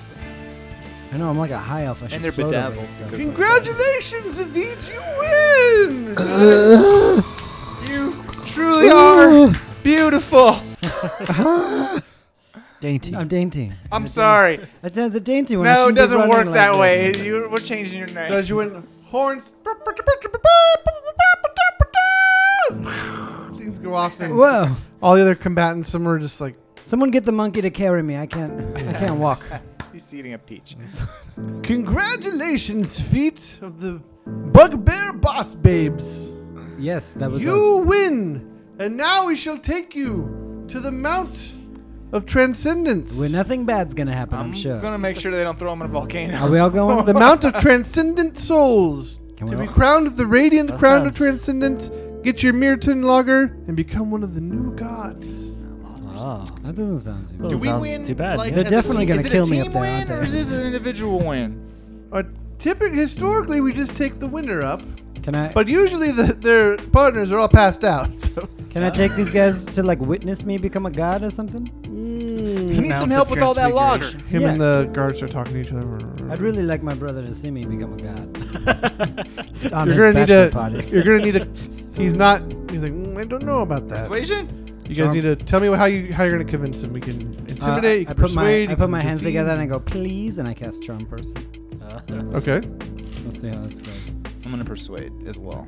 [SPEAKER 2] I know I'm like a high elf. I should
[SPEAKER 3] they're
[SPEAKER 2] float over
[SPEAKER 3] bedazzled.
[SPEAKER 2] this stuff.
[SPEAKER 3] Congratulations, Avit, you win! you truly are beautiful.
[SPEAKER 6] Dainty.
[SPEAKER 2] I'm dainty.
[SPEAKER 3] I'm sorry.
[SPEAKER 2] I did the dainty one. I
[SPEAKER 3] No, it
[SPEAKER 2] shouldn't be
[SPEAKER 3] doesn't
[SPEAKER 2] running
[SPEAKER 3] work
[SPEAKER 2] like
[SPEAKER 3] that
[SPEAKER 2] this.
[SPEAKER 3] way. You, we're changing your name.
[SPEAKER 4] So as you went, horns. Things go off, and
[SPEAKER 2] Whoa!
[SPEAKER 4] all the other combatants, some are just like,
[SPEAKER 2] Someone get the monkey to carry me. I can't. I can't walk.
[SPEAKER 3] He's eating a peach.
[SPEAKER 4] "Congratulations, feet of the bugbear boss babes!
[SPEAKER 2] Yes, that was.
[SPEAKER 4] You win, and now we shall take you to the mount of transcendence.
[SPEAKER 2] us. Where nothing bad's gonna happen. I'm,
[SPEAKER 3] I'm
[SPEAKER 2] sure.
[SPEAKER 3] gonna make sure they don't throw him in a volcano.
[SPEAKER 2] Are we all going?
[SPEAKER 4] the mount of transcendent souls
[SPEAKER 2] Can we
[SPEAKER 4] to be
[SPEAKER 2] all-
[SPEAKER 4] crowned with the radiant
[SPEAKER 6] That
[SPEAKER 4] crown of
[SPEAKER 6] sounds-
[SPEAKER 4] transcendence get your mirtin lager and become one of the new gods
[SPEAKER 6] oh.
[SPEAKER 2] that doesn't sound too.
[SPEAKER 6] Well,
[SPEAKER 2] Bad.
[SPEAKER 3] Do we
[SPEAKER 6] Sounds
[SPEAKER 3] win?
[SPEAKER 6] too bad,
[SPEAKER 3] Like,
[SPEAKER 6] yeah.
[SPEAKER 2] They're
[SPEAKER 3] as a
[SPEAKER 2] definitely
[SPEAKER 3] team-
[SPEAKER 2] gonna
[SPEAKER 3] is it
[SPEAKER 2] kill
[SPEAKER 3] a
[SPEAKER 2] me
[SPEAKER 3] team
[SPEAKER 2] up there,
[SPEAKER 3] Win
[SPEAKER 2] aren't they?
[SPEAKER 3] or is this an individual win?
[SPEAKER 4] a typic Uh, historically we just take the winner up
[SPEAKER 2] Can I?
[SPEAKER 4] but usually the, their partners are all passed out so
[SPEAKER 2] Can I take these guys to like witness me become a god or something?
[SPEAKER 3] He needs some help with all that lager.
[SPEAKER 4] him
[SPEAKER 2] Yeah.
[SPEAKER 4] and the guards are talking to each other
[SPEAKER 2] I'd really like my brother to see me become a god. On
[SPEAKER 4] you're
[SPEAKER 2] his
[SPEAKER 4] gonna need
[SPEAKER 2] bachelor
[SPEAKER 4] to
[SPEAKER 2] party.
[SPEAKER 4] you're gonna need to he's not he's like "Mm, i don't know about
[SPEAKER 2] Uh,
[SPEAKER 4] that
[SPEAKER 3] Persuasion?
[SPEAKER 4] you guys need to tell me how you how you're gonna convince him we can
[SPEAKER 2] Uh,
[SPEAKER 4] intimidate you
[SPEAKER 2] I
[SPEAKER 4] can
[SPEAKER 2] put
[SPEAKER 4] persuade
[SPEAKER 2] my I
[SPEAKER 4] you
[SPEAKER 2] put
[SPEAKER 4] can
[SPEAKER 2] my hands
[SPEAKER 4] deceive.
[SPEAKER 2] together and I go please, and I cast charm person.
[SPEAKER 6] Uh,
[SPEAKER 4] okay
[SPEAKER 2] Let's see how this goes.
[SPEAKER 3] I'm gonna persuade as well.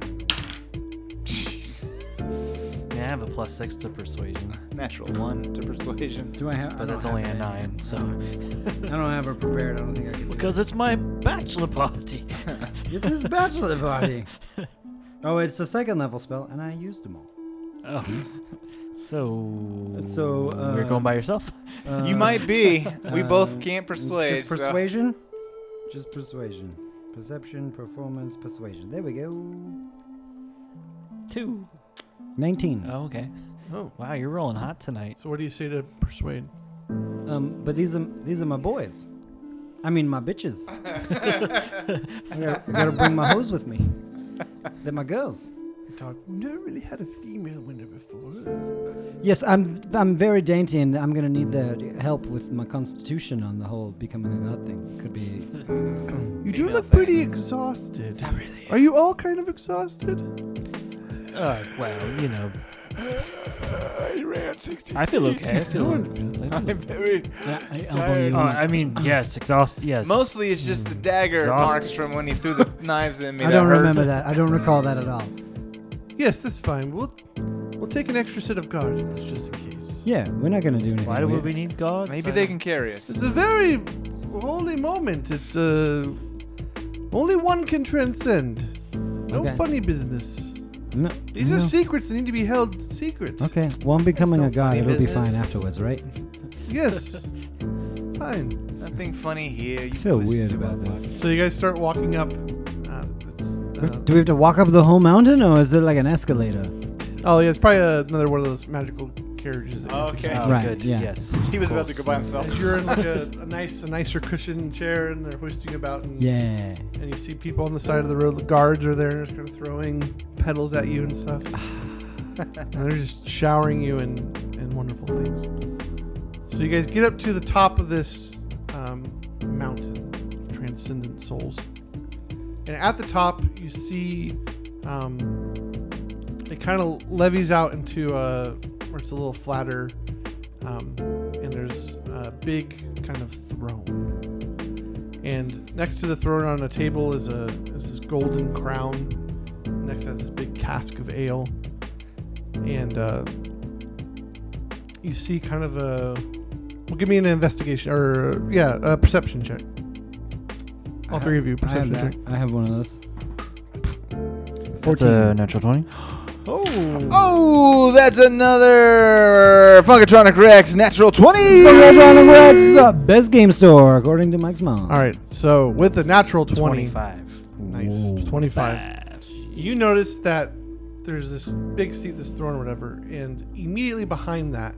[SPEAKER 6] Man, I have a plus six to persuasion,
[SPEAKER 3] Natural one to persuasion.
[SPEAKER 2] Do I have? I
[SPEAKER 6] but that's
[SPEAKER 2] don't
[SPEAKER 6] only a
[SPEAKER 2] have it.
[SPEAKER 6] nine, so.
[SPEAKER 2] I don't have her prepared. I don't think I can. do
[SPEAKER 6] Because it's my bachelor party.
[SPEAKER 2] it. This is bachelor party. Oh, it's a second level spell, and I used them all.
[SPEAKER 6] oh. So.
[SPEAKER 2] So, uh,
[SPEAKER 6] We're going by yourself?
[SPEAKER 3] you might be. We
[SPEAKER 2] uh,
[SPEAKER 3] both can't persuade.
[SPEAKER 2] Just persuasion. Just persuasion. Perception, performance, persuasion. There we go.
[SPEAKER 6] Two.
[SPEAKER 2] Nineteen.
[SPEAKER 6] Oh, okay.
[SPEAKER 4] oh
[SPEAKER 6] Wow, you're rolling hot tonight.
[SPEAKER 4] So what do you say to persuade?
[SPEAKER 2] Um, but these are these are my boys. I mean, my bitches. I gotta, I gotta bring my hoes with me. They're my girls.
[SPEAKER 4] talk. Never really had a female winner before.
[SPEAKER 2] Yes, I'm. I'm very dainty, and I'm gonna need the help with my constitution on the whole becoming a god thing. Could be.
[SPEAKER 4] You do
[SPEAKER 3] Female
[SPEAKER 4] look pretty
[SPEAKER 3] thing.
[SPEAKER 4] exhausted. really Are you all kind of exhausted?
[SPEAKER 2] Uh, well, you know.
[SPEAKER 1] I ran 60
[SPEAKER 6] I feel okay. I feel. I feel-
[SPEAKER 1] I'm very.
[SPEAKER 2] I,
[SPEAKER 6] Oh, I mean, yes, exhaust. Yes.
[SPEAKER 3] Mostly it's just the dagger
[SPEAKER 6] Exhausted.
[SPEAKER 3] marks from when he threw the knives at me.
[SPEAKER 2] I
[SPEAKER 3] that
[SPEAKER 2] don't
[SPEAKER 3] hurt.
[SPEAKER 2] remember that. I don't recall that at all.
[SPEAKER 4] Yes, that's fine. We'll we'll take an extra set of guards that's just in case.
[SPEAKER 2] Yeah, we're not gonna do anything.
[SPEAKER 6] Why do
[SPEAKER 2] weird.
[SPEAKER 6] we need gods?
[SPEAKER 3] Maybe they can carry us.
[SPEAKER 4] It's a very holy moment. It's uh, only one can transcend. No
[SPEAKER 2] Okay.
[SPEAKER 4] funny business.
[SPEAKER 2] No,
[SPEAKER 4] These
[SPEAKER 2] no.
[SPEAKER 4] are secrets that need to be held secret.
[SPEAKER 2] Okay, well, I'm becoming
[SPEAKER 3] no
[SPEAKER 2] a god.
[SPEAKER 3] funny
[SPEAKER 2] It'll be
[SPEAKER 3] business. Uh,
[SPEAKER 2] fine afterwards, right?
[SPEAKER 4] Yes. Fine.
[SPEAKER 3] Nothing funny here. You
[SPEAKER 2] I feel
[SPEAKER 3] listen
[SPEAKER 2] weird
[SPEAKER 3] to my
[SPEAKER 2] about
[SPEAKER 3] voice.
[SPEAKER 2] this.
[SPEAKER 4] So you guys start walking up. Uh, it's, uh,
[SPEAKER 2] Do we have to walk up the whole mountain, or is it like an escalator?
[SPEAKER 4] oh yeah, it's probably uh, another one of those magical carriages. That you have to
[SPEAKER 3] Okay.
[SPEAKER 6] Oh,
[SPEAKER 2] Right,
[SPEAKER 6] Good.
[SPEAKER 2] yeah.
[SPEAKER 6] Yes.
[SPEAKER 3] He was about to go by himself.
[SPEAKER 4] As you're in like a, a nice, a nicer cushioned chair, and they're hoisting you about, and,
[SPEAKER 2] Yeah.
[SPEAKER 4] and you see people on the side of the road. The guards are there, and just kind of throwing petals at you and stuff. and they're just showering you in, in wonderful things. So you guys get up to the top of this um, mountain, of transcendent souls, and at the top you see um, it kind of levies out into a where it's a little flatter, um, and there's a big kind of throne and next to the throne on a table is a is this golden crown. Next to that's this big cask of ale, and uh, you see kind of a. Well, give me an investigation or yeah, a perception check. All three of you,
[SPEAKER 2] I have
[SPEAKER 4] perception check.
[SPEAKER 2] that. I have one of those.
[SPEAKER 6] That's a natural twenty.
[SPEAKER 4] Oh,
[SPEAKER 3] Oh, that's another Funkatronic Rex natural 20.
[SPEAKER 2] It's a uh, best game store, according to Mike's mom.
[SPEAKER 4] all right. So with the natural twenty,
[SPEAKER 6] Twenty-five.
[SPEAKER 4] nice twenty-five. you notice that there's this big seat, this throne or whatever, and immediately behind that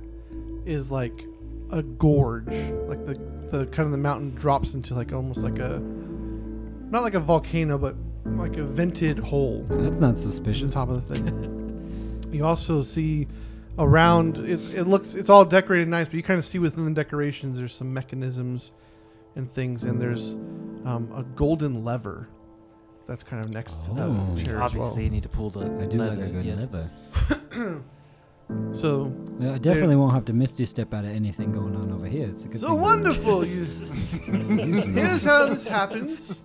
[SPEAKER 4] is like a gorge. Like the, the kind of the mountain drops into like almost like a not like a volcano, but like a vented hole
[SPEAKER 2] That's not
[SPEAKER 4] on
[SPEAKER 2] suspicious.
[SPEAKER 4] top of the thing. you also see around it, it looks it's all decorated nice, but you kind of see within the decorations there's some mechanisms and things, and there's um, a golden lever that's kind of next to
[SPEAKER 2] Oh.
[SPEAKER 4] the chair as well.
[SPEAKER 6] Obviously, you need to pull the.
[SPEAKER 2] I do
[SPEAKER 6] leather,
[SPEAKER 2] like a good
[SPEAKER 6] yes.
[SPEAKER 2] leather.
[SPEAKER 4] So
[SPEAKER 2] Yeah, I definitely won't have to misty step out of anything going on over here. It's a good
[SPEAKER 4] so
[SPEAKER 2] thing.
[SPEAKER 4] wonderful. You, here's how this happens.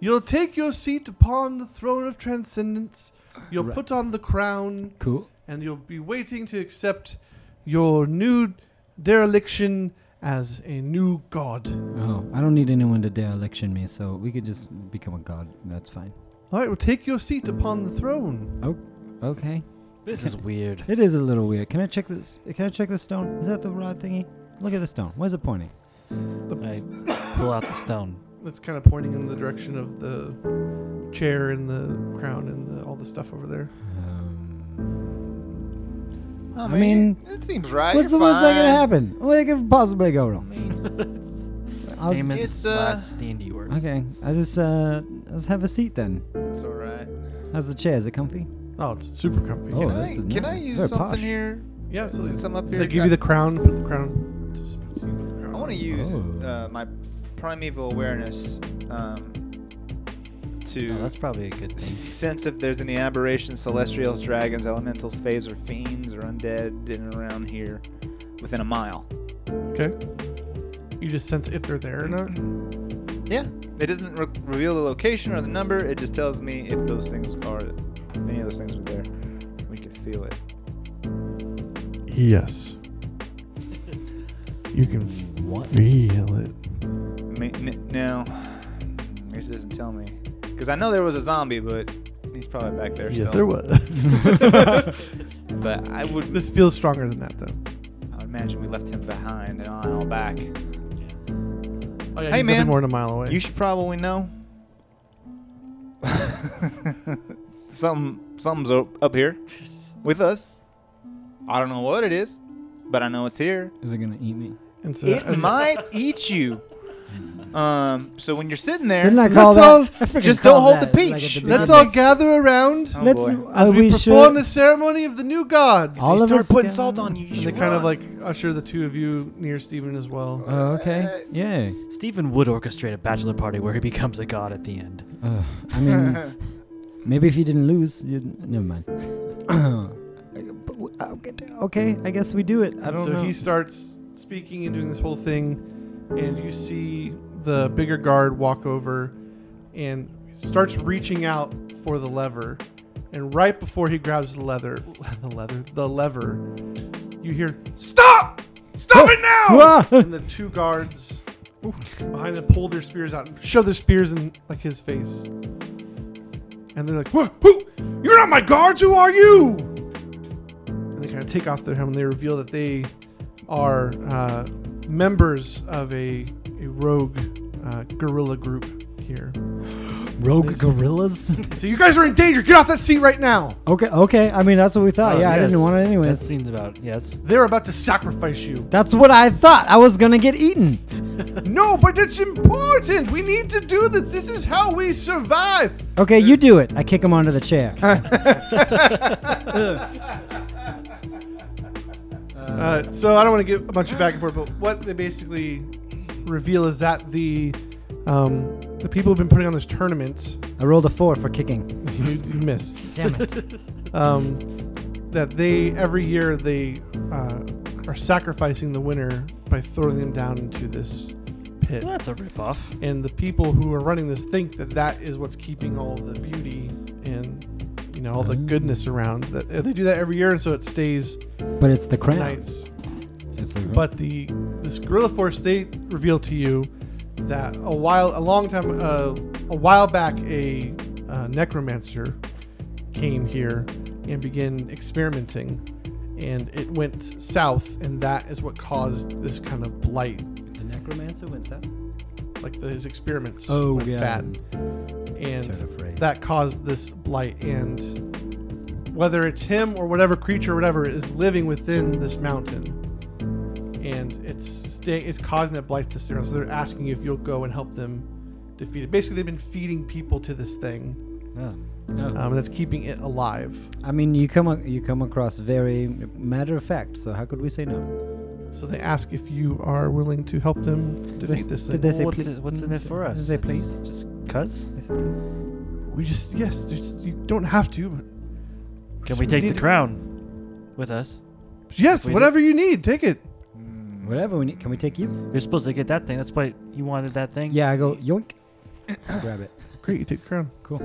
[SPEAKER 4] You'll take your seat upon the throne of transcendence. You'll
[SPEAKER 2] Right.
[SPEAKER 4] put on the crown,
[SPEAKER 2] Cool.
[SPEAKER 4] and you'll be waiting to accept your new dereliction as a new god.
[SPEAKER 2] Oh, I don't need anyone to dereliction me, so we could just become a god. That's fine.
[SPEAKER 4] All right, well, take your seat upon the throne.
[SPEAKER 2] Okay.
[SPEAKER 6] This is weird.
[SPEAKER 2] It is a little weird. Can I check this? Can I check the stone? Is that the rod thingy? Look at the stone. Where's it pointing?
[SPEAKER 6] I pull out the stone.
[SPEAKER 4] That's kind of pointing in the direction of the chair and the crown and the, all the stuff over there.
[SPEAKER 2] Um,
[SPEAKER 3] I
[SPEAKER 2] I
[SPEAKER 3] mean,
[SPEAKER 2] mean,
[SPEAKER 3] it seems right.
[SPEAKER 2] what's the
[SPEAKER 3] you're
[SPEAKER 2] worst that can
[SPEAKER 3] fine.
[SPEAKER 2] happen? What could possibly go wrong? I'll s-
[SPEAKER 6] Famous
[SPEAKER 3] It's, uh,
[SPEAKER 6] last standy words.
[SPEAKER 2] okay, I just uh, let's have a seat then.
[SPEAKER 3] It's all right.
[SPEAKER 2] How's the chair? Is it comfy?
[SPEAKER 4] Oh, it's super comfy.
[SPEAKER 2] Oh,
[SPEAKER 3] Can, I,
[SPEAKER 2] this is
[SPEAKER 3] can
[SPEAKER 2] nice.
[SPEAKER 3] I use
[SPEAKER 2] Very
[SPEAKER 3] something
[SPEAKER 2] posh.
[SPEAKER 3] here?
[SPEAKER 4] Yeah, absolutely.
[SPEAKER 3] Since I'm up here, Uh,
[SPEAKER 4] They give you the crown. Put the crown.
[SPEAKER 3] I want to use
[SPEAKER 2] Oh.
[SPEAKER 3] uh, my primeval awareness um, to
[SPEAKER 2] Oh,
[SPEAKER 6] No, Oh, that's probably a good thing.
[SPEAKER 3] sense if there's any aberrations, celestials, dragons, elementals, phase, or fiends, or undead in and around here within a mile.
[SPEAKER 4] Okay. You just sense if they're there or not.
[SPEAKER 3] Yeah, it doesn't re- reveal the location or the number. It just tells me if those things are, if any of those things were there, we could feel it.
[SPEAKER 1] Yes.
[SPEAKER 4] You can feel it.
[SPEAKER 3] Ma- n- no, this doesn't tell me because I know there was a zombie, but he's probably back there
[SPEAKER 4] Yes,
[SPEAKER 3] still.
[SPEAKER 4] there was.
[SPEAKER 3] But I would,
[SPEAKER 4] this feels stronger than that, though.
[SPEAKER 3] I would imagine we left him behind and I'm all back.
[SPEAKER 4] Oh, yeah,
[SPEAKER 3] Hey,
[SPEAKER 4] he's
[SPEAKER 3] man.
[SPEAKER 4] nothing more than a mile away.
[SPEAKER 3] You should probably know. Something, something's up, up here with us. I don't know what it is, but I know it's here.
[SPEAKER 2] Is it gonna eat me?
[SPEAKER 4] and so,
[SPEAKER 3] It
[SPEAKER 4] as you-
[SPEAKER 3] might eat you. Um, so when you're sitting there,
[SPEAKER 2] Didn't I
[SPEAKER 4] That's
[SPEAKER 2] call that?
[SPEAKER 4] all.
[SPEAKER 2] I freaking
[SPEAKER 3] Just don't
[SPEAKER 2] called
[SPEAKER 3] hold the
[SPEAKER 2] that, like, at
[SPEAKER 3] peach.
[SPEAKER 2] the
[SPEAKER 4] Let's all
[SPEAKER 2] beginning.
[SPEAKER 4] gather around
[SPEAKER 3] Oh,
[SPEAKER 2] Let's.
[SPEAKER 3] boy.
[SPEAKER 2] uh,
[SPEAKER 4] as we,
[SPEAKER 2] we
[SPEAKER 4] perform
[SPEAKER 2] should.
[SPEAKER 4] the ceremony of the new gods.
[SPEAKER 2] All
[SPEAKER 3] they
[SPEAKER 2] of
[SPEAKER 3] start
[SPEAKER 2] us
[SPEAKER 3] putting
[SPEAKER 2] go-
[SPEAKER 3] salt on you. you
[SPEAKER 4] and they
[SPEAKER 3] should
[SPEAKER 4] kind
[SPEAKER 3] run.
[SPEAKER 4] of like usher the two of you near Stephen as well.
[SPEAKER 2] Oh, okay. Yeah.
[SPEAKER 6] Stephen would orchestrate a bachelor party where he becomes a god at the end.
[SPEAKER 2] Ugh, Uh, I mean, maybe if you didn't lose, you never mind. But w- okay, t- okay, I guess we do it. I
[SPEAKER 4] And
[SPEAKER 2] don't
[SPEAKER 4] so
[SPEAKER 2] know.
[SPEAKER 4] he starts speaking and doing this whole thing, and you see the bigger guard walk over and starts reaching out for the lever. And right before he grabs the leather, the leather, the lever, you hear
[SPEAKER 1] Stop! Stop it now!
[SPEAKER 2] Whoa!
[SPEAKER 4] and the two guards behind them pull their spears out and shove their spears in like his face. And they're like,
[SPEAKER 1] Wha- Who? You're not my guards. Who are you?
[SPEAKER 4] and they kind of take off their helmet. and They reveal that they are uh, members of a, a rogue uh, guerrilla group here.
[SPEAKER 2] Rogue gorillas.
[SPEAKER 4] So you guys are in danger. Get off that seat right now.
[SPEAKER 2] okay, okay. I mean, that's what we thought.
[SPEAKER 6] Oh,
[SPEAKER 2] yeah, I
[SPEAKER 6] yes.
[SPEAKER 2] didn't want it
[SPEAKER 6] That
[SPEAKER 2] anyways. That's,
[SPEAKER 6] seems about yes.
[SPEAKER 4] They're about to sacrifice you.
[SPEAKER 2] what I thought. I was gonna get eaten.
[SPEAKER 4] No, but it's important. We need to do this. This is how we survive.
[SPEAKER 2] Okay, you do it. I kick him onto the chair.
[SPEAKER 4] Uh, so I don't want to get a bunch of back and forth, but what they basically reveal is that the um, the people who've been putting on this tournament,
[SPEAKER 2] I rolled a four for kicking.
[SPEAKER 4] you, you miss.
[SPEAKER 2] Damn it.
[SPEAKER 4] um, that they every year they uh, are sacrificing the winner by throwing them down into this pit
[SPEAKER 6] Well, that's a ripoff.
[SPEAKER 4] and the people who are running this think that that is what's keeping all the beauty and you know all the
[SPEAKER 2] Oh.
[SPEAKER 4] goodness around that they do that every year and so it stays
[SPEAKER 2] but it's the crown.
[SPEAKER 4] nice
[SPEAKER 2] It's the
[SPEAKER 4] but the this guerrilla force they reveal to you that a while a long time uh, a while back a uh, necromancer came here and began experimenting and it went south and that is what caused this kind of blight
[SPEAKER 2] the necromancer went south.
[SPEAKER 4] like the, his experiments
[SPEAKER 2] Oh,
[SPEAKER 4] went
[SPEAKER 2] yeah.
[SPEAKER 4] bad and
[SPEAKER 2] Turn of phrase.
[SPEAKER 4] that caused this blight and whether it's him or whatever creature or whatever is living within this mountain and it's stay, it's causing that blight to stay around so they're asking if you'll go and help them defeat it basically they've been feeding people to this thing
[SPEAKER 2] Oh.
[SPEAKER 4] um, that's keeping it alive
[SPEAKER 2] I mean, you come ac- you come across very matter of fact. So how could we say no?
[SPEAKER 4] so they ask if you are willing to help them defeat this
[SPEAKER 2] Did
[SPEAKER 4] thing
[SPEAKER 2] they say
[SPEAKER 6] what's,
[SPEAKER 2] please?
[SPEAKER 6] it, what's in it for us?
[SPEAKER 2] Did they please?
[SPEAKER 6] Just cuz?
[SPEAKER 2] They said please.
[SPEAKER 4] we just yes just, you don't have to but
[SPEAKER 6] Can
[SPEAKER 4] we
[SPEAKER 6] we take
[SPEAKER 4] need
[SPEAKER 6] the
[SPEAKER 4] to-
[SPEAKER 6] crown with us?
[SPEAKER 4] yes
[SPEAKER 6] We-
[SPEAKER 4] whatever you need take it
[SPEAKER 3] Hmm.
[SPEAKER 2] Whatever we need. Can we take you?
[SPEAKER 6] You're supposed to get that thing. That's why you wanted that thing.
[SPEAKER 2] Yeah, I go yoink. Grab it.
[SPEAKER 4] great you take the crown
[SPEAKER 2] Cool.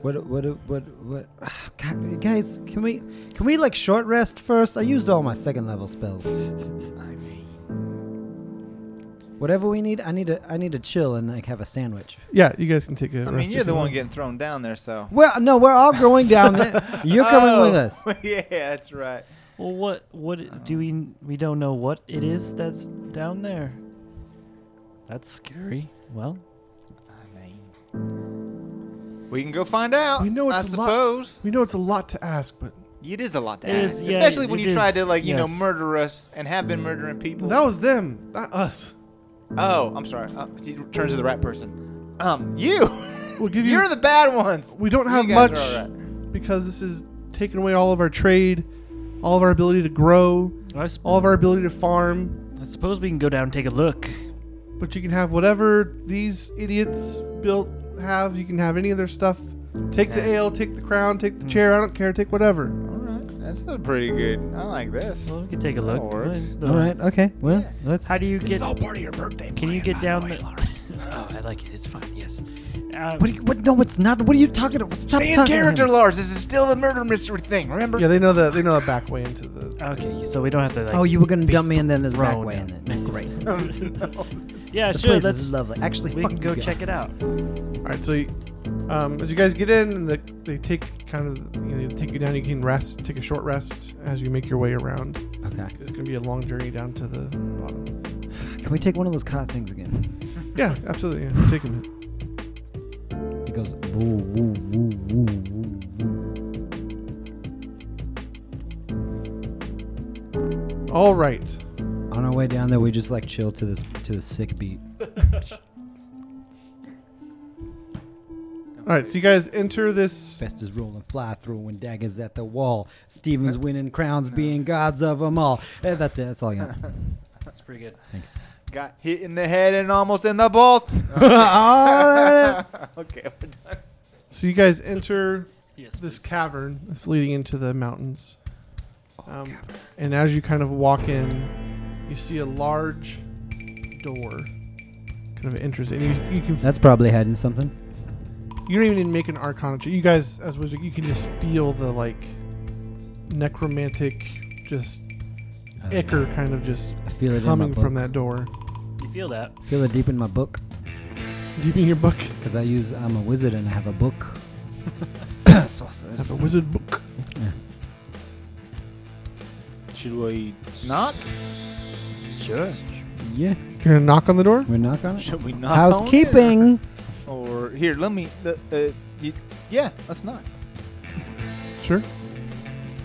[SPEAKER 2] What? What? What? What? ah, God, guys, can we can we like short rest first? I used all my second level spells. Whatever we need, I need to I need to chill and like have a sandwich.
[SPEAKER 4] yeah you guys can take a
[SPEAKER 3] I mean,
[SPEAKER 4] rest
[SPEAKER 3] you're
[SPEAKER 4] if
[SPEAKER 3] the
[SPEAKER 4] you
[SPEAKER 3] one
[SPEAKER 4] want.
[SPEAKER 3] getting thrown down there, so.
[SPEAKER 2] Well, no, we're all going down there. You're coming with
[SPEAKER 3] Oh,
[SPEAKER 2] us.
[SPEAKER 3] yeah, that's right.
[SPEAKER 6] Well, what what it- do we we don't know what it is that's down there? That's scary. Well,
[SPEAKER 3] I mean, we can go find out.
[SPEAKER 4] We know
[SPEAKER 3] I
[SPEAKER 4] it's a lot-
[SPEAKER 3] suppose
[SPEAKER 4] We know it's a lot to ask, but
[SPEAKER 3] it is a lot to
[SPEAKER 6] It
[SPEAKER 3] ask,
[SPEAKER 6] is, yeah,
[SPEAKER 3] especially when
[SPEAKER 6] it
[SPEAKER 3] you try
[SPEAKER 6] is,
[SPEAKER 3] to like you know
[SPEAKER 6] yes.
[SPEAKER 3] murder us and have been murdering people.
[SPEAKER 4] that was them, not us.
[SPEAKER 3] Oh, I'm sorry. Uh, he turns to the right person. Um, you.
[SPEAKER 4] We'll give you-
[SPEAKER 3] You're the bad ones.
[SPEAKER 4] We don't
[SPEAKER 3] You
[SPEAKER 4] have
[SPEAKER 3] guys
[SPEAKER 4] much
[SPEAKER 3] are all right.
[SPEAKER 4] because this is taking away all of our trade, all of our ability to grow,
[SPEAKER 6] I, sp-
[SPEAKER 4] all of our ability to farm.
[SPEAKER 6] I suppose we can go down and take a look.
[SPEAKER 4] But you can have whatever these idiots built have. You can have any of their stuff. Take the
[SPEAKER 3] Yeah.
[SPEAKER 4] ale, take the crown, take the
[SPEAKER 3] Hmm.
[SPEAKER 4] chair. I don't care. Take whatever.
[SPEAKER 3] All right. That's not pretty good. I like this.
[SPEAKER 6] Well, we can take a look.
[SPEAKER 3] works.
[SPEAKER 6] Uh,
[SPEAKER 2] All right. Okay. Well, let's.
[SPEAKER 6] How do you get?
[SPEAKER 1] part of your birthday.
[SPEAKER 6] Can you get down? The, oh, I like it. It's fine. Yes. Uh,
[SPEAKER 2] What? do you- what? No, it's not. What are you talking about? Stop
[SPEAKER 3] Stay in
[SPEAKER 2] talking. to him.
[SPEAKER 3] character, Lars. This is still the murder mystery thing. Remember?
[SPEAKER 4] Yeah, they know the they know the back way into the.
[SPEAKER 6] okay, so we don't have to. Like,
[SPEAKER 2] Oh, you were gonna
[SPEAKER 6] be
[SPEAKER 2] dump me in then this back
[SPEAKER 6] thrown
[SPEAKER 2] way in
[SPEAKER 6] in.
[SPEAKER 2] then. Great.
[SPEAKER 6] yeah,
[SPEAKER 2] The
[SPEAKER 6] sure.
[SPEAKER 2] place
[SPEAKER 6] Let's
[SPEAKER 2] is lovely. Actually,
[SPEAKER 6] we
[SPEAKER 2] fuck
[SPEAKER 6] can go
[SPEAKER 2] you
[SPEAKER 6] check it
[SPEAKER 2] guys.
[SPEAKER 6] out.
[SPEAKER 4] All right, so you, um, as you guys get in, and the, they take kind of you know, they take you down. You can rest, take a short rest as you make your way around.
[SPEAKER 2] Okay.
[SPEAKER 4] It's gonna be a long journey down to the bottom.
[SPEAKER 2] Can we take one of those car things again?
[SPEAKER 4] Yeah, absolutely. Yeah. Take a minute.
[SPEAKER 2] It goes woo woo woo woo woo woo.
[SPEAKER 4] All right.
[SPEAKER 2] On our way down there, we just like chill to this to the sick beat.
[SPEAKER 4] All right, so you guys enter this.
[SPEAKER 2] Best is rolling fly throwing daggers at the wall. Stevens winning crowns, being gods of them all. Eh, that's it. That's all you know.
[SPEAKER 6] That's pretty good.
[SPEAKER 2] Thanks.
[SPEAKER 3] Got hit in the head and almost in the balls.
[SPEAKER 2] Ah,
[SPEAKER 3] okay, we're done.
[SPEAKER 4] So you guys enter
[SPEAKER 6] Yes.
[SPEAKER 4] this cavern that's leading into the mountains. Um, and as you kind of walk in, you see a large door, kind of interesting. You, you can
[SPEAKER 2] that's probably hiding something.
[SPEAKER 4] you don't even need to make an arcana check. You guys, as wizard, you can just feel the like necromantic, just
[SPEAKER 2] I don't know.
[SPEAKER 4] ichor kind of just
[SPEAKER 2] I feel it in my
[SPEAKER 4] coming
[SPEAKER 2] book.
[SPEAKER 4] from that door,
[SPEAKER 6] You feel that?
[SPEAKER 2] Feel it deep in my book
[SPEAKER 4] deep in your book.
[SPEAKER 2] because I use. I'm a wizard and I have a book. Sorcerers.
[SPEAKER 4] Have a wizard book.
[SPEAKER 3] Should we knock? Sure.
[SPEAKER 2] Yeah,
[SPEAKER 4] You're gonna knock on the door.
[SPEAKER 2] we knock on it.
[SPEAKER 3] Should we knock? on it?
[SPEAKER 2] Housekeeping.
[SPEAKER 3] Or here, let me. The, uh, y yeah, let's knock.
[SPEAKER 4] Sure.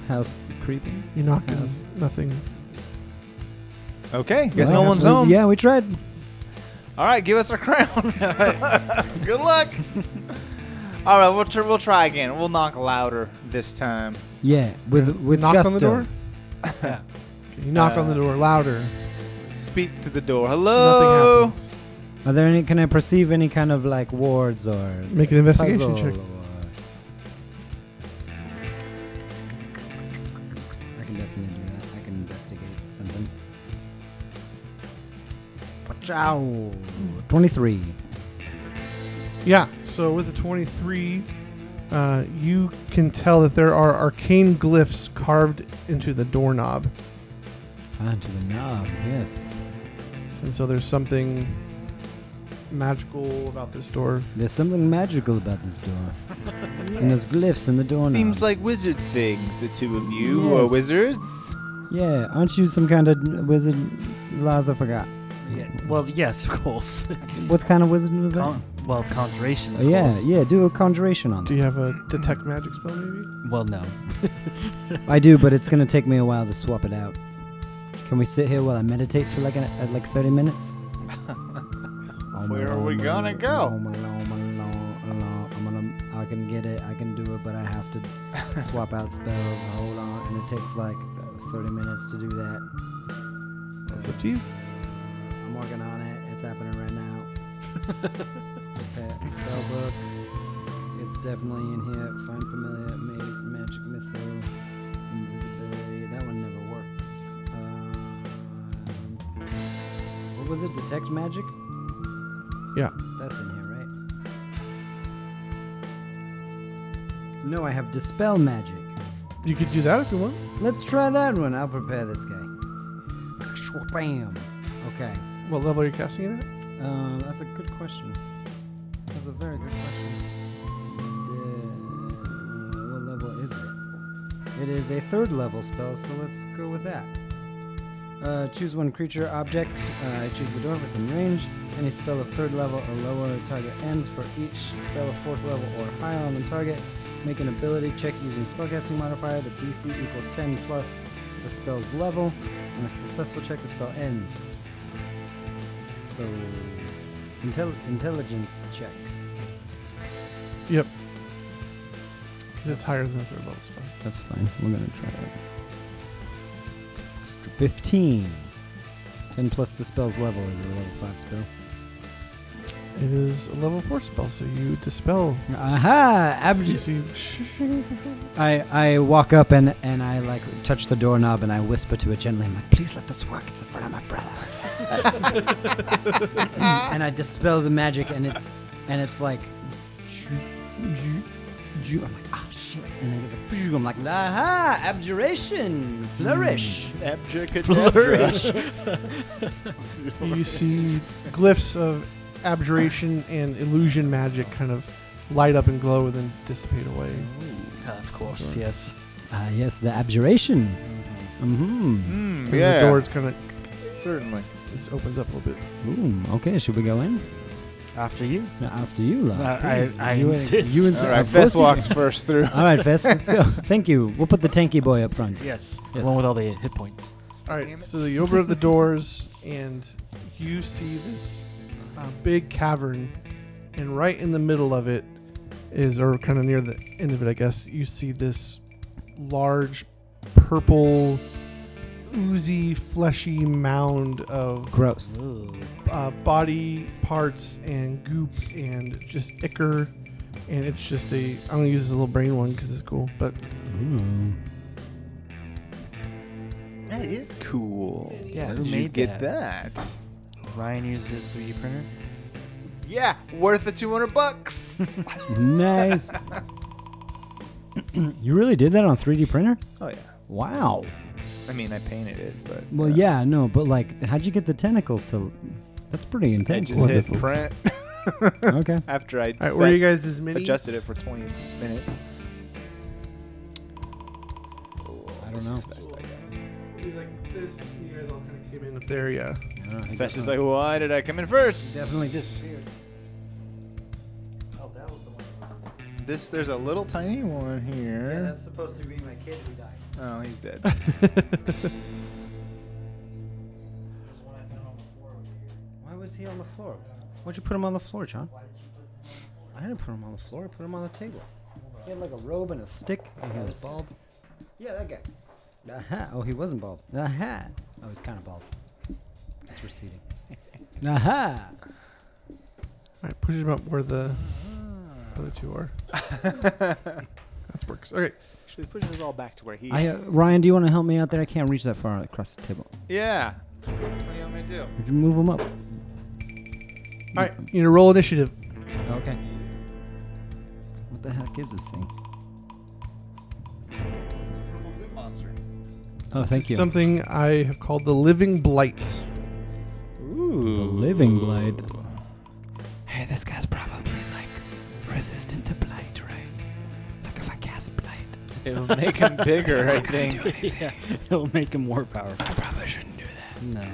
[SPEAKER 2] House creeping.
[SPEAKER 4] You knock and
[SPEAKER 2] Yes.
[SPEAKER 4] nothing.
[SPEAKER 3] Okay, guess
[SPEAKER 2] Well,
[SPEAKER 3] no one's
[SPEAKER 2] we-
[SPEAKER 3] home.
[SPEAKER 2] Yeah, we tried.
[SPEAKER 3] All right, give us our crown. Good luck. All right, we'll tr- we'll try again. We'll knock louder this time.
[SPEAKER 2] Yeah, with with
[SPEAKER 4] knock
[SPEAKER 2] gusto.
[SPEAKER 4] on the door.
[SPEAKER 6] Yeah.
[SPEAKER 4] You knock on the
[SPEAKER 3] Uh,
[SPEAKER 4] door louder.
[SPEAKER 3] Speak to the door.
[SPEAKER 4] Nothing
[SPEAKER 2] oh.
[SPEAKER 3] Hello.
[SPEAKER 4] happens.
[SPEAKER 2] Are there any? Can I perceive any kind of like wards or
[SPEAKER 4] Make an investigation check.
[SPEAKER 2] I can definitely do that. I can investigate something. Pachow. Twenty-three.
[SPEAKER 4] Yeah. So with the 23, uh, you can tell that there are arcane glyphs carved into the doorknob,
[SPEAKER 2] Onto the knob. Yes.
[SPEAKER 4] and so there's something magical about this door.
[SPEAKER 2] There's something magical about this door, and there's glyphs in the door.
[SPEAKER 3] Seems like wizard things. The two of you who are
[SPEAKER 2] Yes.
[SPEAKER 3] wizards.
[SPEAKER 2] Yeah, aren't you some kind of wizard? Laws I forgot.
[SPEAKER 6] Yeah. Well, yes, of course.
[SPEAKER 2] What kind of wizard was that?
[SPEAKER 6] Con- well, conjuration.
[SPEAKER 2] Oh,
[SPEAKER 6] Of
[SPEAKER 2] yeah,
[SPEAKER 6] course.
[SPEAKER 2] yeah. Do a conjuration on
[SPEAKER 4] Do
[SPEAKER 2] it.
[SPEAKER 4] you have a detect magic spell, maybe?
[SPEAKER 6] Well, no.
[SPEAKER 2] I do, but it's gonna take me a while to swap it out. Can we sit here while I meditate for like an, uh, like thirty minutes?
[SPEAKER 3] Where are we gonna go?
[SPEAKER 2] I can get it. I can do it, but I have to swap out spells. Hold on, and it takes like uh, thirty minutes to do that.
[SPEAKER 4] It's up to you.
[SPEAKER 2] I'm working on it. It's happening right now. that spell book. It's definitely in here. Find familiar, ma- magic missile, invisibility. That one never works. Um, what was it? Detect magic?
[SPEAKER 4] Yeah.
[SPEAKER 2] That's in here, right? No, I have dispel magic.
[SPEAKER 4] You could do that if you want.
[SPEAKER 2] Let's try that one. I'll prepare this guy. Bam. Okay.
[SPEAKER 4] What level are you casting it at?
[SPEAKER 2] Um, that's a good question. That's a very good question. And, uh, what level is it? It is a third level spell, so let's go with that. Uh, choose one creature object. Uh, I choose the door within range. Any spell of third level or lower the target ends. For each spell of fourth level or higher on the target, make an ability check using spellcasting modifier. The DC equals 10 plus the spell's level. On a successful check, the spell ends. So, intel- intelligence check.
[SPEAKER 4] Yep. That's higher than the third level spell.
[SPEAKER 2] That's fine. We're gonna try that. Fifteen. Ten plus the spell's level is a level five spell.
[SPEAKER 4] It is a level four spell, so you dispel.
[SPEAKER 2] Aha!
[SPEAKER 4] So-
[SPEAKER 2] Abj-
[SPEAKER 4] so you-
[SPEAKER 2] I I walk up and and I like touch the doorknob and I whisper to it gently. I'm like, please let this work. It's in front of my brother. and I dispel the magic and it's and it's like. ju- ju- ju- I'm like, ah, shit. And then it goes like, "Phew." I'm like, aha, abjuration, flourish.
[SPEAKER 3] Abjacadabra.
[SPEAKER 4] you see glyphs of abjuration and illusion magic kind of light up and glow and then dissipate away.
[SPEAKER 6] Uh, of course, yes.
[SPEAKER 2] Ah, yes, the abjuration. Mm-hmm.
[SPEAKER 3] Hmm.
[SPEAKER 4] And
[SPEAKER 3] Yeah.
[SPEAKER 4] The doors kind of
[SPEAKER 3] certainly.
[SPEAKER 4] just opens up a little bit.
[SPEAKER 2] Ooh, okay, should we go in?
[SPEAKER 6] After you.
[SPEAKER 2] After you, Lars.
[SPEAKER 6] Uh, I-
[SPEAKER 2] please.
[SPEAKER 6] I
[SPEAKER 2] you,
[SPEAKER 6] insist.
[SPEAKER 2] You ins-
[SPEAKER 3] All right,
[SPEAKER 2] of course
[SPEAKER 3] Fest
[SPEAKER 2] you-
[SPEAKER 3] walks first through.
[SPEAKER 2] All right, Fest, let's go. Thank you. We'll put the tanky boy up front.
[SPEAKER 6] Yes.
[SPEAKER 2] Yes.
[SPEAKER 6] Along with all the hit points.
[SPEAKER 4] All
[SPEAKER 3] Damn
[SPEAKER 4] right,
[SPEAKER 3] it.
[SPEAKER 4] so you open up the doors and you see this uh, big cavern, and right in the middle of it is, or kind of near the end of it, I guess, you see this large purple, oozy, fleshy mound of
[SPEAKER 2] Gross.
[SPEAKER 4] uh, body parts and goop and just ichor. And it's just a. I'm gonna use this little brain one because it's cool. But
[SPEAKER 2] Ooh.
[SPEAKER 3] That is cool.
[SPEAKER 6] Yeah,
[SPEAKER 3] How
[SPEAKER 6] who
[SPEAKER 3] did you
[SPEAKER 6] made
[SPEAKER 3] get that?
[SPEAKER 6] Ryan used his 3D printer.
[SPEAKER 3] Yeah, worth the 200 bucks.
[SPEAKER 2] Nice. you really did that on a 3D printer?
[SPEAKER 3] oh yeah.
[SPEAKER 2] Wow.
[SPEAKER 3] I mean, I painted it, but
[SPEAKER 2] Well,
[SPEAKER 3] uh,
[SPEAKER 2] yeah, no, but like, how'd you get the tentacles to? That's pretty
[SPEAKER 3] I
[SPEAKER 2] intense.
[SPEAKER 3] just hit print
[SPEAKER 2] okay.
[SPEAKER 3] after I
[SPEAKER 4] all right,
[SPEAKER 3] set-
[SPEAKER 4] where are you guys? As many
[SPEAKER 3] adjusted it for 20 minutes.
[SPEAKER 2] I don't
[SPEAKER 3] This
[SPEAKER 2] know.
[SPEAKER 3] is Fest, I guess.
[SPEAKER 4] Like this, you guys all kind of came in up there. Yeah.
[SPEAKER 2] I don't know, I think
[SPEAKER 3] Fest is
[SPEAKER 2] that's
[SPEAKER 3] like, why did I come in first?
[SPEAKER 2] Definitely disappeared.
[SPEAKER 5] Oh, that was the one.
[SPEAKER 3] This there's a little tiny one here.
[SPEAKER 5] Yeah, that's supposed to be my kid who died.
[SPEAKER 3] oh, he's dead.
[SPEAKER 5] There's one I found on the floor over here.
[SPEAKER 2] Why was he on the floor? Why'd you put him on the floor, John? I didn't put him on the floor. I put him on the table. He had like a robe and a stick, and he was bald. Yeah, that guy. Aha. Oh, he wasn't bald. Aha. Oh, he's kind of bald. It's receding. Aha.
[SPEAKER 4] All right, push him up where the other two are. that works. Okay.
[SPEAKER 3] Actually, push this all back to where he.
[SPEAKER 2] I, uh, Ryan, do you want to help me out there? I can't reach that far across the table.
[SPEAKER 3] yeah. What do you want me to do?
[SPEAKER 2] Would you move him up?
[SPEAKER 4] All right, you need to roll initiative.
[SPEAKER 2] Okay. What the heck is this thing?
[SPEAKER 3] Purple blue monster.
[SPEAKER 2] Oh, thank you.
[SPEAKER 4] Something I have called the living blight.
[SPEAKER 3] Ooh.
[SPEAKER 2] The living blade.
[SPEAKER 7] Hey, this guy's probably like resistant to blight, right? Like if I cast blight,
[SPEAKER 3] It'll make him bigger, I think.
[SPEAKER 6] yeah, it'll make him more powerful.
[SPEAKER 7] I probably shouldn't do that.
[SPEAKER 6] No.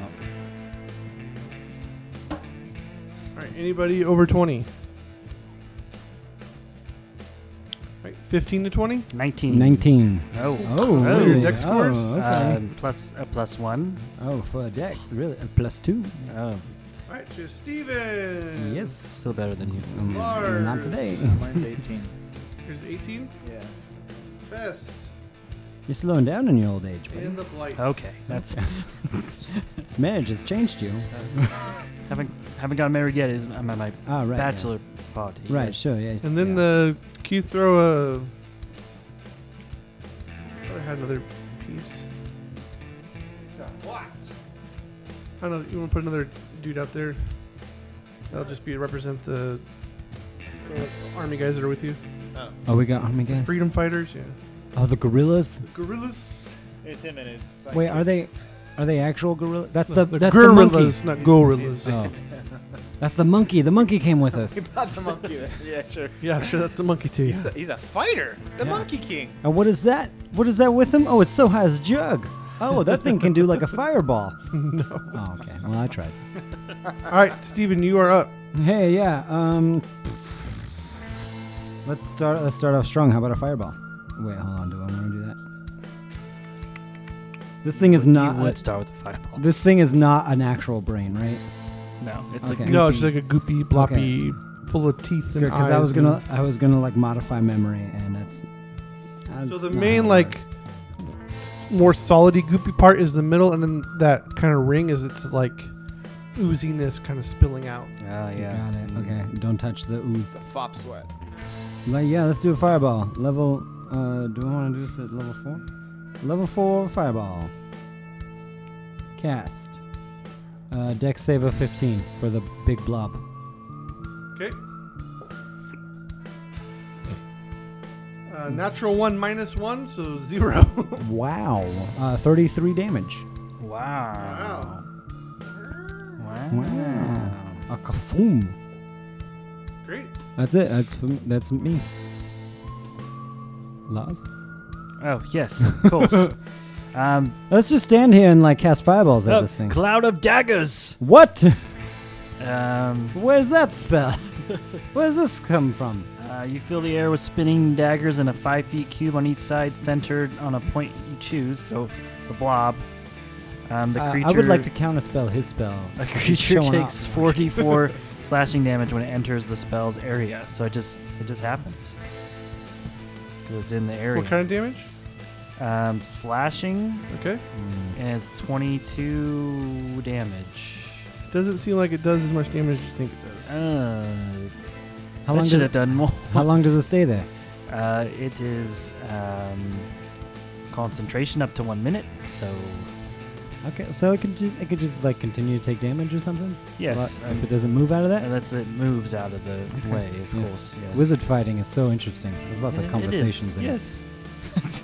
[SPEAKER 4] All right, anybody over 20? All right, 15 to 20?
[SPEAKER 6] 19.
[SPEAKER 2] 19.
[SPEAKER 6] Oh.
[SPEAKER 2] Oh,
[SPEAKER 6] Oh, your
[SPEAKER 4] dex scores?
[SPEAKER 2] Oh, okay.
[SPEAKER 6] Uh, plus a plus one.
[SPEAKER 2] oh, for a dex, really? A plus two?
[SPEAKER 6] Oh,
[SPEAKER 4] All right, so Steven.
[SPEAKER 2] Yes.
[SPEAKER 6] still Mm. better than you.
[SPEAKER 2] Mm,
[SPEAKER 4] Lars.
[SPEAKER 2] Not today.
[SPEAKER 3] Mine's 18.
[SPEAKER 4] Here's 18.
[SPEAKER 3] Yeah.
[SPEAKER 4] Fest
[SPEAKER 2] You're slowing down in your old age, buddy.
[SPEAKER 4] and the blight.
[SPEAKER 6] Okay, that's
[SPEAKER 2] Marriage has changed you.
[SPEAKER 6] haven't haven't gotten married yet. Is I'm at my
[SPEAKER 2] Ah, right. yeah.
[SPEAKER 6] bachelor party.
[SPEAKER 2] Right, sure, yes.
[SPEAKER 4] And then
[SPEAKER 2] yeah.
[SPEAKER 4] the Q throw a. thought I had another piece.
[SPEAKER 3] What?
[SPEAKER 4] I don't know. You want to put another dude out there? That'll just be to represent the uh, army guys that are with you.
[SPEAKER 2] Oh, we got army guys?
[SPEAKER 4] Freedom fighters, yeah.
[SPEAKER 2] Oh, the gorillas?
[SPEAKER 4] The gorillas.
[SPEAKER 3] It's him and his.
[SPEAKER 2] Wait, are they are they actual gorillas? That's the,
[SPEAKER 4] the
[SPEAKER 2] that's
[SPEAKER 4] gorillas, not gorillas.
[SPEAKER 2] the monkey. Oh. That's the monkey. The monkey came with us.
[SPEAKER 3] He brought the monkey. there. yeah, sure.
[SPEAKER 4] Yeah, sure. That's the monkey too.
[SPEAKER 3] He's a, he's a fighter. The Monkey King.
[SPEAKER 2] And what is that? What is that with him? Oh, it's so high as a jug. Oh, that thing can do like a fireball. no. Oh, okay. Well, I tried.
[SPEAKER 4] All right, Steven, you are up.
[SPEAKER 2] Hey, yeah. Um, let's start. Let's start off strong. How about a fireball? Wait, hold on. Do I want to do that? This thing is not.
[SPEAKER 6] you would
[SPEAKER 2] A,
[SPEAKER 6] start with a fireball.
[SPEAKER 2] this thing is not an actual brain, right?
[SPEAKER 6] No, it's
[SPEAKER 2] Okay.
[SPEAKER 6] like
[SPEAKER 4] No, it's like a goopy, bloppy, full of teeth and eyes.
[SPEAKER 2] Because I was
[SPEAKER 4] and-
[SPEAKER 2] gonna. I was gonna like modify memory, and that's.
[SPEAKER 4] So
[SPEAKER 2] that's
[SPEAKER 4] the
[SPEAKER 2] not how
[SPEAKER 4] main
[SPEAKER 2] it
[SPEAKER 4] like
[SPEAKER 2] works.
[SPEAKER 4] s- more solidy goopy part is the middle, and then that kind of ring is its like ooziness kind of spilling out.
[SPEAKER 6] Oh yeah.
[SPEAKER 2] Got it. Okay. Don't touch the ooze.
[SPEAKER 3] The fop sweat.
[SPEAKER 2] Like yeah, let's do a fireball. Level. Uh, do I want to do this at level four? Level four fireball. Cast. Uh, Dex save of 15 for the big blob.
[SPEAKER 4] Okay. Uh, natural one minus one, so zero.
[SPEAKER 2] Wow. Uh, 33 damage.
[SPEAKER 6] Wow. Wow.
[SPEAKER 2] Wow. A kafoom.
[SPEAKER 4] Great.
[SPEAKER 2] That's it. That's f- that's me. Laws.
[SPEAKER 6] Oh yes, of course. um,
[SPEAKER 2] Let's just stand here and like cast fireballs at
[SPEAKER 6] oh,
[SPEAKER 2] this thing.
[SPEAKER 6] cloud of daggers.
[SPEAKER 2] what?
[SPEAKER 6] Um,
[SPEAKER 2] Where's that spell? Where's this come from?
[SPEAKER 6] Uh, you fill the air with spinning daggers in a five feet cube on each side, centered on a point you choose. So, the blob. Um, the
[SPEAKER 2] Uh,
[SPEAKER 6] creature. Uh,
[SPEAKER 2] I would like to counterspell his spell.
[SPEAKER 6] A
[SPEAKER 2] He's
[SPEAKER 6] creature
[SPEAKER 2] showing
[SPEAKER 6] takes 44 slashing damage when it enters the spell's area. So it just it just happens. 'Cause It's in the area.
[SPEAKER 4] What kind of damage?
[SPEAKER 6] Um, slashing,
[SPEAKER 2] Hmm.
[SPEAKER 4] Okay.
[SPEAKER 6] and it's 22 damage.
[SPEAKER 4] Doesn't seem like it does as much damage as you think it does.
[SPEAKER 6] Uh,
[SPEAKER 2] How
[SPEAKER 6] that
[SPEAKER 2] long does
[SPEAKER 6] should have
[SPEAKER 2] it?
[SPEAKER 6] done more.
[SPEAKER 2] How long does it stay there?
[SPEAKER 6] Uh, it is um, concentration up to one minute. So
[SPEAKER 2] Okay, so it could just it could just like continue to take damage or something.
[SPEAKER 6] yes,
[SPEAKER 2] Well, if
[SPEAKER 6] um,
[SPEAKER 2] it doesn't move out of that.
[SPEAKER 6] unless it moves out of the
[SPEAKER 2] Okay.
[SPEAKER 6] way, of
[SPEAKER 2] Yes.
[SPEAKER 6] course. Yes.
[SPEAKER 2] Wizard fighting is so interesting. There's lots
[SPEAKER 6] It-
[SPEAKER 2] of
[SPEAKER 6] it
[SPEAKER 2] conversations
[SPEAKER 6] is,
[SPEAKER 2] in it.
[SPEAKER 6] yes.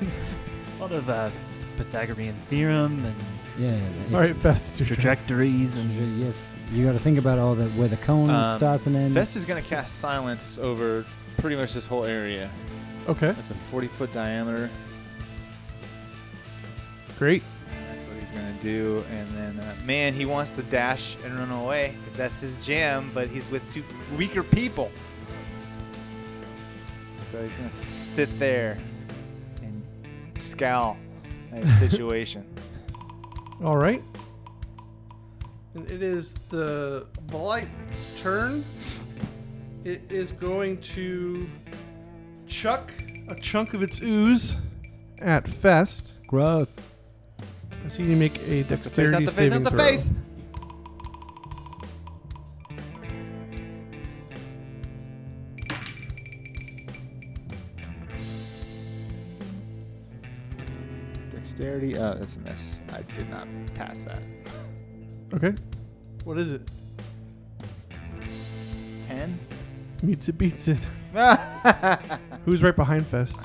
[SPEAKER 6] a lot of uh, Pythagorean theorem and
[SPEAKER 2] Yeah. yeah, yeah.
[SPEAKER 4] All right, fast. It's your turn.
[SPEAKER 6] trajectories and
[SPEAKER 2] Ju- Yes, you got to think about all the where the cone
[SPEAKER 3] Um,
[SPEAKER 2] starts and ends.
[SPEAKER 3] Vest is going to cast silence over pretty much this whole area.
[SPEAKER 4] Okay,
[SPEAKER 3] That's a 40 foot diameter.
[SPEAKER 4] great.
[SPEAKER 3] That's what he's going to do. And then, uh, man, he wants to dash and run away because that's his jam, but he's with two weaker people. So he's going to sit there and scowl at the situation.
[SPEAKER 4] All right. And it is the Blight's turn. It is going to chuck a chunk of its ooze at Fest.
[SPEAKER 2] Gross.
[SPEAKER 4] I see you make a
[SPEAKER 3] Not the face,
[SPEAKER 4] dexterity
[SPEAKER 3] not the face,
[SPEAKER 4] saving
[SPEAKER 3] not the
[SPEAKER 4] throw.
[SPEAKER 3] face! Dexterity. Oh, that's a miss. I did not pass that.
[SPEAKER 4] Okay. What is it?
[SPEAKER 3] 10?
[SPEAKER 4] Meets it, beats it. Who's right behind Fest?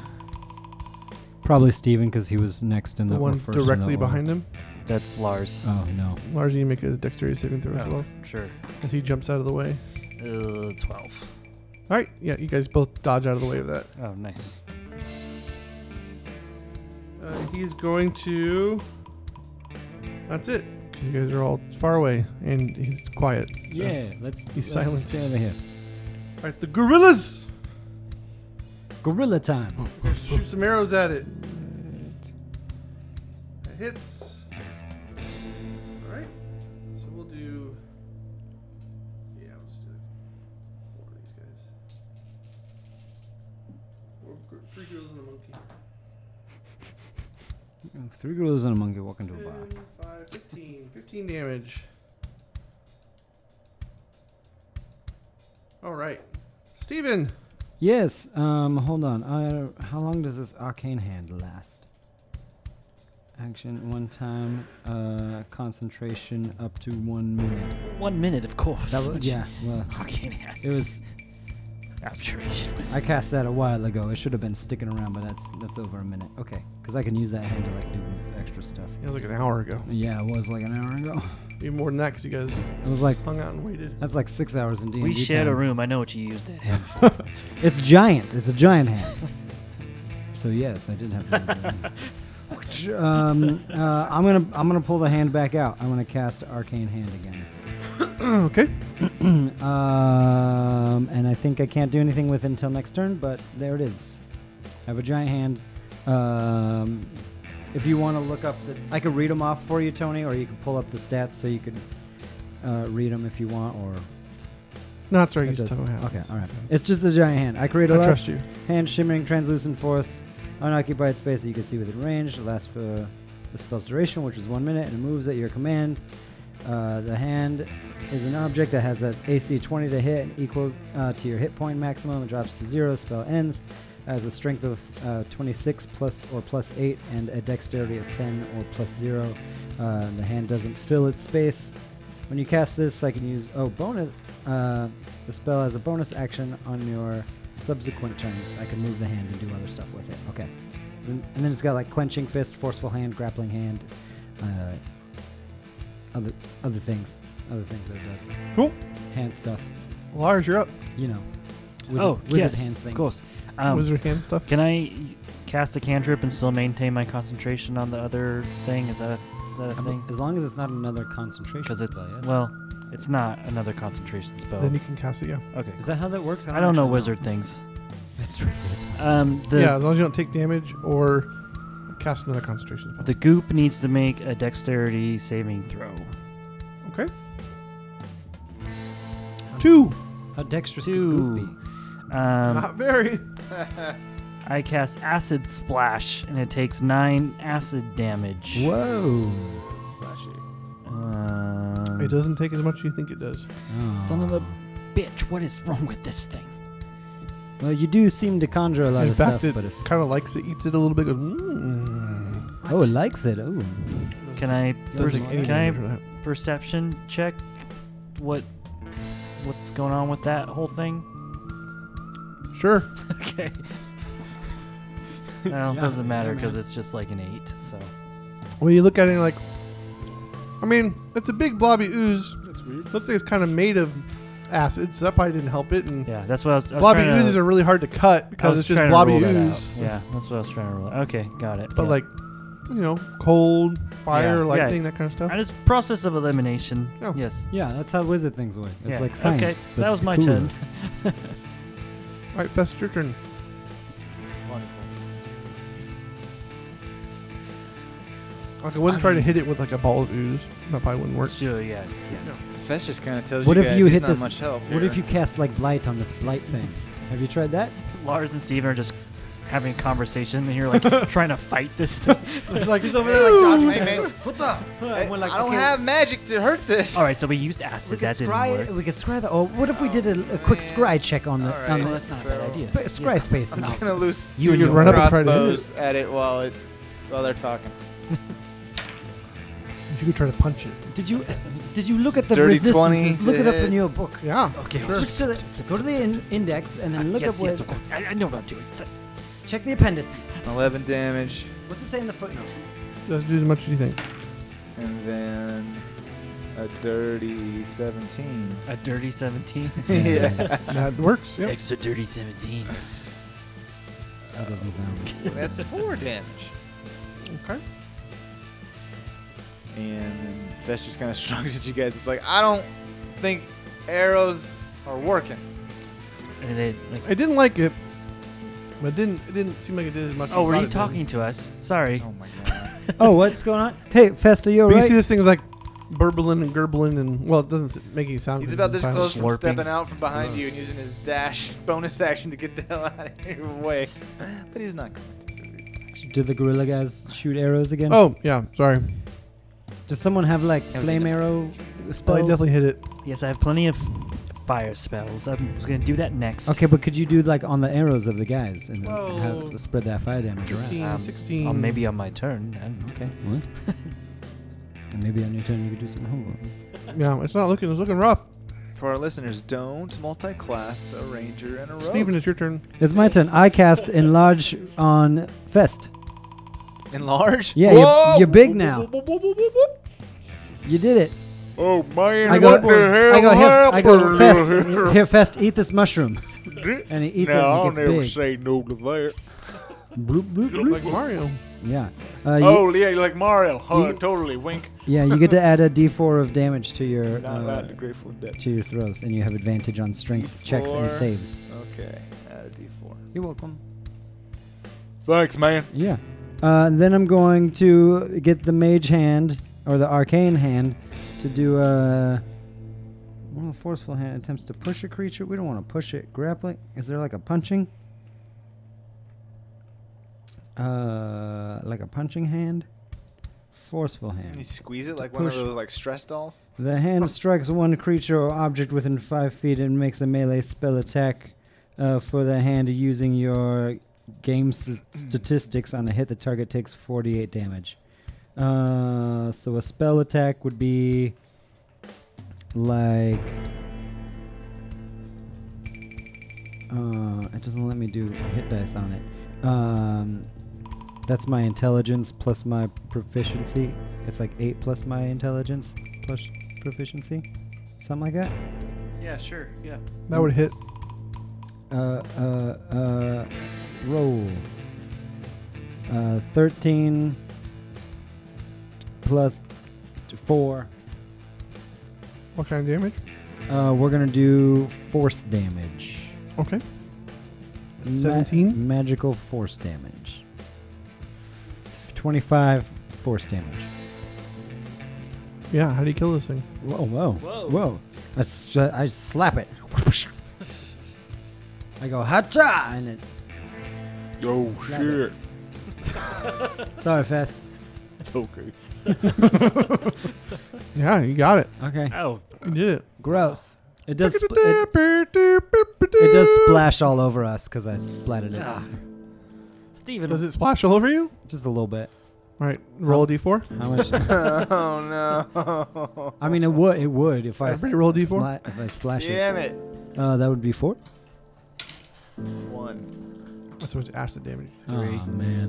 [SPEAKER 2] Probably Steven because he was next in
[SPEAKER 4] The
[SPEAKER 2] the
[SPEAKER 4] one directly behind him.
[SPEAKER 6] that's Lars.
[SPEAKER 2] Oh no.
[SPEAKER 4] Lars, you need to make a dexterity saving throw as
[SPEAKER 6] Oh,
[SPEAKER 4] well
[SPEAKER 6] sure.
[SPEAKER 4] as he jumps out of the way.
[SPEAKER 6] Uh, Twelve.
[SPEAKER 4] All right. Yeah, you guys both dodge out of the way of that.
[SPEAKER 6] Oh, nice.
[SPEAKER 4] Uh, he's going to. That's it. 'Cause you guys are all far away and he's quiet. so-
[SPEAKER 2] Yeah, let's. let's
[SPEAKER 4] He's
[SPEAKER 2] just
[SPEAKER 4] silenced.
[SPEAKER 2] Stay over here.
[SPEAKER 4] All right, the gorillas.
[SPEAKER 2] Gorilla
[SPEAKER 4] Oh.
[SPEAKER 2] time.
[SPEAKER 4] Shoot some arrows at it. That hits. All right. So we'll do. Yeah, we'll just do four of these guys. Four, gor- three gorillas and a monkey.
[SPEAKER 2] Three gorillas and a monkey walk into a bar.
[SPEAKER 4] 10, 5, 15, 15 damage. All right. Steven.
[SPEAKER 2] Yes. Um. Hold on. Uh, how long does this arcane hand last? Action one time. Uh, concentration up to one minute.
[SPEAKER 6] One minute, of course.
[SPEAKER 2] That was, yeah. Well,
[SPEAKER 6] I can't have
[SPEAKER 2] it was.
[SPEAKER 6] abjuration. Was
[SPEAKER 2] I cast that a while ago. It should have been sticking around, but that's that's over a minute. Okay, because I can use that hand to like do extra stuff.
[SPEAKER 4] It was like an hour ago.
[SPEAKER 2] Yeah, it was like an hour ago.
[SPEAKER 4] Even more than that because you guys
[SPEAKER 2] It was like
[SPEAKER 4] hung out and waited.
[SPEAKER 2] that's like six hours in D.
[SPEAKER 6] we shared a room. I know what you used that hand for.
[SPEAKER 2] It's giant. It's a giant hand. so yes, I did have. The hand. um, uh, I'm gonna I'm gonna pull the hand back out. I'm gonna cast arcane hand again.
[SPEAKER 4] okay.
[SPEAKER 2] Um, and I think I can't do anything with it until next turn, but there it is. I have a giant hand. Um, if you want to look up the, I could read them off for you, Tony, or you could pull up the stats so you could uh, read them if you want, or
[SPEAKER 4] No, it's right.
[SPEAKER 2] It
[SPEAKER 4] You just
[SPEAKER 2] does-
[SPEAKER 4] tell me how it
[SPEAKER 2] okay,
[SPEAKER 4] is.
[SPEAKER 2] all right. It's just a giant hand. I create a
[SPEAKER 4] I
[SPEAKER 2] large
[SPEAKER 4] trust you.
[SPEAKER 2] hand, shimmering, translucent force, unoccupied space that you can see within range. It lasts for the spell's duration, which is one minute, and it moves at your command. Uh, the hand is an object that has an AC 20 to hit and equal uh, to your hit point maximum. It drops to zero. Spell ends. Has a strength of uh, 26 plus or plus 8 and a dexterity of 10 or plus 0. Uh, the hand doesn't fill its space. When you cast this, I can use. Oh, bonus. Uh, the spell has a bonus action on your subsequent turns. I can move the hand and do other stuff with it. Okay. And and then it's got like clenching fist, forceful hand, grappling hand, uh, other other things, other things that it does.
[SPEAKER 4] Cool.
[SPEAKER 2] Hand stuff,
[SPEAKER 4] Lars, you're up.
[SPEAKER 2] you know. Wizard,
[SPEAKER 6] oh,
[SPEAKER 2] wizard
[SPEAKER 6] yes,
[SPEAKER 2] hands things.
[SPEAKER 6] of course. Um,
[SPEAKER 4] Wizard hand stuff.
[SPEAKER 6] Can I cast a cantrip and still maintain my concentration on the other thing? Is that a, is that a
[SPEAKER 2] Um,
[SPEAKER 6] thing?
[SPEAKER 2] As long as it's not another concentration
[SPEAKER 6] 'Cause it-
[SPEAKER 2] spell, yes.
[SPEAKER 6] Well, it's not another concentration spell.
[SPEAKER 4] Then you can cast it. Yeah.
[SPEAKER 6] okay.
[SPEAKER 2] is that how that works?
[SPEAKER 6] I don't know
[SPEAKER 2] actually
[SPEAKER 6] wizard things.
[SPEAKER 7] It's tricky. It's fine.
[SPEAKER 6] Um, the
[SPEAKER 4] yeah. As long as you don't take damage or cast another concentration. spell.
[SPEAKER 6] the goop needs to make a dexterity saving throw.
[SPEAKER 4] Okay.
[SPEAKER 2] How
[SPEAKER 4] Two.
[SPEAKER 2] How dexterous
[SPEAKER 6] Two.
[SPEAKER 2] could Goop be?
[SPEAKER 6] Um,
[SPEAKER 4] Not very.
[SPEAKER 6] I cast Acid Splash, and it takes nine acid damage.
[SPEAKER 2] Whoa.
[SPEAKER 3] Flashy.
[SPEAKER 6] Um,
[SPEAKER 4] It doesn't take as much as you think it does.
[SPEAKER 6] Son of
[SPEAKER 2] Aw.
[SPEAKER 6] a bitch! What is wrong with this thing?
[SPEAKER 2] Well, you do seem to conjure a lot
[SPEAKER 4] In
[SPEAKER 2] of
[SPEAKER 4] fact,
[SPEAKER 2] stuff,
[SPEAKER 4] it
[SPEAKER 2] but if
[SPEAKER 4] kind of likes it, eats it a little bit, goes, mmm.
[SPEAKER 2] oh, it likes it. Oh,
[SPEAKER 6] Can I
[SPEAKER 2] Yours
[SPEAKER 4] Doesn't
[SPEAKER 2] is
[SPEAKER 4] any
[SPEAKER 6] can I-
[SPEAKER 4] damage from that.
[SPEAKER 6] perception check? What what's going on with that whole thing?
[SPEAKER 4] Sure.
[SPEAKER 6] Okay.
[SPEAKER 2] Yeah,
[SPEAKER 6] well, it doesn't matter
[SPEAKER 2] yeah,
[SPEAKER 6] because
[SPEAKER 2] man.
[SPEAKER 6] it's just like an eight. So
[SPEAKER 4] When you look at it, you're like, I mean, it's a big blobby ooze.
[SPEAKER 3] That's weird.
[SPEAKER 4] Looks like it's kind of made of acid, so that probably didn't help it. And
[SPEAKER 6] yeah, that's what I was. I was
[SPEAKER 4] blobby
[SPEAKER 6] trying to-
[SPEAKER 4] oozes are really hard to cut
[SPEAKER 6] I
[SPEAKER 4] because
[SPEAKER 6] was
[SPEAKER 4] it's just
[SPEAKER 6] trying to
[SPEAKER 4] blobby
[SPEAKER 6] rule that out.
[SPEAKER 4] ooze.
[SPEAKER 6] Yeah, that's what I was trying to rule. Okay, got it.
[SPEAKER 4] But
[SPEAKER 6] Yeah.
[SPEAKER 4] like, you know, cold, fire,
[SPEAKER 6] Yeah, yeah.
[SPEAKER 4] lightning, that kind of stuff.
[SPEAKER 6] I just process of elimination.
[SPEAKER 4] Oh.
[SPEAKER 6] Yes.
[SPEAKER 2] yeah, that's how wizard things work. It's
[SPEAKER 6] Yeah.
[SPEAKER 2] like science.
[SPEAKER 6] Okay,
[SPEAKER 2] but
[SPEAKER 6] that was my
[SPEAKER 2] cooler.
[SPEAKER 6] turn.
[SPEAKER 4] All right, Fest, it's your turn.
[SPEAKER 3] Wonderful.
[SPEAKER 4] Like, I wouldn't try to hit it with like a ball of ooze. That probably wouldn't work.
[SPEAKER 6] Sure. Yes. Yes.
[SPEAKER 3] Fest just kind of tells
[SPEAKER 2] What
[SPEAKER 3] you
[SPEAKER 2] if
[SPEAKER 3] guys
[SPEAKER 2] you
[SPEAKER 3] he's
[SPEAKER 2] hit
[SPEAKER 3] not
[SPEAKER 2] this-
[SPEAKER 3] much help.
[SPEAKER 2] What if
[SPEAKER 3] here.
[SPEAKER 2] you cast like blight on this blight thing? Have you tried that?
[SPEAKER 6] Lars and Steven are just having a conversation, and you're like trying to fight this thing.
[SPEAKER 4] It's like he's over
[SPEAKER 3] They're like dodging things.
[SPEAKER 2] What's up?
[SPEAKER 3] Hey, I don't have magic to hurt this.
[SPEAKER 6] All right, so we used acid.
[SPEAKER 2] We could
[SPEAKER 6] that didn't work.
[SPEAKER 2] scry. We could scry that. Or what if we did a, a quick
[SPEAKER 3] man.
[SPEAKER 2] scry check on the
[SPEAKER 3] All
[SPEAKER 2] on
[SPEAKER 3] right.
[SPEAKER 2] the
[SPEAKER 6] Well, that's not a bad
[SPEAKER 3] So-
[SPEAKER 6] idea.
[SPEAKER 2] sp- scry space?
[SPEAKER 3] I'm
[SPEAKER 2] now.
[SPEAKER 3] just gonna loose
[SPEAKER 2] You
[SPEAKER 3] you
[SPEAKER 2] and
[SPEAKER 3] two
[SPEAKER 2] your run up
[SPEAKER 4] and try to hit
[SPEAKER 3] crossbows at it while it while they're talking.
[SPEAKER 4] You could try to punch it.
[SPEAKER 2] Did you did you look at the
[SPEAKER 3] Dirty 20
[SPEAKER 2] resistances?
[SPEAKER 3] to
[SPEAKER 2] Look it up
[SPEAKER 3] hit.
[SPEAKER 2] in your book.
[SPEAKER 4] Yeah.
[SPEAKER 6] Okay.
[SPEAKER 4] Sure.
[SPEAKER 2] Switch to the, go to the in- index and then look
[SPEAKER 6] Ah, yes,
[SPEAKER 2] up where.
[SPEAKER 6] yes, of course. I, I know what I'm doing. So-
[SPEAKER 2] Check the appendices.
[SPEAKER 3] Eleven damage,
[SPEAKER 2] What's it say in the footnotes?
[SPEAKER 4] Doesn't do as much as you think.
[SPEAKER 3] and then a dirty seventeen.
[SPEAKER 6] A dirty 17.
[SPEAKER 3] yeah,
[SPEAKER 4] That works. Yep.
[SPEAKER 6] Extra dirty 17.
[SPEAKER 2] That doesn't sound.
[SPEAKER 3] that's four damage.
[SPEAKER 4] Okay.
[SPEAKER 3] And then Fest just kind of shrugs at you guys. It's like I don't think arrows are working.
[SPEAKER 6] And they like,
[SPEAKER 4] I didn't like it, but it didn't it didn't seem like it did as much. as
[SPEAKER 6] oh, were
[SPEAKER 4] thought
[SPEAKER 6] you
[SPEAKER 4] it
[SPEAKER 6] talking to us? Sorry.
[SPEAKER 3] Oh my god.
[SPEAKER 2] oh, what's going on? Hey, Fest, are you
[SPEAKER 4] Did. But you see
[SPEAKER 2] alright?
[SPEAKER 4] this thing is like burbling and gurgling and well, it doesn't s- make any sound.
[SPEAKER 3] He's
[SPEAKER 4] 'cause
[SPEAKER 3] about
[SPEAKER 4] it's
[SPEAKER 3] this
[SPEAKER 4] silent.
[SPEAKER 3] close from
[SPEAKER 6] Slurping.
[SPEAKER 3] stepping out from behind you and using his dash bonus action to get the hell out of your way. But he's not going to.
[SPEAKER 2] Do the gorilla guys shoot arrows again?
[SPEAKER 4] Oh yeah, sorry.
[SPEAKER 2] Does someone have like
[SPEAKER 6] was
[SPEAKER 2] flame
[SPEAKER 6] a-
[SPEAKER 2] arrow
[SPEAKER 4] Well, I
[SPEAKER 2] spells?
[SPEAKER 4] definitely hit it.
[SPEAKER 6] Yes, I have plenty of fire spells. I was going to do that next.
[SPEAKER 2] Okay, but could you do like on the arrows of the guys and then
[SPEAKER 4] Well,
[SPEAKER 2] have, spread that fire damage around?
[SPEAKER 4] 15,
[SPEAKER 6] Um,
[SPEAKER 4] 16.
[SPEAKER 6] Oh, maybe on my turn. I don't know.
[SPEAKER 2] Okay. What? and maybe on your turn you could do some homework.
[SPEAKER 4] Yeah, it's not looking. It's looking rough.
[SPEAKER 3] For our listeners, don't multi-class a ranger and a rogue.
[SPEAKER 4] Steven, it's your turn.
[SPEAKER 2] It's my turn. I cast enlarge on Fest.
[SPEAKER 3] enlarge.
[SPEAKER 2] Yeah, you're- Whoa! you're big now. You did it.
[SPEAKER 3] Oh man,
[SPEAKER 2] I go, I go, here, I go, Fest, here, Fest, eat this mushroom. And he eats it and it gets big.
[SPEAKER 3] say no to that.
[SPEAKER 2] Bloop, bloop, bloop.
[SPEAKER 4] Like Mario.
[SPEAKER 2] Yeah. Uh, you,
[SPEAKER 3] yeah, you're like oh. Mario.
[SPEAKER 2] you-
[SPEAKER 3] totally. Wink.
[SPEAKER 2] Yeah, you get to add a d4 of damage to your uh,
[SPEAKER 3] Grateful Dead.
[SPEAKER 2] to your throws, and you have advantage on strength checks and
[SPEAKER 3] D4.
[SPEAKER 2] saves.
[SPEAKER 3] Okay, add a d4.
[SPEAKER 2] You're welcome.
[SPEAKER 3] Thanks, man.
[SPEAKER 2] Yeah. Uh, and then I'm going to get the mage hand or the arcane hand to do a. When a forceful hand attempts to push a creature, we don't want to push it. Grappling? Is there like a punching? Uh, like a punching hand? Forceful
[SPEAKER 3] You
[SPEAKER 2] hand.
[SPEAKER 3] squeeze it
[SPEAKER 2] To
[SPEAKER 3] like one of
[SPEAKER 2] push.
[SPEAKER 3] those like stress dolls.
[SPEAKER 2] The hand strikes one creature or object within five feet and makes a melee spell attack uh, for the hand using your game s- statistics. On a hit, the target takes 48 damage. Uh, so a spell attack would be like. Uh, it doesn't let me do hit dice on it. Um, that's my intelligence plus my proficiency. It's like 8 plus my intelligence plus proficiency. Something like that.
[SPEAKER 6] Yeah, sure. Yeah.
[SPEAKER 4] That would hit.
[SPEAKER 2] Uh, uh, uh, roll. Uh, 13 plus t- 4.
[SPEAKER 4] What kind of damage?
[SPEAKER 2] Uh, we're going to do force damage.
[SPEAKER 4] Okay.
[SPEAKER 2] Ma-
[SPEAKER 4] 17?
[SPEAKER 2] magical force damage. 25 force damage.
[SPEAKER 4] Yeah. How do you kill this thing?
[SPEAKER 2] Whoa, whoa. Whoa. I, s- I slap it. I go hacha, and it.
[SPEAKER 1] Oh
[SPEAKER 2] Slap it. Sorry, Fest.
[SPEAKER 1] Okay.
[SPEAKER 4] Yeah, you got it.
[SPEAKER 2] Okay.
[SPEAKER 6] Oh,
[SPEAKER 4] You did it.
[SPEAKER 2] Gross. It does. Spl- it, it does splash all over us because I splatted it.
[SPEAKER 6] ah. Steven.
[SPEAKER 4] Does it splash all over you?
[SPEAKER 2] Just a little bit.
[SPEAKER 4] All right, roll a d4.
[SPEAKER 2] How much?
[SPEAKER 3] oh
[SPEAKER 2] I mean, it would. It would if I
[SPEAKER 4] Everybody roll a D4?
[SPEAKER 2] spla- If I
[SPEAKER 3] no!
[SPEAKER 2] splash
[SPEAKER 3] Damn
[SPEAKER 2] it,
[SPEAKER 3] it!
[SPEAKER 2] Uh, that would be four.
[SPEAKER 3] One.
[SPEAKER 4] That's much acid damage.
[SPEAKER 2] Three. Oh man.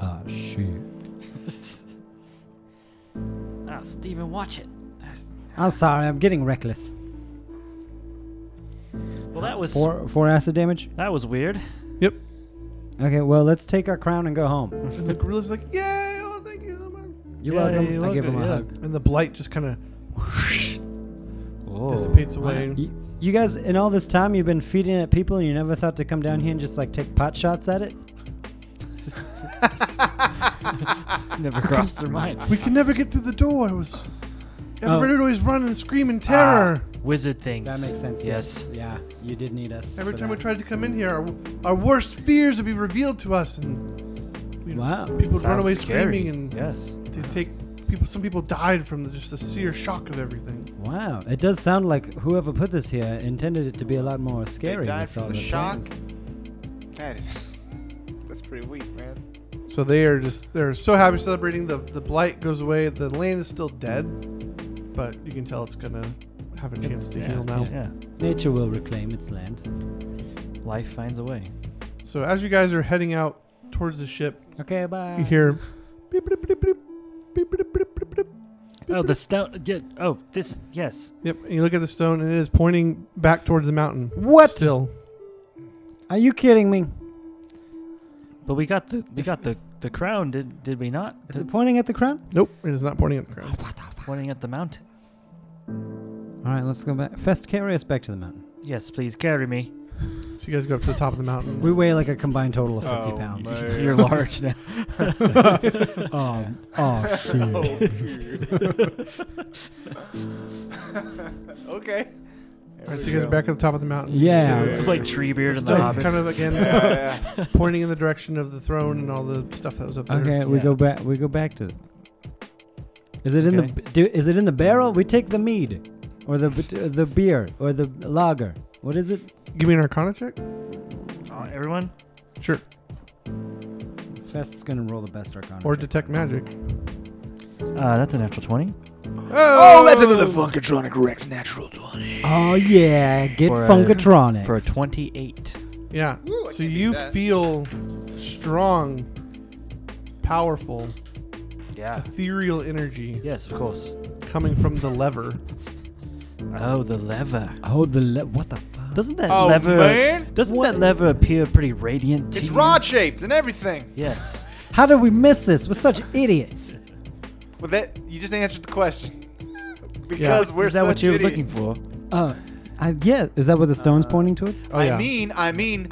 [SPEAKER 2] Ah shit.
[SPEAKER 6] Ah, Steven, watch it.
[SPEAKER 2] I'm sorry. I'm getting reckless.
[SPEAKER 6] Well, that was
[SPEAKER 2] Four four acid damage.
[SPEAKER 6] that was weird.
[SPEAKER 4] Yep.
[SPEAKER 2] Okay. Well, let's take our crown and go home.
[SPEAKER 4] And the gorilla's like, yay! Oh, thank you so much.
[SPEAKER 2] You're
[SPEAKER 6] Yeah,
[SPEAKER 2] welcome.
[SPEAKER 6] you're
[SPEAKER 2] I give him
[SPEAKER 6] welcome,
[SPEAKER 2] a
[SPEAKER 6] yeah.
[SPEAKER 2] hug.
[SPEAKER 4] And the blight just kind of
[SPEAKER 6] Whoa.
[SPEAKER 4] dissipates away.
[SPEAKER 2] You, you guys, in all this time, you've been feeding at people, and you never thought to come down here and just like take pot shots at it.
[SPEAKER 6] Never crossed their mind.
[SPEAKER 4] We can never get through the doors.
[SPEAKER 2] Oh.
[SPEAKER 4] Everybody would always run and scream in terror.
[SPEAKER 6] Ah, Wizard things.
[SPEAKER 2] That makes sense.
[SPEAKER 6] Yes.
[SPEAKER 2] Yeah. You did need us.
[SPEAKER 6] Ah.
[SPEAKER 4] Every
[SPEAKER 2] for
[SPEAKER 4] time we
[SPEAKER 2] that.
[SPEAKER 4] tried to come in here, our, our worst fears would be revealed to us, and
[SPEAKER 2] Wow.
[SPEAKER 4] people would run
[SPEAKER 6] Sounds
[SPEAKER 4] away
[SPEAKER 6] scary.
[SPEAKER 4] screaming and
[SPEAKER 6] yes.
[SPEAKER 4] to take people. Some people died from the, just the sheer shock of everything.
[SPEAKER 2] Wow. It does sound like whoever put this here intended it to be a lot more scary.
[SPEAKER 3] died
[SPEAKER 2] with
[SPEAKER 3] from
[SPEAKER 2] all
[SPEAKER 3] the
[SPEAKER 2] the
[SPEAKER 3] shock.
[SPEAKER 2] plans.
[SPEAKER 3] That is. That's pretty weak, man.
[SPEAKER 4] So they are just they're so happy celebrating. The the blight goes away. The land is still dead, but you can tell it's gonna have a chance to heal now.
[SPEAKER 6] Yeah.
[SPEAKER 2] Nature will reclaim its land.
[SPEAKER 6] Life finds a way.
[SPEAKER 4] So as you guys are heading out towards the ship,
[SPEAKER 2] Okay. Bye.
[SPEAKER 4] you hear. beep, beep, beep, beep, beep, beep, beep, beep, beep.
[SPEAKER 6] Oh, the stout. Yeah, oh, this. Yes.
[SPEAKER 4] Yep, and you look at the stone, and it is pointing back towards the mountain.
[SPEAKER 2] What?
[SPEAKER 4] Still,
[SPEAKER 2] Are you kidding me?
[SPEAKER 6] But we got the we got the the crown. Did did we not?
[SPEAKER 2] Is it pointing at the crown?
[SPEAKER 4] nope, it is not pointing at the ground.
[SPEAKER 6] Pointing at the mountain.
[SPEAKER 2] All right. Let's go back. Fest, carry us back to the mountain.
[SPEAKER 6] Yes, please carry me.
[SPEAKER 4] So you guys go up to the top of the mountain.
[SPEAKER 2] We weigh like a combined total
[SPEAKER 3] Oh,
[SPEAKER 2] of 50 pounds.
[SPEAKER 6] You're large now.
[SPEAKER 2] Oh, oh shit.
[SPEAKER 3] okay.
[SPEAKER 4] All right, so you guys are back at the top of the
[SPEAKER 3] Oh,
[SPEAKER 4] mountain.
[SPEAKER 2] Yeah.
[SPEAKER 6] It's like tree beard and the
[SPEAKER 4] Still, it's
[SPEAKER 6] hobbit.
[SPEAKER 4] kind of again
[SPEAKER 3] Yeah,
[SPEAKER 4] pointing in the direction of the throne and all the stuff that was up there.
[SPEAKER 2] Okay, we
[SPEAKER 6] Yeah.
[SPEAKER 2] go back. We go back to. Is it in the
[SPEAKER 6] Okay.
[SPEAKER 2] the? Do, is it in the barrel? We take the mead, or the b- the beer, or the lager. What is it?
[SPEAKER 4] Give me an Arcana check.
[SPEAKER 6] Uh, everyone,
[SPEAKER 4] Sure.
[SPEAKER 2] Fest's gonna roll the best arcana.
[SPEAKER 4] Or detect magic.
[SPEAKER 6] uh, that's a natural twenty.
[SPEAKER 3] Oh, that's another Funkatronic Rex natural 20.
[SPEAKER 2] oh yeah, get
[SPEAKER 6] For a-
[SPEAKER 2] funkatronic.
[SPEAKER 6] for a 28.
[SPEAKER 4] Yeah.
[SPEAKER 3] Ooh, I
[SPEAKER 4] so
[SPEAKER 3] can do
[SPEAKER 4] you
[SPEAKER 3] that.
[SPEAKER 4] feel strong, powerful,
[SPEAKER 6] Yeah.
[SPEAKER 4] ethereal energy
[SPEAKER 6] Yes, of course.
[SPEAKER 4] coming from the lever.
[SPEAKER 6] Oh, the lever.
[SPEAKER 2] oh the le- what the fuck?
[SPEAKER 6] Doesn't that
[SPEAKER 3] Oh,
[SPEAKER 6] lever?
[SPEAKER 3] man.
[SPEAKER 6] Doesn't that lever appear pretty radiant? to
[SPEAKER 3] It's
[SPEAKER 6] you?
[SPEAKER 3] rod shaped and everything.
[SPEAKER 6] Yes.
[SPEAKER 2] How did we miss this? We're such idiots.
[SPEAKER 3] Well, that you just answered the question. Because we're
[SPEAKER 6] Is that what
[SPEAKER 3] such
[SPEAKER 6] you were
[SPEAKER 3] idiots.
[SPEAKER 6] looking for?
[SPEAKER 2] Uh, I, yeah. Is that what the stone's
[SPEAKER 6] uh,
[SPEAKER 2] pointing towards?
[SPEAKER 4] Oh,
[SPEAKER 3] I
[SPEAKER 4] yeah.
[SPEAKER 3] mean, I mean,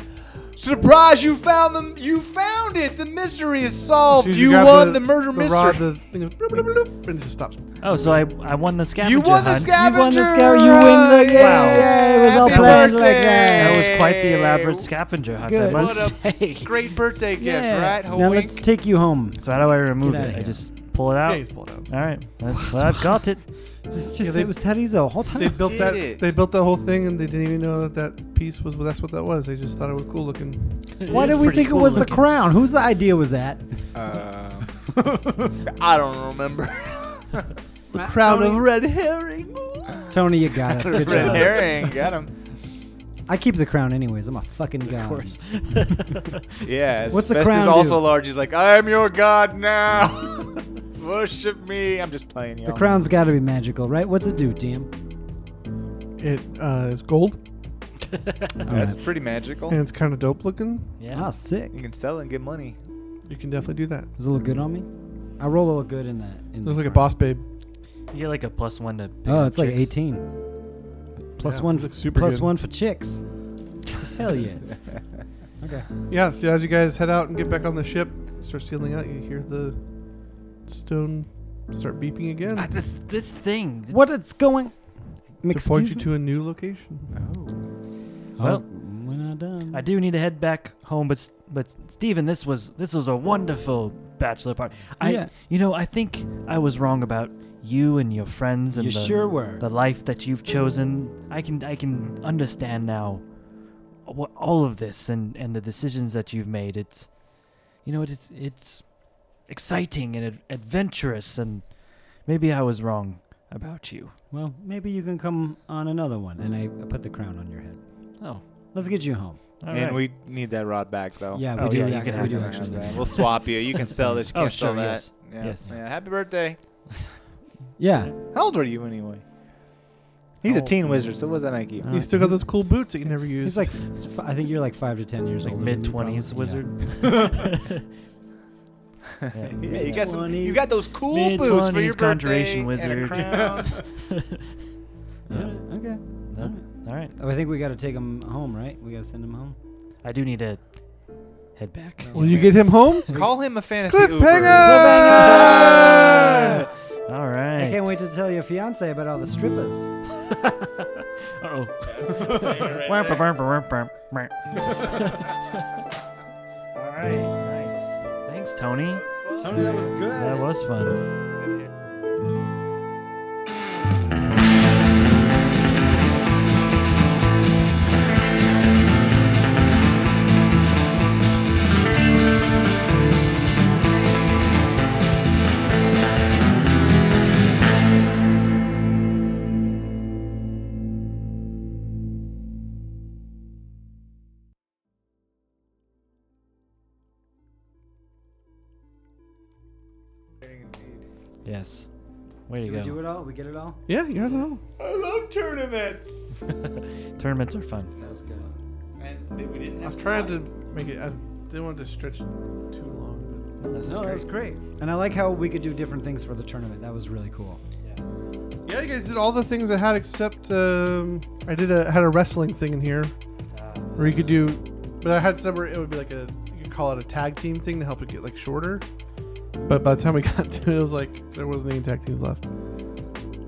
[SPEAKER 3] surprise! You found them. You found it. The mystery is
[SPEAKER 4] As
[SPEAKER 3] solved.
[SPEAKER 4] soon as
[SPEAKER 3] You
[SPEAKER 4] grab
[SPEAKER 3] won the, murder
[SPEAKER 4] the
[SPEAKER 3] mystery.
[SPEAKER 4] Rod, the thing goes bloop, bloop, bloop, bloop, and it just stops.
[SPEAKER 6] Oh, so I I won the scavenger
[SPEAKER 3] you won the
[SPEAKER 6] hunt.
[SPEAKER 3] scavenger.
[SPEAKER 2] You won the scav- you win the-
[SPEAKER 3] hunt.
[SPEAKER 6] Wow.
[SPEAKER 2] Yay, it was all
[SPEAKER 3] Happy
[SPEAKER 6] planned
[SPEAKER 2] like that.
[SPEAKER 6] That was quite the elaborate
[SPEAKER 3] birthday.
[SPEAKER 6] scavenger hunt, I
[SPEAKER 2] Good.
[SPEAKER 6] must
[SPEAKER 3] What
[SPEAKER 6] say.
[SPEAKER 3] Great birthday gift, right?
[SPEAKER 2] Now let's
[SPEAKER 3] Hoink.
[SPEAKER 2] take you home.
[SPEAKER 6] oh, So how do I remove
[SPEAKER 2] Get outta
[SPEAKER 6] it? I
[SPEAKER 2] here.
[SPEAKER 6] just pull it
[SPEAKER 4] Yeah,
[SPEAKER 6] out.
[SPEAKER 4] he's pulled out.
[SPEAKER 6] All right. That's- well, I've got it.
[SPEAKER 2] It's just
[SPEAKER 4] they-
[SPEAKER 2] it was that easy the whole
[SPEAKER 4] They
[SPEAKER 2] time.
[SPEAKER 4] built
[SPEAKER 3] did
[SPEAKER 4] that.
[SPEAKER 3] it.
[SPEAKER 4] They built that whole thing, and they didn't even know that that piece was. That's what that was. They just thought it was cool looking.
[SPEAKER 2] Why did we think it was the crown? Whose idea was that?
[SPEAKER 3] Um, I don't remember.
[SPEAKER 4] The crown of red.
[SPEAKER 3] herring.
[SPEAKER 2] Tony, you got us.
[SPEAKER 3] red
[SPEAKER 2] Good job.
[SPEAKER 3] herring. Got him.
[SPEAKER 2] I keep the crown anyways. I'm a fucking god.
[SPEAKER 6] Of course.
[SPEAKER 3] Yeah.
[SPEAKER 2] What's the
[SPEAKER 3] Best is
[SPEAKER 2] crown
[SPEAKER 3] also
[SPEAKER 2] do?
[SPEAKER 3] large. He's like, I'm your god now. Worship me. I'm just playing you.
[SPEAKER 2] The crown's got to be magical, right? What's it do, DM?
[SPEAKER 4] It uh, is gold,
[SPEAKER 3] That's pretty magical.
[SPEAKER 4] and it's kind of dope looking.
[SPEAKER 2] Ah,
[SPEAKER 6] yeah.
[SPEAKER 2] sick.
[SPEAKER 3] You can sell and get money.
[SPEAKER 4] You can definitely do that.
[SPEAKER 2] Does it look good on me? I roll a little good in that. In
[SPEAKER 4] Looks
[SPEAKER 2] the
[SPEAKER 4] like a
[SPEAKER 2] crown.
[SPEAKER 4] boss babe.
[SPEAKER 6] You get like a plus one to. pick
[SPEAKER 2] Oh,
[SPEAKER 6] up
[SPEAKER 2] it's like
[SPEAKER 6] chicks.
[SPEAKER 2] 18. Plus
[SPEAKER 4] Yeah,
[SPEAKER 2] one.
[SPEAKER 4] it
[SPEAKER 2] For,
[SPEAKER 4] looks super
[SPEAKER 2] plus
[SPEAKER 4] good.
[SPEAKER 2] one for chicks. Hell yeah. okay.
[SPEAKER 4] Yeah. So as you guys head out and get back on the ship, start stealing out. You hear the stone start beeping again.
[SPEAKER 6] I just-
[SPEAKER 7] this thing. It's-
[SPEAKER 2] What is going?
[SPEAKER 4] to point you to a new location.
[SPEAKER 6] Oh. Well-
[SPEAKER 2] we're not done.
[SPEAKER 6] I do need to head back home, but s- but Stephen, this was this was a wonderful bachelor party. I
[SPEAKER 2] Yeah.
[SPEAKER 6] you know I think I was wrong about you and your friends and
[SPEAKER 2] you
[SPEAKER 6] the,
[SPEAKER 2] sure were.
[SPEAKER 6] the life that you've chosen. I can I can understand now what all of this and and the decisions that you've made. It's you know it's it's exciting and ad- adventurous and maybe I was wrong about you.
[SPEAKER 2] well, maybe you can come on another one, and I, I put the crown on your head.
[SPEAKER 6] Oh,
[SPEAKER 2] Let's get you home.
[SPEAKER 6] all
[SPEAKER 3] and
[SPEAKER 6] right.
[SPEAKER 3] we need that rod back though.
[SPEAKER 2] Yeah, we
[SPEAKER 6] Oh,
[SPEAKER 2] do.
[SPEAKER 6] yeah, you
[SPEAKER 2] act-
[SPEAKER 6] can
[SPEAKER 2] we
[SPEAKER 6] have
[SPEAKER 2] do
[SPEAKER 6] that.
[SPEAKER 2] actually.
[SPEAKER 3] Yeah, We'll swap you. You can sell this. You
[SPEAKER 6] Oh,
[SPEAKER 3] can't sell
[SPEAKER 6] sure,
[SPEAKER 3] that.
[SPEAKER 6] yes.
[SPEAKER 3] Yeah.
[SPEAKER 6] Yes.
[SPEAKER 3] yeah. Happy birthday.
[SPEAKER 2] Yeah,
[SPEAKER 3] How old are you anyway? He's a
[SPEAKER 6] Oh.
[SPEAKER 3] teen wizard, so what does that make you?
[SPEAKER 6] Uh,
[SPEAKER 4] He's still got those cool boots that you never
[SPEAKER 2] he's
[SPEAKER 4] used.
[SPEAKER 2] like, it's fi- I think you're like five to ten years
[SPEAKER 6] like
[SPEAKER 2] old. older than
[SPEAKER 6] mid
[SPEAKER 2] me, probably.
[SPEAKER 6] twenties
[SPEAKER 2] Yeah.
[SPEAKER 6] wizard. Yeah.
[SPEAKER 3] Yeah, you, got some, you
[SPEAKER 2] Mid-twenties.
[SPEAKER 3] got those cool boots for your
[SPEAKER 6] Mid-twenties
[SPEAKER 3] birthday
[SPEAKER 6] conjuration
[SPEAKER 3] and a
[SPEAKER 6] wizard.
[SPEAKER 3] crown.
[SPEAKER 2] Yeah. Okay.
[SPEAKER 6] No. All right.
[SPEAKER 2] Oh, I think we got to take him home, right? We got to send him home.
[SPEAKER 6] I do need to head back.
[SPEAKER 4] Will you get him home?
[SPEAKER 3] Call him a fantasy
[SPEAKER 4] Cliffhanger!
[SPEAKER 6] All right.
[SPEAKER 2] I can't wait to tell your fiance about all the strippers.
[SPEAKER 6] Uh oh. All right. Nice. Thanks, Tony.
[SPEAKER 3] Uber.
[SPEAKER 2] Tony, that was good.
[SPEAKER 6] That was fun. Yes. Way to
[SPEAKER 2] Did we
[SPEAKER 6] go.
[SPEAKER 2] do it all? We get it all?
[SPEAKER 4] Yeah, you don't know.
[SPEAKER 3] I love tournaments.
[SPEAKER 6] Tournaments are fun.
[SPEAKER 2] That was good.
[SPEAKER 3] And we didn't
[SPEAKER 4] I was trying to make it. I didn't want to stretch too long.
[SPEAKER 2] No, that was great. And I like how we could do different things for the tournament. That was really cool.
[SPEAKER 4] But yeah, you guys did all the things I had except um, I did a had a wrestling thing in here, where you could do, but I had somewhere it would be like a you could call it a tag team thing to help it get like shorter. But by the time we got to it, it was like there wasn't any tag teams left.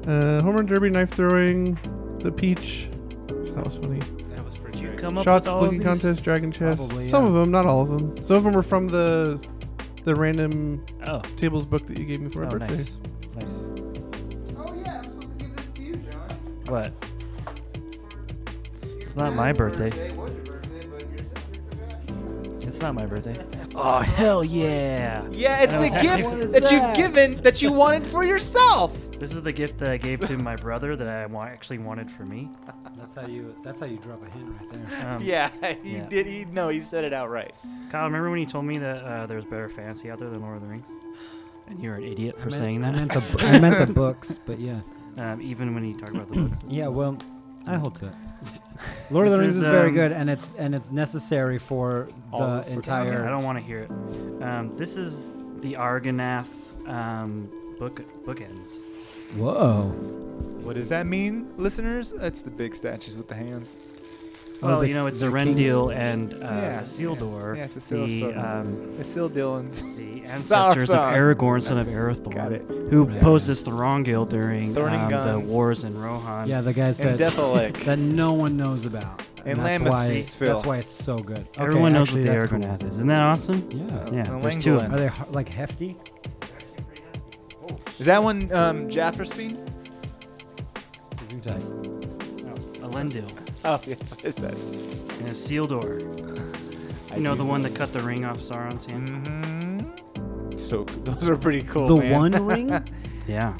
[SPEAKER 4] Uh, home run derby, knife throwing, the peach. That was funny.
[SPEAKER 3] That was pretty great.
[SPEAKER 6] Come up
[SPEAKER 4] Shots,
[SPEAKER 6] with all of
[SPEAKER 4] blinking
[SPEAKER 6] these?
[SPEAKER 4] contest, dragon chess.
[SPEAKER 2] Probably,
[SPEAKER 4] Some
[SPEAKER 2] yeah.
[SPEAKER 4] of them, not all of them. Some of them were from the the random
[SPEAKER 6] Oh.
[SPEAKER 4] tables book that you gave me for my
[SPEAKER 6] Oh,
[SPEAKER 4] birthday.
[SPEAKER 6] nice. Nice.
[SPEAKER 3] Oh yeah, I'm supposed to give this to you, John.
[SPEAKER 6] What? It's not my birthday.
[SPEAKER 3] was your birthday, but your sister forgot.
[SPEAKER 6] It's not my birthday. Oh hell yeah!
[SPEAKER 3] Yeah, it's
[SPEAKER 6] I
[SPEAKER 3] the
[SPEAKER 6] was happy to-
[SPEAKER 3] gift that, you've given that you wanted for yourself.
[SPEAKER 6] This is the gift that I gave to my brother that I wa- actually wanted for me.
[SPEAKER 2] That's how you. That's how you drop a hint right there.
[SPEAKER 6] Um,
[SPEAKER 3] yeah, he
[SPEAKER 6] yeah.
[SPEAKER 3] did. He no, he said it outright.
[SPEAKER 6] Kyle, remember when you told me that uh, there's better fantasy out there than Lord of the Rings? And you're an idiot
[SPEAKER 2] I
[SPEAKER 6] for
[SPEAKER 2] meant-
[SPEAKER 6] saying
[SPEAKER 2] I
[SPEAKER 6] that.
[SPEAKER 2] meant, the, bu- I meant the books, but yeah.
[SPEAKER 6] Um, even when you talk about the books. it's-
[SPEAKER 2] Yeah. Well, I hold to it. Lord of the
[SPEAKER 6] This
[SPEAKER 2] Rings
[SPEAKER 6] is,
[SPEAKER 2] is, very
[SPEAKER 6] um,
[SPEAKER 2] good, and it's and it's necessary for
[SPEAKER 6] All
[SPEAKER 2] the
[SPEAKER 6] of it.
[SPEAKER 2] entire.
[SPEAKER 6] Okay, I don't want to hear it. Um, this is the Argonath um, book bookends.
[SPEAKER 2] Whoa. Oh,
[SPEAKER 3] What does that mean, listeners? That's the big statues with the hands.
[SPEAKER 2] Oh,
[SPEAKER 6] Well,
[SPEAKER 2] the-
[SPEAKER 6] you know, it's
[SPEAKER 2] the
[SPEAKER 6] a
[SPEAKER 2] kings-
[SPEAKER 6] Rendil and uh,
[SPEAKER 3] Yeah,
[SPEAKER 6] a Isildur,
[SPEAKER 3] yeah, it's a
[SPEAKER 6] the,
[SPEAKER 3] Isildur.
[SPEAKER 6] um,
[SPEAKER 3] It's still Dylan's.
[SPEAKER 6] the
[SPEAKER 3] Sorry,
[SPEAKER 6] ancestors of
[SPEAKER 3] sorry.
[SPEAKER 6] Aragorn, son of
[SPEAKER 3] Got
[SPEAKER 6] Arathorn,
[SPEAKER 3] it.
[SPEAKER 6] who
[SPEAKER 2] Right.
[SPEAKER 6] posed as Thorongil during
[SPEAKER 3] Thorn and
[SPEAKER 6] um, the
[SPEAKER 3] Gun.
[SPEAKER 6] wars in Rohan.
[SPEAKER 2] Yeah, the guys
[SPEAKER 3] And
[SPEAKER 2] that
[SPEAKER 3] Deathlake.
[SPEAKER 2] that no one knows about.
[SPEAKER 3] And
[SPEAKER 2] that's
[SPEAKER 3] Lammas
[SPEAKER 2] why
[SPEAKER 3] Seasville.
[SPEAKER 2] that's why it's so good. Okay,
[SPEAKER 6] Everyone knows
[SPEAKER 2] actually,
[SPEAKER 6] what the
[SPEAKER 2] that's cool.
[SPEAKER 6] Argonath is. Isn't that awesome?
[SPEAKER 2] Yeah.
[SPEAKER 6] Yeah,
[SPEAKER 3] And
[SPEAKER 6] there's two of
[SPEAKER 3] Langolin.
[SPEAKER 2] Are they har- like hefty?
[SPEAKER 3] Is that one um, Jafferstein?
[SPEAKER 6] Elendil
[SPEAKER 3] Oh, yes, what is that?
[SPEAKER 6] and a Sealdor.
[SPEAKER 3] I
[SPEAKER 6] You know,
[SPEAKER 3] do
[SPEAKER 6] the one that cut the ring off Sauron's hand?
[SPEAKER 3] Mm-hmm. So c- those are pretty cool.
[SPEAKER 6] Oh,
[SPEAKER 2] the
[SPEAKER 3] man.
[SPEAKER 2] One Ring. Mm-hmm.
[SPEAKER 6] Yeah.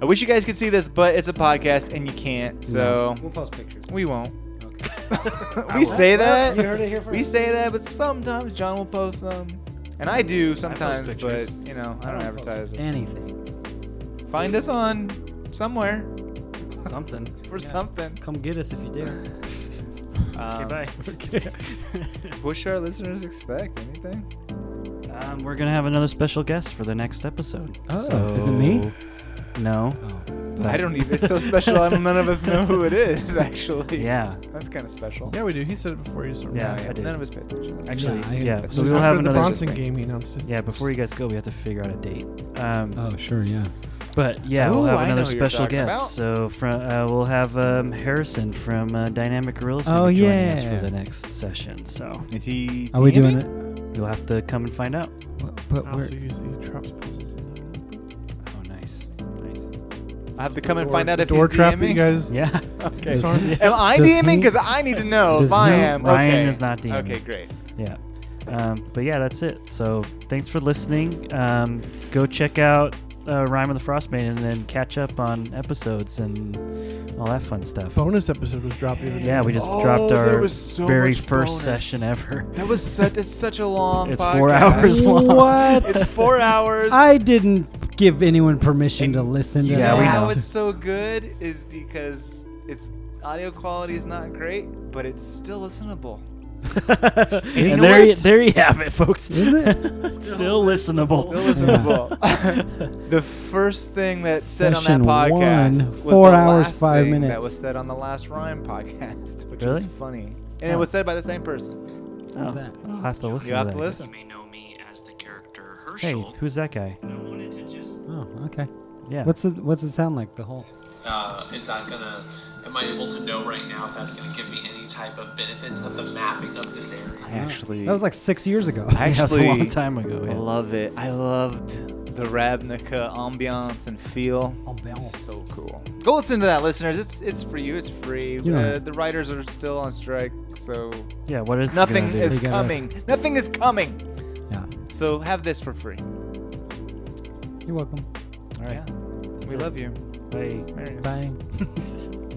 [SPEAKER 3] I wish you guys could see this, but it's a podcast and you can't, so
[SPEAKER 2] We'll post pictures.
[SPEAKER 3] we won't.
[SPEAKER 2] Okay.
[SPEAKER 3] we say that.
[SPEAKER 2] You heard it here first.
[SPEAKER 3] we say that, but sometimes John will post them, and I do sometimes, but
[SPEAKER 6] pictures.
[SPEAKER 3] you know I don't, advertise them.
[SPEAKER 2] anything.
[SPEAKER 3] Find us on somewhere
[SPEAKER 6] Something.
[SPEAKER 3] for something.
[SPEAKER 2] Come get us if you dare.
[SPEAKER 3] Um,
[SPEAKER 6] okay,
[SPEAKER 3] What should our listeners expect? Anything?
[SPEAKER 6] bye. um, we're gonna have another special guest for the next episode.
[SPEAKER 2] Oh, is it me?
[SPEAKER 6] So- No.
[SPEAKER 2] Oh.
[SPEAKER 6] but-
[SPEAKER 3] I don't even. It's so special. I don't, none of us know who it is. Actually,
[SPEAKER 6] Yeah.
[SPEAKER 3] that's kind of special.
[SPEAKER 4] Yeah, we do. He said it before you. started.
[SPEAKER 6] Yeah, I did.
[SPEAKER 3] None of us paid attention.
[SPEAKER 6] Actually,
[SPEAKER 2] Yeah, I-
[SPEAKER 6] yeah.
[SPEAKER 2] it's
[SPEAKER 6] So
[SPEAKER 4] Just
[SPEAKER 6] we'll have
[SPEAKER 4] after the
[SPEAKER 6] another.
[SPEAKER 4] Bronson game, he announced it.
[SPEAKER 6] Yeah. Before you guys go, we have to figure out a date. Um,
[SPEAKER 2] Oh, sure, yeah.
[SPEAKER 6] But yeah, we'll
[SPEAKER 3] Ooh,
[SPEAKER 6] have
[SPEAKER 3] I know
[SPEAKER 6] another
[SPEAKER 3] who you're
[SPEAKER 6] special
[SPEAKER 3] talking
[SPEAKER 6] guest. So from uh, we'll have um, Harrison from uh, Dynamic Gorillas gonna
[SPEAKER 2] Oh,
[SPEAKER 6] be joining us
[SPEAKER 2] yeah.
[SPEAKER 6] for the next session. So
[SPEAKER 3] Is he?
[SPEAKER 2] Are we
[SPEAKER 3] DMing?
[SPEAKER 2] doing it?
[SPEAKER 6] you'll have to come and find out.
[SPEAKER 2] What- But
[SPEAKER 4] I
[SPEAKER 2] we're,
[SPEAKER 4] also use the trap spells. in that.
[SPEAKER 6] Oh, nice, nice.
[SPEAKER 3] I have to come and
[SPEAKER 4] Door-
[SPEAKER 3] find out if
[SPEAKER 4] door
[SPEAKER 3] he's
[SPEAKER 4] trap that you
[SPEAKER 3] DMing.
[SPEAKER 4] guys.
[SPEAKER 6] Yeah,
[SPEAKER 3] Okay.
[SPEAKER 4] Does he-
[SPEAKER 3] Am I
[SPEAKER 2] does
[SPEAKER 3] DMing?
[SPEAKER 2] he-
[SPEAKER 3] Because I need to know
[SPEAKER 2] does
[SPEAKER 3] if I
[SPEAKER 2] he-
[SPEAKER 3] am.
[SPEAKER 6] Ryan
[SPEAKER 3] okay.
[SPEAKER 6] is not DMing.
[SPEAKER 3] Okay, great.
[SPEAKER 6] yeah. Um, but yeah, that's it. So thanks for listening. Um, go check out uh, Rhyme of the Frostbane and then catch up on episodes and all that fun stuff.
[SPEAKER 4] Bonus episode was dropped. the other day.
[SPEAKER 6] Yeah, we just
[SPEAKER 3] Oh,
[SPEAKER 6] dropped
[SPEAKER 3] there
[SPEAKER 6] our
[SPEAKER 3] was so
[SPEAKER 6] very
[SPEAKER 3] much
[SPEAKER 6] first
[SPEAKER 3] bonus.
[SPEAKER 6] session ever.
[SPEAKER 3] That was such, it's such a long
[SPEAKER 6] It's
[SPEAKER 3] podcast.
[SPEAKER 6] four hours long.
[SPEAKER 2] What?
[SPEAKER 3] It's four hours.
[SPEAKER 2] I didn't give anyone permission to listen to
[SPEAKER 3] You
[SPEAKER 6] Yeah,
[SPEAKER 3] know
[SPEAKER 6] we
[SPEAKER 3] how
[SPEAKER 6] know.
[SPEAKER 3] it's so good is because its audio quality is not great, but it's still listenable.
[SPEAKER 6] and
[SPEAKER 3] know
[SPEAKER 6] there, you,
[SPEAKER 3] what?
[SPEAKER 6] there you have it, folks.
[SPEAKER 2] Is it?
[SPEAKER 6] Still listenable.
[SPEAKER 3] Still listenable. the first thing that said on that
[SPEAKER 2] Session one,
[SPEAKER 3] podcast was
[SPEAKER 2] four
[SPEAKER 3] the
[SPEAKER 2] hours,
[SPEAKER 3] last
[SPEAKER 2] five
[SPEAKER 3] thing
[SPEAKER 2] minutes.
[SPEAKER 3] that was said on the last rhyme podcast, which
[SPEAKER 6] Really?
[SPEAKER 3] was funny. And it was said by the same person.
[SPEAKER 6] Oh, I'll have to listen.
[SPEAKER 3] You have to
[SPEAKER 6] that.
[SPEAKER 3] listen.
[SPEAKER 8] may know me as the character
[SPEAKER 6] Hey,
[SPEAKER 8] Herschel.
[SPEAKER 6] who's that guy?
[SPEAKER 8] I wanted to just.
[SPEAKER 2] Oh, okay.
[SPEAKER 6] Yeah.
[SPEAKER 2] What's it, what's it sound like? The whole.
[SPEAKER 8] Uh, is that gonna? Am I able to know right now if that's gonna give me any type of benefits of the mapping of this area?
[SPEAKER 3] Actually,
[SPEAKER 2] That was like six years ago.
[SPEAKER 3] I
[SPEAKER 6] Yeah, it was
[SPEAKER 3] actually
[SPEAKER 6] a long time ago. yeah.
[SPEAKER 3] love it. I loved the Ravnica ambiance and feel.
[SPEAKER 2] Ambiance.
[SPEAKER 3] So cool. Go listen to that, listeners. It's it's for you. It's free.
[SPEAKER 2] You know.
[SPEAKER 3] Uh, the writers are still on strike, so
[SPEAKER 6] Yeah. What is it gonna
[SPEAKER 3] nothing
[SPEAKER 6] do?
[SPEAKER 3] is
[SPEAKER 2] They got
[SPEAKER 3] coming. Nothing is coming.
[SPEAKER 2] Yeah.
[SPEAKER 3] So have this for free.
[SPEAKER 2] You're welcome.
[SPEAKER 6] All right.
[SPEAKER 3] We love you.
[SPEAKER 6] Bye.
[SPEAKER 3] Marius.
[SPEAKER 2] Bye.